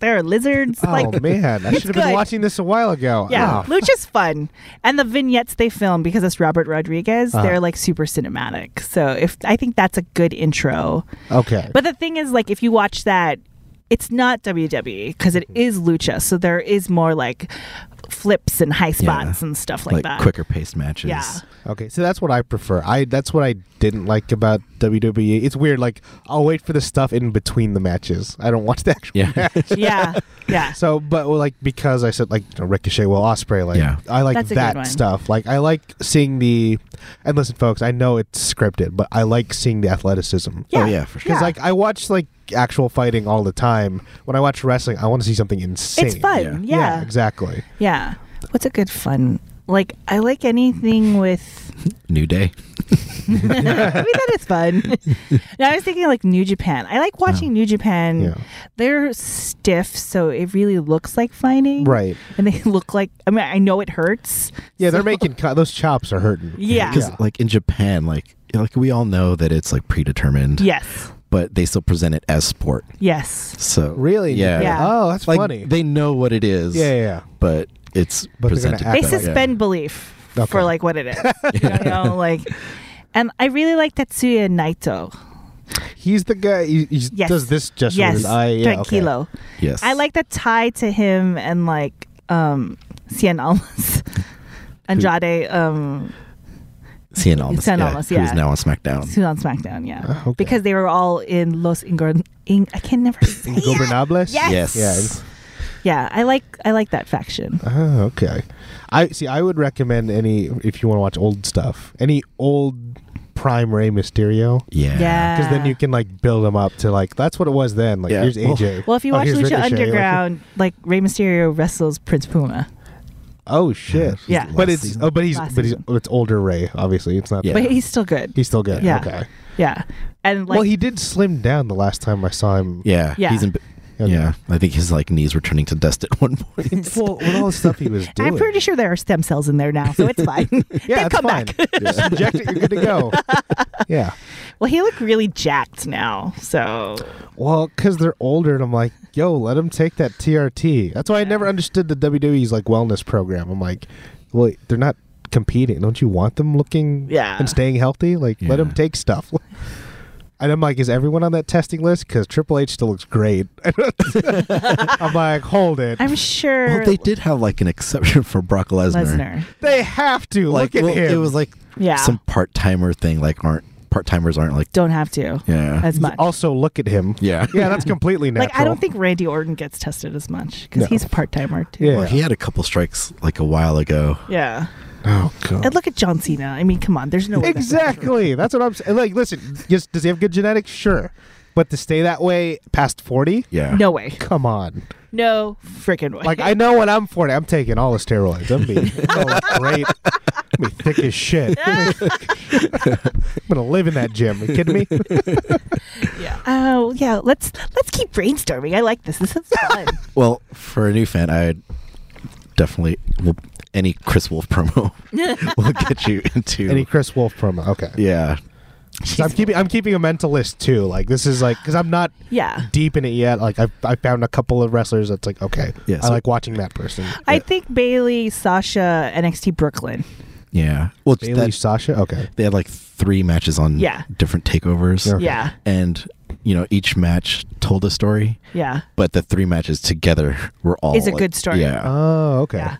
[SPEAKER 2] there are lizards.
[SPEAKER 1] oh
[SPEAKER 2] like
[SPEAKER 1] man, I
[SPEAKER 2] [laughs] it's
[SPEAKER 1] should have been
[SPEAKER 2] good.
[SPEAKER 1] watching this a while ago.
[SPEAKER 2] yeah,
[SPEAKER 1] Ah.
[SPEAKER 2] lucha's fun. And the vignettes they film because it's Robert Rodriguez.
[SPEAKER 1] Uh-huh.
[SPEAKER 2] They're like super cinematic. So if I think that's a good intro.
[SPEAKER 1] Oh, Okay.
[SPEAKER 2] But the thing is, like, if you watch that, it's not WWE because
[SPEAKER 1] Mm-hmm.
[SPEAKER 2] it is lucha. So there is more like flips and high spots and stuff like,
[SPEAKER 3] Like
[SPEAKER 2] that.
[SPEAKER 3] quicker paced matches.
[SPEAKER 2] Yeah.
[SPEAKER 1] Okay, so that's what I prefer. I that's what I didn't like about WWE. It's weird. Like I'll wait for the stuff in between the matches. I don't watch the actual
[SPEAKER 3] [laughs] Yeah. [laughs]
[SPEAKER 1] match.
[SPEAKER 2] yeah,
[SPEAKER 1] [laughs]
[SPEAKER 2] yeah.
[SPEAKER 1] So, but well, like because I said like you know, Ricochet, Will Osprey, like
[SPEAKER 3] Yeah.
[SPEAKER 1] I like
[SPEAKER 2] That's a good one.
[SPEAKER 1] that stuff. Like I like seeing the, and listen, folks, I know it's scripted, but I like seeing the athleticism.
[SPEAKER 3] Oh, yeah, for sure.
[SPEAKER 1] Because like I watch like actual fighting all the time. When I watch wrestling, I want to see something insane.
[SPEAKER 2] it's fun.
[SPEAKER 1] Yeah,
[SPEAKER 2] Yeah.
[SPEAKER 1] exactly.
[SPEAKER 2] Yeah. What's a good fun? Like I like anything with. [laughs]
[SPEAKER 3] New Day.
[SPEAKER 2] I mean that is fun. [laughs] now I was thinking like New Japan. I like watching New Japan.
[SPEAKER 1] Yeah.
[SPEAKER 2] They're stiff, so it really looks like fighting,
[SPEAKER 1] Right.
[SPEAKER 2] And they [laughs] look like. I mean, I know it hurts.
[SPEAKER 1] Yeah, they're
[SPEAKER 2] so-
[SPEAKER 1] making co- those chops are hurting.
[SPEAKER 2] Yeah.
[SPEAKER 3] Because like in Japan, like like we all know that it's like
[SPEAKER 2] [laughs]
[SPEAKER 3] predetermined,
[SPEAKER 2] Yes.
[SPEAKER 3] but they still present it as sport.
[SPEAKER 2] Yes.
[SPEAKER 3] So
[SPEAKER 1] Really?
[SPEAKER 3] yeah,
[SPEAKER 2] Yeah.
[SPEAKER 1] Oh, that's
[SPEAKER 3] like
[SPEAKER 1] funny.
[SPEAKER 3] they know what it is.
[SPEAKER 1] yeah, yeah, yeah.
[SPEAKER 3] but it's
[SPEAKER 1] But they're gonna
[SPEAKER 3] presented.
[SPEAKER 1] act
[SPEAKER 2] They
[SPEAKER 1] Yeah. like
[SPEAKER 2] suspend belief
[SPEAKER 1] Okay.
[SPEAKER 2] for like
[SPEAKER 1] [laughs]
[SPEAKER 2] what [laughs] it is. You know, like. And I really like Tetsuya Naito.
[SPEAKER 1] He's the guy. He, he
[SPEAKER 2] Yes.
[SPEAKER 1] does this gesture
[SPEAKER 2] yes.
[SPEAKER 1] with his eye. Yeah, okay.
[SPEAKER 2] Tranquilo.
[SPEAKER 3] [laughs] Yes,
[SPEAKER 2] I like the tie to him and like um Cien Almas. [laughs] Andrade, um,
[SPEAKER 3] Cien Almas,
[SPEAKER 2] Cien
[SPEAKER 3] yeah,
[SPEAKER 2] Almas,
[SPEAKER 3] who is
[SPEAKER 2] yeah.
[SPEAKER 3] now on SmackDown.
[SPEAKER 2] who's on SmackDown, yeah,
[SPEAKER 1] Ah, Um, okay.
[SPEAKER 2] because they were all in Los Ingor. In- I can never say it.
[SPEAKER 1] Ingobernables.
[SPEAKER 2] Yes.
[SPEAKER 3] Yes,
[SPEAKER 1] Yeah.
[SPEAKER 2] Yeah, I like I like that faction.
[SPEAKER 1] Oh, okay. I see. I would recommend any if you want to watch old stuff. Any old Prime Rey Mysterio.
[SPEAKER 3] yeah,
[SPEAKER 2] Yeah,
[SPEAKER 1] Because then you can like build him up to like that's what it was then. Like
[SPEAKER 3] Yeah.
[SPEAKER 1] here's
[SPEAKER 3] Well-
[SPEAKER 1] AJ.
[SPEAKER 2] Well, if you
[SPEAKER 1] Oh,
[SPEAKER 2] watch
[SPEAKER 1] here's
[SPEAKER 2] Lucha
[SPEAKER 1] Ricochet. Like,
[SPEAKER 2] Underground, like Rey Mysterio wrestles Prince Puma,
[SPEAKER 1] oh shit.
[SPEAKER 2] Yeah.
[SPEAKER 1] But
[SPEAKER 3] Last
[SPEAKER 1] it's
[SPEAKER 3] season.
[SPEAKER 1] oh, but he's
[SPEAKER 2] Last
[SPEAKER 1] but he's
[SPEAKER 2] season.
[SPEAKER 1] oh, it's older Ray. Obviously, it's not.
[SPEAKER 3] Yeah.
[SPEAKER 1] Yeah.
[SPEAKER 2] but he's still good.
[SPEAKER 1] He's still good.
[SPEAKER 2] Yeah.
[SPEAKER 1] Okay.
[SPEAKER 2] yeah, and like
[SPEAKER 1] well, he did slim down the last time I saw him.
[SPEAKER 3] yeah,
[SPEAKER 2] Yeah.
[SPEAKER 3] He's in,
[SPEAKER 1] Oh,
[SPEAKER 3] yeah. I think his like knees were turning to dust at [laughs] one point.
[SPEAKER 1] Well, with all the stuff he was doing.
[SPEAKER 2] [laughs] I'm pretty sure there are stem cells in there now,
[SPEAKER 1] [laughs]
[SPEAKER 2] so it's fine. [laughs]
[SPEAKER 1] Yeah,
[SPEAKER 2] They've
[SPEAKER 1] it's
[SPEAKER 2] come
[SPEAKER 1] fine.
[SPEAKER 2] back.
[SPEAKER 1] Just inject it. You're good to go. yeah.
[SPEAKER 2] [laughs] Well, he looked really jacked now, so
[SPEAKER 1] Well, because they're older, and I'm like, yo, let them take that TRT. That's why I never understood the WWE's like wellness program. I'm like, well, they're not competing. Don't you want them looking
[SPEAKER 2] Yeah.
[SPEAKER 1] and staying healthy? Like, let them
[SPEAKER 3] Yeah.
[SPEAKER 1] take stuff. [laughs] And I'm like, is everyone on that testing list? Because Triple H still looks great. [laughs] I'm like, hold it.
[SPEAKER 2] I'm sure
[SPEAKER 3] well, they did have like an exception for Brock Lesnar.
[SPEAKER 2] Lesnar.
[SPEAKER 1] they have to
[SPEAKER 3] Like
[SPEAKER 1] look at
[SPEAKER 3] well,
[SPEAKER 1] him.
[SPEAKER 3] it was like
[SPEAKER 2] Yeah.
[SPEAKER 3] some part timer thing. Like aren't part timers aren't like [laughs]
[SPEAKER 2] don't have to
[SPEAKER 3] yeah
[SPEAKER 2] as much.
[SPEAKER 1] also look at him.
[SPEAKER 3] yeah.
[SPEAKER 1] Yeah, that's completely natural.
[SPEAKER 2] [laughs] like I don't think Randy Orton gets tested as much because
[SPEAKER 1] No.
[SPEAKER 2] he's a part timer too.
[SPEAKER 1] Yeah.
[SPEAKER 3] Well, he had a couple strikes like a while ago.
[SPEAKER 2] Yeah.
[SPEAKER 1] Oh god.
[SPEAKER 2] And look at John Cena. I mean, come on. There's no way that's not true.
[SPEAKER 1] Exactly. That's what I'm saying. Like, listen, yes, does he have good genetics? Sure. But to stay that way past 40?
[SPEAKER 3] Yeah.
[SPEAKER 2] No way.
[SPEAKER 1] Come on.
[SPEAKER 2] No freaking way.
[SPEAKER 1] Like,
[SPEAKER 2] [laughs]
[SPEAKER 1] I know when I'm 40, I'm taking all the steroids. I'm being great. I'm be thick as shit. I'm going to live in that gym. Are you kidding me?
[SPEAKER 2] yeah. Oh yeah. Let's let's keep brainstorming. I like this. This is
[SPEAKER 1] [laughs]
[SPEAKER 2] fun.
[SPEAKER 3] Well, for a new fan, I definitely will, any Chris
[SPEAKER 2] [laughs]
[SPEAKER 3] Wolf promo [laughs] will get you into
[SPEAKER 1] Any Chris Wolf promo. Okay.
[SPEAKER 3] yeah.
[SPEAKER 1] So I'm keeping I'm keeping a mental list too. Like this is like because I'm not
[SPEAKER 2] yeah.
[SPEAKER 1] deep in it yet. Like I've I found a couple of wrestlers that's like okay,
[SPEAKER 3] Yeah,
[SPEAKER 1] I
[SPEAKER 3] so-
[SPEAKER 1] like watching that person.
[SPEAKER 2] I think Bailey, Sasha, NXT Brooklyn.
[SPEAKER 3] Yeah. Well,
[SPEAKER 1] Bailey
[SPEAKER 3] that-
[SPEAKER 1] Sasha. Okay,
[SPEAKER 3] they had like three matches on
[SPEAKER 2] Yeah.
[SPEAKER 3] different takeovers.
[SPEAKER 1] Okay.
[SPEAKER 2] Yeah.
[SPEAKER 3] And, you know, each match told a story,
[SPEAKER 2] Yeah.
[SPEAKER 3] but the three matches together were all.
[SPEAKER 2] Is a
[SPEAKER 3] like-
[SPEAKER 2] good story.
[SPEAKER 3] Yeah.
[SPEAKER 1] Oh, okay.
[SPEAKER 2] Yeah.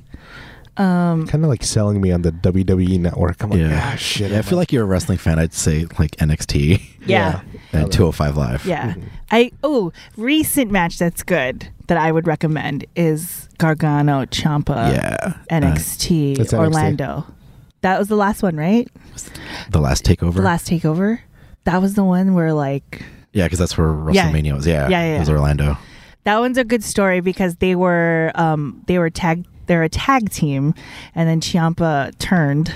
[SPEAKER 2] Um.
[SPEAKER 1] Kind of like selling me on the WWE network.
[SPEAKER 2] Oh
[SPEAKER 1] I'm like,
[SPEAKER 3] Yeah.
[SPEAKER 1] ah, shit.
[SPEAKER 3] Yeah, I feel like you're a wrestling fan. I'd say like NXT
[SPEAKER 2] [laughs] Yeah.
[SPEAKER 3] and 205 Live.
[SPEAKER 2] Yeah.
[SPEAKER 1] Mm.
[SPEAKER 2] I oh, recent match that's good that I would recommend is Gargano Champa
[SPEAKER 3] Yeah. Uh,
[SPEAKER 2] NXT
[SPEAKER 1] That's NXT.
[SPEAKER 2] Orlando. That was the last one, right?
[SPEAKER 3] Uh, The last takeover.
[SPEAKER 2] The last takeover. That was the one where like
[SPEAKER 3] yeah, because that's where
[SPEAKER 2] Yeah.
[SPEAKER 3] WrestleMania was. Yeah.
[SPEAKER 2] Yeah, yeah,
[SPEAKER 3] It was
[SPEAKER 2] yeah.
[SPEAKER 3] Orlando.
[SPEAKER 2] that one's a good story because they were um they were tag they're a tag team and then Ciampa turned on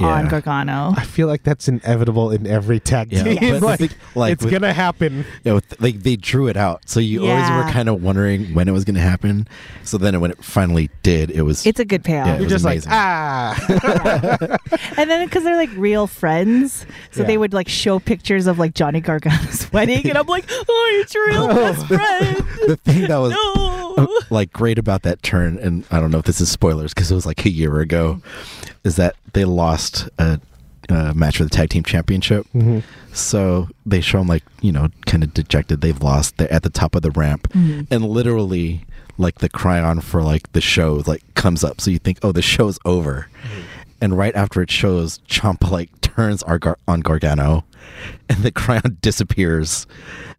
[SPEAKER 2] Oh,
[SPEAKER 3] Yeah.
[SPEAKER 2] Gargano.
[SPEAKER 1] I feel like that's inevitable in every tag
[SPEAKER 2] [laughs]
[SPEAKER 3] Yeah.
[SPEAKER 1] team.
[SPEAKER 3] But
[SPEAKER 1] like,
[SPEAKER 3] I think, like,
[SPEAKER 1] it's
[SPEAKER 3] with-
[SPEAKER 1] gonna happen.
[SPEAKER 3] Yeah, with like they drew it out, so you always
[SPEAKER 2] Yeah.
[SPEAKER 3] were kind of wondering when it was going to happen. So then, when it finally did, it was
[SPEAKER 2] It's a good payoff.
[SPEAKER 3] Yeah.
[SPEAKER 1] You're
[SPEAKER 3] was
[SPEAKER 1] just
[SPEAKER 3] amazing.
[SPEAKER 1] like,
[SPEAKER 2] [laughs]
[SPEAKER 1] ah,
[SPEAKER 2] And then because they're like real friends, so
[SPEAKER 1] Yeah.
[SPEAKER 2] they would like show pictures of like Johnny Gargano's [laughs] wedding, and I'm like, oh, it's your
[SPEAKER 1] [laughs]
[SPEAKER 2] real best friend.
[SPEAKER 3] the thing that was
[SPEAKER 1] Um,
[SPEAKER 3] uh,
[SPEAKER 2] [laughs] No.
[SPEAKER 3] like great about that turn. And I don't know if this is spoilers because it was like a year ago. Is that they lost a, a match for the tag team championship?
[SPEAKER 1] Mm-hmm.
[SPEAKER 3] So they show them like you know kind of dejected. They've lost. They're at the top of the ramp,
[SPEAKER 1] Mm.
[SPEAKER 3] and literally
[SPEAKER 1] Mm.
[SPEAKER 3] like the cryon for like the show like comes up. So you think, oh, the show's over. And right after it shows, Chompa like turns our gar- on Gargano, and the crown disappears,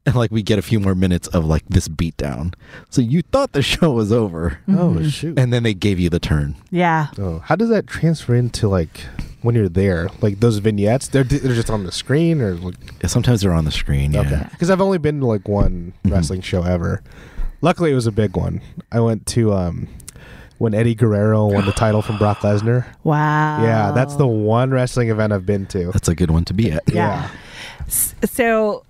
[SPEAKER 3] and like we get a few more minutes of like this beatdown. So you thought the show was over,
[SPEAKER 1] Oh shoot.
[SPEAKER 3] and then they gave you the turn.
[SPEAKER 2] Yeah.
[SPEAKER 1] Oh, how does that transfer into like when you're there? Like those vignettes, they're they're just on the screen or like,
[SPEAKER 3] Yeah, Sometimes they're on the screen. Yeah. Mm-hmm.
[SPEAKER 1] okay? Because I've only been to like one wrestling show ever. Luckily, it was a big one. I went to um when Eddie Guerrero won the title from Brock Lesnar.
[SPEAKER 2] Wow.
[SPEAKER 1] Yeah, that's the one wrestling event I've been to.
[SPEAKER 3] That's a good one to be at. [laughs]
[SPEAKER 1] Yeah. [laughs]
[SPEAKER 2] so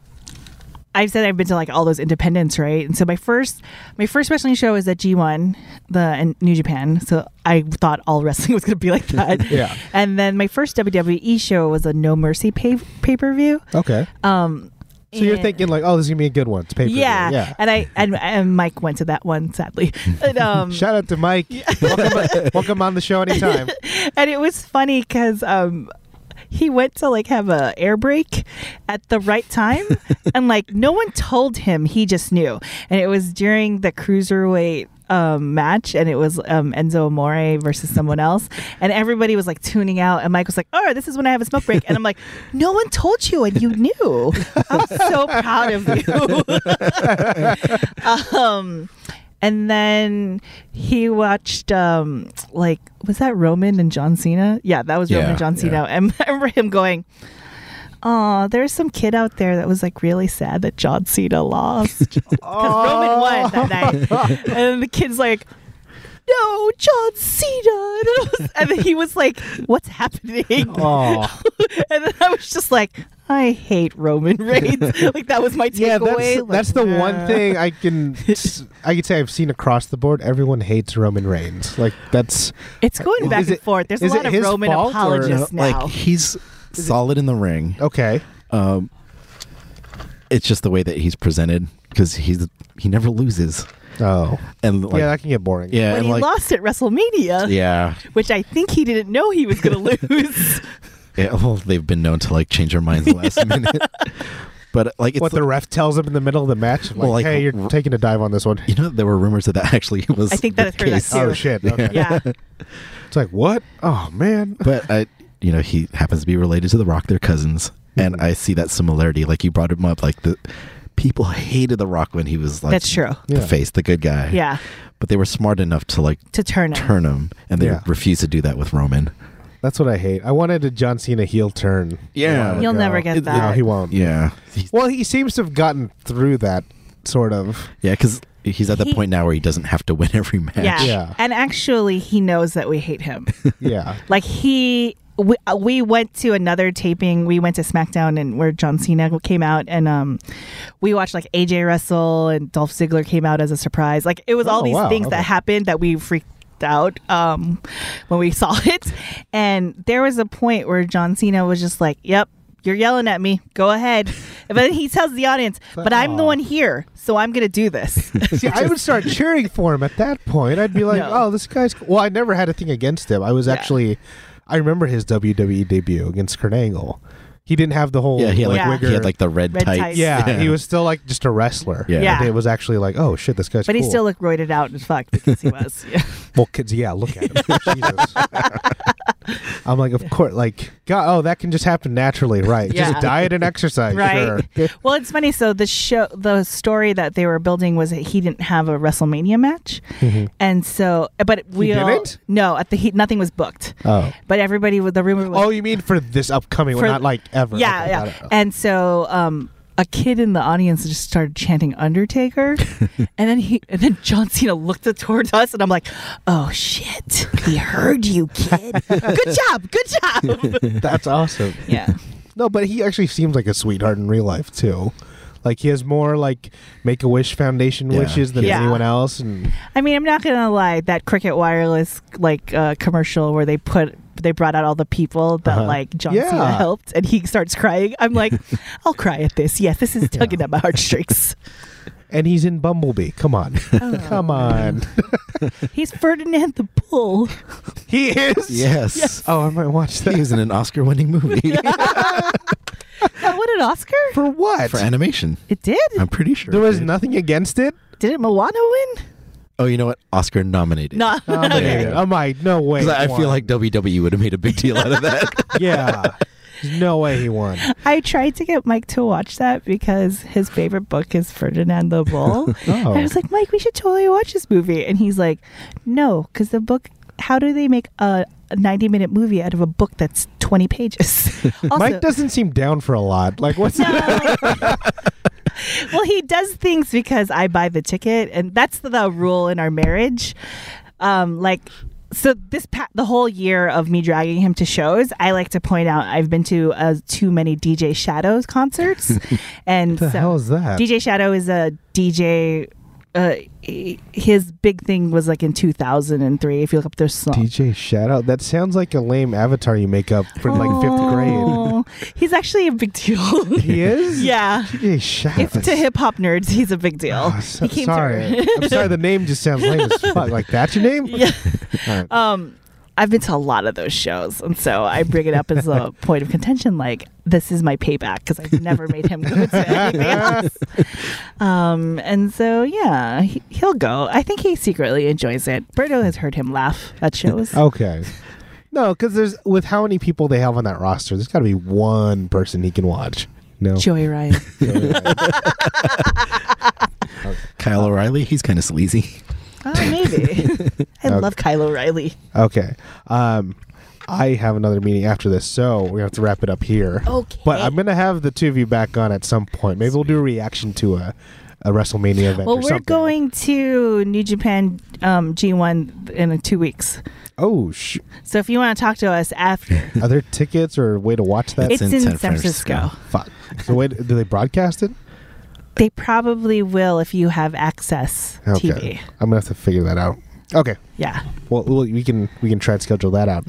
[SPEAKER 2] I've said I've been to like all those independents, right? And so my first my first wrestling show was at G1, the in New Japan. So I thought all wrestling [laughs] was going to be like that.
[SPEAKER 1] [laughs] Yeah.
[SPEAKER 2] And then my first WWE show was a No Mercy pay per view.
[SPEAKER 1] Okay.
[SPEAKER 2] Um,
[SPEAKER 1] So you're
[SPEAKER 2] and-
[SPEAKER 1] thinking like, oh, this is gonna be a good one. It's paper.
[SPEAKER 2] yeah,
[SPEAKER 1] Yeah.
[SPEAKER 2] And I and, and Mike went to that one, sadly.
[SPEAKER 1] [laughs]
[SPEAKER 2] And, um,
[SPEAKER 1] Shout out to Mike. welcome, welcome on the show anytime.
[SPEAKER 2] and it was funny because um, he went to like have a air break at the right
[SPEAKER 1] [laughs]
[SPEAKER 2] time, and like no one told him, he just knew. And it was during the cruiserweight um, match, and it was um, Enzo Amore versus someone else, and everybody was like tuning out, and Mike was like, "Oh, this is when I have a smoke break," and I'm like, "No one told you, and you knew."
[SPEAKER 1] [laughs]
[SPEAKER 2] I'm so proud of you. um, and then he watched um like was that Roman and John Cena? Yeah, that was Roman
[SPEAKER 3] Yeah,
[SPEAKER 2] and John Cena.
[SPEAKER 3] yeah.
[SPEAKER 2] And [laughs] I remember him going, "Oh, there's some kid out there that was like really sad that John Cena
[SPEAKER 1] [laughs]
[SPEAKER 2] lost because Roman won that [laughs] night." and the kid's like. No, John Cena, [laughs] and, I was- and then he was like, "What's happening?"
[SPEAKER 1] Oh,
[SPEAKER 2] [laughs] and then I was just like, "I hate
[SPEAKER 1] [laughs]
[SPEAKER 2] Roman Reigns." like that was my takeaway.
[SPEAKER 1] yeah. That's
[SPEAKER 2] Like,
[SPEAKER 1] that's the
[SPEAKER 2] yeah. [laughs]
[SPEAKER 1] one thing I can s- I can say I've seen across the board. Everyone hates Roman Reigns. Like that's
[SPEAKER 2] It's going back
[SPEAKER 1] Is
[SPEAKER 2] and
[SPEAKER 1] it-
[SPEAKER 2] forth. There's a
[SPEAKER 1] is it
[SPEAKER 2] lot of
[SPEAKER 1] his
[SPEAKER 2] Roman
[SPEAKER 1] fault or-
[SPEAKER 2] apologists
[SPEAKER 1] No,
[SPEAKER 2] now.
[SPEAKER 3] Like he's solid in the ring.
[SPEAKER 1] okay.
[SPEAKER 3] Um, it's just the way that he's presented because he's he never loses,
[SPEAKER 1] Oh,
[SPEAKER 3] and like
[SPEAKER 1] yeah.
[SPEAKER 3] yeah,
[SPEAKER 1] That can get boring.
[SPEAKER 2] when
[SPEAKER 3] and
[SPEAKER 2] he
[SPEAKER 3] like
[SPEAKER 2] lost at
[SPEAKER 1] [laughs]
[SPEAKER 2] WrestleMania,
[SPEAKER 3] yeah,
[SPEAKER 2] which I think he didn't know he was going to lose.
[SPEAKER 3] yeah. Well, they've been known to like change their minds
[SPEAKER 2] [laughs]
[SPEAKER 3] the last minute, but like it's
[SPEAKER 1] what the ref tells him in the middle of the match, like,
[SPEAKER 3] Well, like,
[SPEAKER 1] "Hey, you're
[SPEAKER 3] r-
[SPEAKER 1] taking a dive on this one."
[SPEAKER 3] you know there were rumors that that actually [laughs] was.
[SPEAKER 2] I think
[SPEAKER 3] the
[SPEAKER 2] that I heard that
[SPEAKER 3] case.
[SPEAKER 2] too.
[SPEAKER 1] Oh shit! Okay.
[SPEAKER 2] yeah.
[SPEAKER 1] It's like what? Oh man!
[SPEAKER 3] [laughs] but I, you know, he happens to be related to The Rock. They're cousins, and
[SPEAKER 2] Mm-hmm.
[SPEAKER 3] I see that similarity. Like you brought him up, like the people hated The Rock when he was like
[SPEAKER 2] That's true.
[SPEAKER 3] the
[SPEAKER 1] Yeah.
[SPEAKER 3] face, the good guy.
[SPEAKER 2] Yeah.
[SPEAKER 3] but they were smart enough to like
[SPEAKER 2] To turn him.
[SPEAKER 3] turn him, and they
[SPEAKER 1] Yeah.
[SPEAKER 3] refused to do that with Roman.
[SPEAKER 1] That's what I hate. I wanted a John Cena heel turn.
[SPEAKER 3] Yeah.
[SPEAKER 1] a while
[SPEAKER 2] You'll
[SPEAKER 1] ago.
[SPEAKER 2] never get
[SPEAKER 1] No,
[SPEAKER 2] that.
[SPEAKER 1] he won't.
[SPEAKER 3] Yeah,
[SPEAKER 1] Well, he seems to have gotten through that sort
[SPEAKER 3] [laughs]
[SPEAKER 1] of.
[SPEAKER 3] yeah, because he's at the
[SPEAKER 2] He-
[SPEAKER 3] point now where he doesn't have to win every match.
[SPEAKER 2] Yeah.
[SPEAKER 1] Yeah.
[SPEAKER 2] And actually, he knows that we hate him.
[SPEAKER 1] Yeah.
[SPEAKER 2] like, he. We, uh, we went to another taping. We went to SmackDown and where John Cena came out, and um, we watched like AJ Russell and Dolph Ziggler came out as a surprise. Like it was all
[SPEAKER 1] Oh,
[SPEAKER 2] these
[SPEAKER 1] wow.
[SPEAKER 2] things that
[SPEAKER 1] Okay.
[SPEAKER 2] happened that we freaked out um, when we [laughs] saw it. And there was a point where John Cena was just like, "Yep, you're yelling at me.
[SPEAKER 1] [laughs]
[SPEAKER 2] Go ahead." But then he tells the audience, "But I'm the
[SPEAKER 1] Aw.
[SPEAKER 2] one here, so I'm gonna
[SPEAKER 1] [laughs]
[SPEAKER 2] do this."
[SPEAKER 1] See, I would start cheering for him at that point. I'd be like,
[SPEAKER 2] No.
[SPEAKER 1] "Oh, this guy's." Well, I never had a thing against him. I was
[SPEAKER 2] Yeah.
[SPEAKER 1] actually, I remember his WWE debut against Kurt Angle. He didn't have the whole
[SPEAKER 3] yeah, he had like
[SPEAKER 2] Yeah.
[SPEAKER 3] he had like the red,
[SPEAKER 2] Red
[SPEAKER 3] tights.
[SPEAKER 2] tights.
[SPEAKER 1] yeah, he was still like just a wrestler.
[SPEAKER 3] Yeah.
[SPEAKER 2] Yeah.
[SPEAKER 1] And it was actually like, oh shit, this guy's.
[SPEAKER 2] but he
[SPEAKER 1] cool.
[SPEAKER 2] still looked roided out and fucked because he was. [laughs] Yeah.
[SPEAKER 1] Well, kids, yeah, look at
[SPEAKER 2] [laughs]
[SPEAKER 1] him. Jesus. I'm like, of course, like, God, oh, that can just happen naturally, right?
[SPEAKER 2] Yeah.
[SPEAKER 1] Just diet and exercise,
[SPEAKER 2] Right.
[SPEAKER 1] Sure.
[SPEAKER 2] Well, it's funny. So the show, the story that they were building was that he didn't have a WrestleMania match, [laughs] and so, but we all-
[SPEAKER 1] didn't?
[SPEAKER 2] no at the he, nothing was booked,
[SPEAKER 1] Oh,
[SPEAKER 2] but everybody with the rumor was
[SPEAKER 1] oh, you mean for this upcoming
[SPEAKER 2] For-
[SPEAKER 1] one, not like ever?
[SPEAKER 2] yeah
[SPEAKER 1] Okay,
[SPEAKER 2] yeah,
[SPEAKER 1] got it.
[SPEAKER 2] and so um. A kid in the audience just started chanting
[SPEAKER 1] [laughs]
[SPEAKER 2] Undertaker, and then he and then John Cena looked towards us, and I'm like, "Oh shit, he heard you, kid.
[SPEAKER 1] [laughs]
[SPEAKER 2] Good job, good job."
[SPEAKER 1] Oh, That's awesome.
[SPEAKER 2] yeah,
[SPEAKER 1] No, but he actually seems like a sweetheart in real life too. Like he has more like Make a Wish Foundation
[SPEAKER 3] Yeah.
[SPEAKER 1] wishes than
[SPEAKER 2] Yeah.
[SPEAKER 1] anyone else, and
[SPEAKER 2] I mean, I'm not gonna lie. That Cricket Wireless like uh, commercial where they put they brought out all the people that
[SPEAKER 1] Uh-huh.
[SPEAKER 2] like John
[SPEAKER 1] Yeah.
[SPEAKER 2] Cena helped, and he starts crying.
[SPEAKER 1] [laughs]
[SPEAKER 2] I'm like, I'll cry at this. Yes, this is tugging at
[SPEAKER 1] [laughs]
[SPEAKER 2] my heartstrings. Oh.
[SPEAKER 1] and he's in Bumblebee. Come
[SPEAKER 2] [laughs]
[SPEAKER 1] on, come on.
[SPEAKER 2] He's Ferdinand the Bull.
[SPEAKER 1] he is.
[SPEAKER 3] Yes.
[SPEAKER 1] Oh, I might watch
[SPEAKER 3] [laughs] He
[SPEAKER 1] that
[SPEAKER 3] was in an
[SPEAKER 2] [laughs]
[SPEAKER 3] Oscar-winning movie
[SPEAKER 2] That won an Oscar.
[SPEAKER 1] for what?
[SPEAKER 3] for animation.
[SPEAKER 2] It did.
[SPEAKER 3] I'm pretty sure
[SPEAKER 1] there
[SPEAKER 3] it
[SPEAKER 1] was
[SPEAKER 3] did.
[SPEAKER 1] nothing against it.
[SPEAKER 2] Didn't Moana win?
[SPEAKER 3] Oh, you know what? Oscar nominated.
[SPEAKER 2] No. [laughs]
[SPEAKER 1] Oh,
[SPEAKER 3] There you
[SPEAKER 1] man.
[SPEAKER 3] go.
[SPEAKER 1] I'm like, no way.
[SPEAKER 3] 'Cause
[SPEAKER 1] he
[SPEAKER 3] I, I
[SPEAKER 1] won.
[SPEAKER 3] feel like WWE would have made a big deal out of that.
[SPEAKER 1] [laughs] yeah, There's no way he won.
[SPEAKER 2] [laughs] I tried to get Mike to watch that because his favorite book is Ferdinand
[SPEAKER 1] [laughs]
[SPEAKER 2] the Bull.
[SPEAKER 1] Oh.
[SPEAKER 2] And I was like, Mike, we should totally watch this movie. And he's like, no, because the book, how do they make a 90 minute movie out of a book that's
[SPEAKER 1] [laughs]
[SPEAKER 2] 20 pages? also,
[SPEAKER 1] Mike doesn't seem down for a lot. Like, what's
[SPEAKER 2] No. [laughs] well, he does things because I buy the ticket, and that's the, the rule in our marriage. Um, like, so this pa- the whole year of me dragging him to shows, I like to point out I've been to uh, too many DJ
[SPEAKER 1] [laughs]
[SPEAKER 2] Shadows concerts, and
[SPEAKER 1] the
[SPEAKER 2] so
[SPEAKER 1] hell is that?
[SPEAKER 2] DJ Shadow is a DJ. Uh, he- his big thing was like in 2003. If you look up their song,
[SPEAKER 1] DJ Shadow. That sounds like a lame avatar you make up for like fifth grade.
[SPEAKER 2] Oh, He's actually a big deal.
[SPEAKER 1] He is.
[SPEAKER 2] [laughs] yeah.
[SPEAKER 1] DJ Shadow.
[SPEAKER 2] If
[SPEAKER 1] [laughs]
[SPEAKER 2] to hip hop nerds, he's a big deal.
[SPEAKER 1] Oh, so-
[SPEAKER 2] he came
[SPEAKER 1] sorry,
[SPEAKER 2] through.
[SPEAKER 1] I'm sorry. The name just sounds lame as fuck. Like that's your name?
[SPEAKER 2] [laughs] yeah.
[SPEAKER 1] All right.
[SPEAKER 2] Um, I've been to a lot of those shows, and so I bring it up as a
[SPEAKER 1] [laughs]
[SPEAKER 2] point of contention. Like this is my payback because I've never made him go to
[SPEAKER 1] [laughs]
[SPEAKER 2] anything else. Um, and so yeah, he, he'll go. I think he secretly enjoys it. Berto has heard him laugh at shows.
[SPEAKER 1] Okay. No, because there's with how many people they have on that roster, there's got to be one person he can watch. No. [laughs]
[SPEAKER 2] Joey Ryan.
[SPEAKER 3] Kyle O'Reilly, he's kind of sleazy.
[SPEAKER 2] Oh, maybe. I
[SPEAKER 1] Okay.
[SPEAKER 2] love Kyle O'Reilly.
[SPEAKER 1] okay. Um, I have another meeting after this, so we have to wrap it up here.
[SPEAKER 2] Okay.
[SPEAKER 1] But I'm gonna have the two of you back on at some point. Maybe we'll do a reaction to a, a WrestleMania event. or
[SPEAKER 2] Well, we're
[SPEAKER 1] something.
[SPEAKER 2] going to New Japan um, G1 in uh, two weeks.
[SPEAKER 1] Oh, sh-
[SPEAKER 2] So if you want to talk to us after,
[SPEAKER 1] are there tickets or a way to watch that?
[SPEAKER 2] it's in,
[SPEAKER 3] in
[SPEAKER 2] San
[SPEAKER 3] San
[SPEAKER 2] Francisco.
[SPEAKER 3] Francisco.
[SPEAKER 1] Fuck. So wait, do they [laughs] broadcast it?
[SPEAKER 2] They probably will if you have access
[SPEAKER 1] Okay.
[SPEAKER 2] TV.
[SPEAKER 1] I'm gonna have to figure that out. Okay.
[SPEAKER 2] Yeah.
[SPEAKER 1] Well, we'll- we can we can try and schedule that out.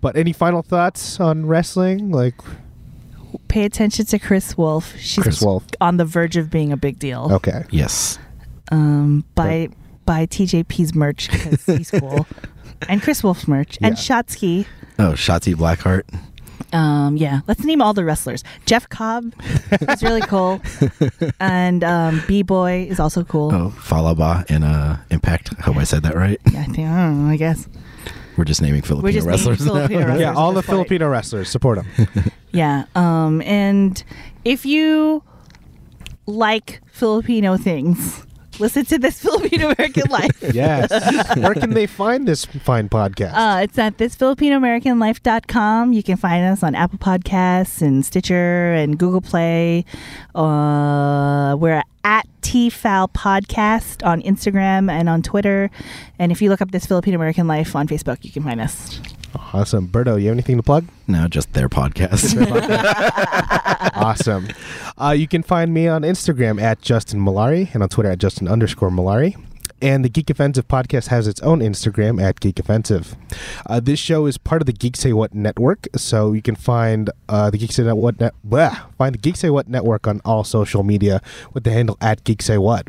[SPEAKER 1] But any final thoughts on wrestling? Like
[SPEAKER 2] Pay attention to Chris Wolf. She's
[SPEAKER 1] Chris Wolf. Oh.
[SPEAKER 2] on the verge of being a big deal.
[SPEAKER 1] Okay.
[SPEAKER 3] Yes.
[SPEAKER 2] Um, buy buy TJP's merch because
[SPEAKER 1] [laughs]
[SPEAKER 2] he's cool, and Chris Wolf's merch, and
[SPEAKER 1] Yeah.
[SPEAKER 2] Shotsky.
[SPEAKER 3] Oh, Shotzi Blackheart.
[SPEAKER 2] Um, yeah, let's name all the wrestlers. Jeff Cobb is
[SPEAKER 1] [laughs]
[SPEAKER 2] really cool, and um, B Boy is also cool.
[SPEAKER 3] Oh, Falaba and uh, Impact. I hope I said that right.
[SPEAKER 2] I think I, don't know, I guess
[SPEAKER 3] We're just naming Filipino
[SPEAKER 2] just naming
[SPEAKER 3] wrestlers now.
[SPEAKER 2] Filipino
[SPEAKER 3] [laughs]
[SPEAKER 2] wrestlers.
[SPEAKER 1] Yeah, all the
[SPEAKER 2] That's right.
[SPEAKER 1] Filipino wrestlers support them.
[SPEAKER 2] Yeah. Um, and if you like Filipino things, listen to this [laughs] Filipino American
[SPEAKER 1] [laughs]
[SPEAKER 2] Life.
[SPEAKER 1] yes. Where can they find this fine podcast?
[SPEAKER 2] Uh, it's at thisfilipinoamericanlife.com. You can find us on Apple Podcasts and Stitcher and Google Play. Uh, we're at TFAL Podcast on Instagram and on Twitter. And if you look up This Filipino American Life on Facebook, you can find us.
[SPEAKER 1] awesome, Berto. You have anything to plug?
[SPEAKER 3] No, just their podcast.
[SPEAKER 1] awesome. [laughs] Uh, you can find me on Instagram at Justin Malari and on Twitter at Justin underscore Malari. And the Geek Offensive podcast has its own Instagram at Geek Offensive. Uh, this show is part of the Geek Say What network, so you can find uh, the Geek Say What net- blah, find the Geek Say What network on all social media with the handle at Geek Say What.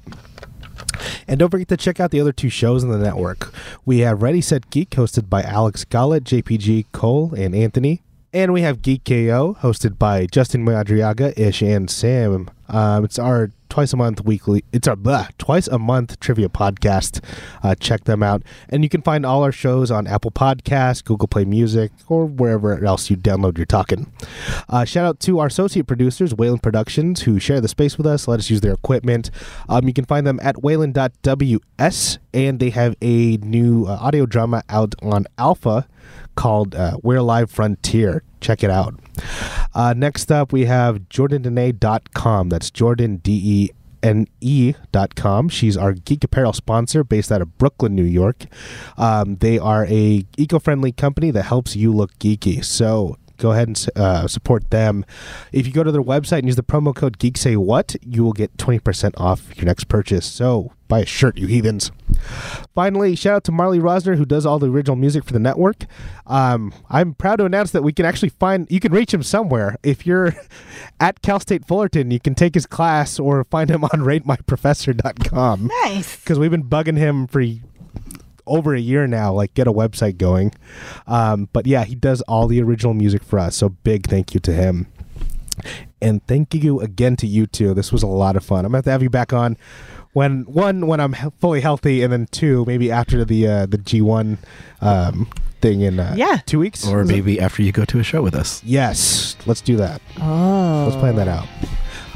[SPEAKER 1] And don't forget to check out the other two shows in the network. We have Ready Set Geek, hosted by Alex Gollett, JPG Cole, and Anthony. And we have Geek KO, hosted by Justin Madriaga, Ish, and Sam. Um, it's our twice a month weekly. It's our blah, twice a month trivia podcast. Uh, check them out, and you can find all our shows on Apple Podcasts, Google Play Music, or wherever else you download your talking. Uh, shout out to our associate producers, Whalen Productions, who share the space with us, let us use their equipment. Um, you can find them at whalen.ws, and they have a new uh, audio drama out on Alpha called uh, We're Live Frontier. Check it out. Uh, next up, we have jordandene.com. That's Jordan D E ne.com. She's our geek apparel sponsor based out of Brooklyn, New York. Um, they are a eco-friendly company that helps you look geeky. So go ahead and s- uh, support them. If you go to their website and use the promo code GeekSayWhat, you will get 20% off your next purchase. So buy a shirt, you heathens. Finally, shout out to Marley Rosner, who does all the original music for the network. Um, I'm proud to announce that we can actually find, you can reach him somewhere. If you're [laughs] at Cal State Fullerton, you can take his class or find him on [laughs] ratemyprofessor.com
[SPEAKER 2] Nice.
[SPEAKER 1] because we've been bugging him for y- over a year now like get a website going um, but yeah he does all the original music for us so big thank you to him And thank you again to you two. This was a lot of fun. I'm gonna have to have you back on when one when I'm he- fully healthy, and then two maybe after the uh, the G1 um, thing in uh,
[SPEAKER 2] Yeah.
[SPEAKER 1] two weeks
[SPEAKER 3] Or
[SPEAKER 1] Is it-
[SPEAKER 3] maybe after you go to a show with us.
[SPEAKER 1] Yes, let's do that.
[SPEAKER 2] Oh.
[SPEAKER 1] Let's plan that out.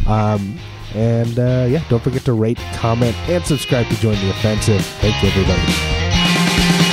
[SPEAKER 1] Um, and uh, yeah, don't forget to rate, comment, and subscribe to join the offensive. Thank you, everybody.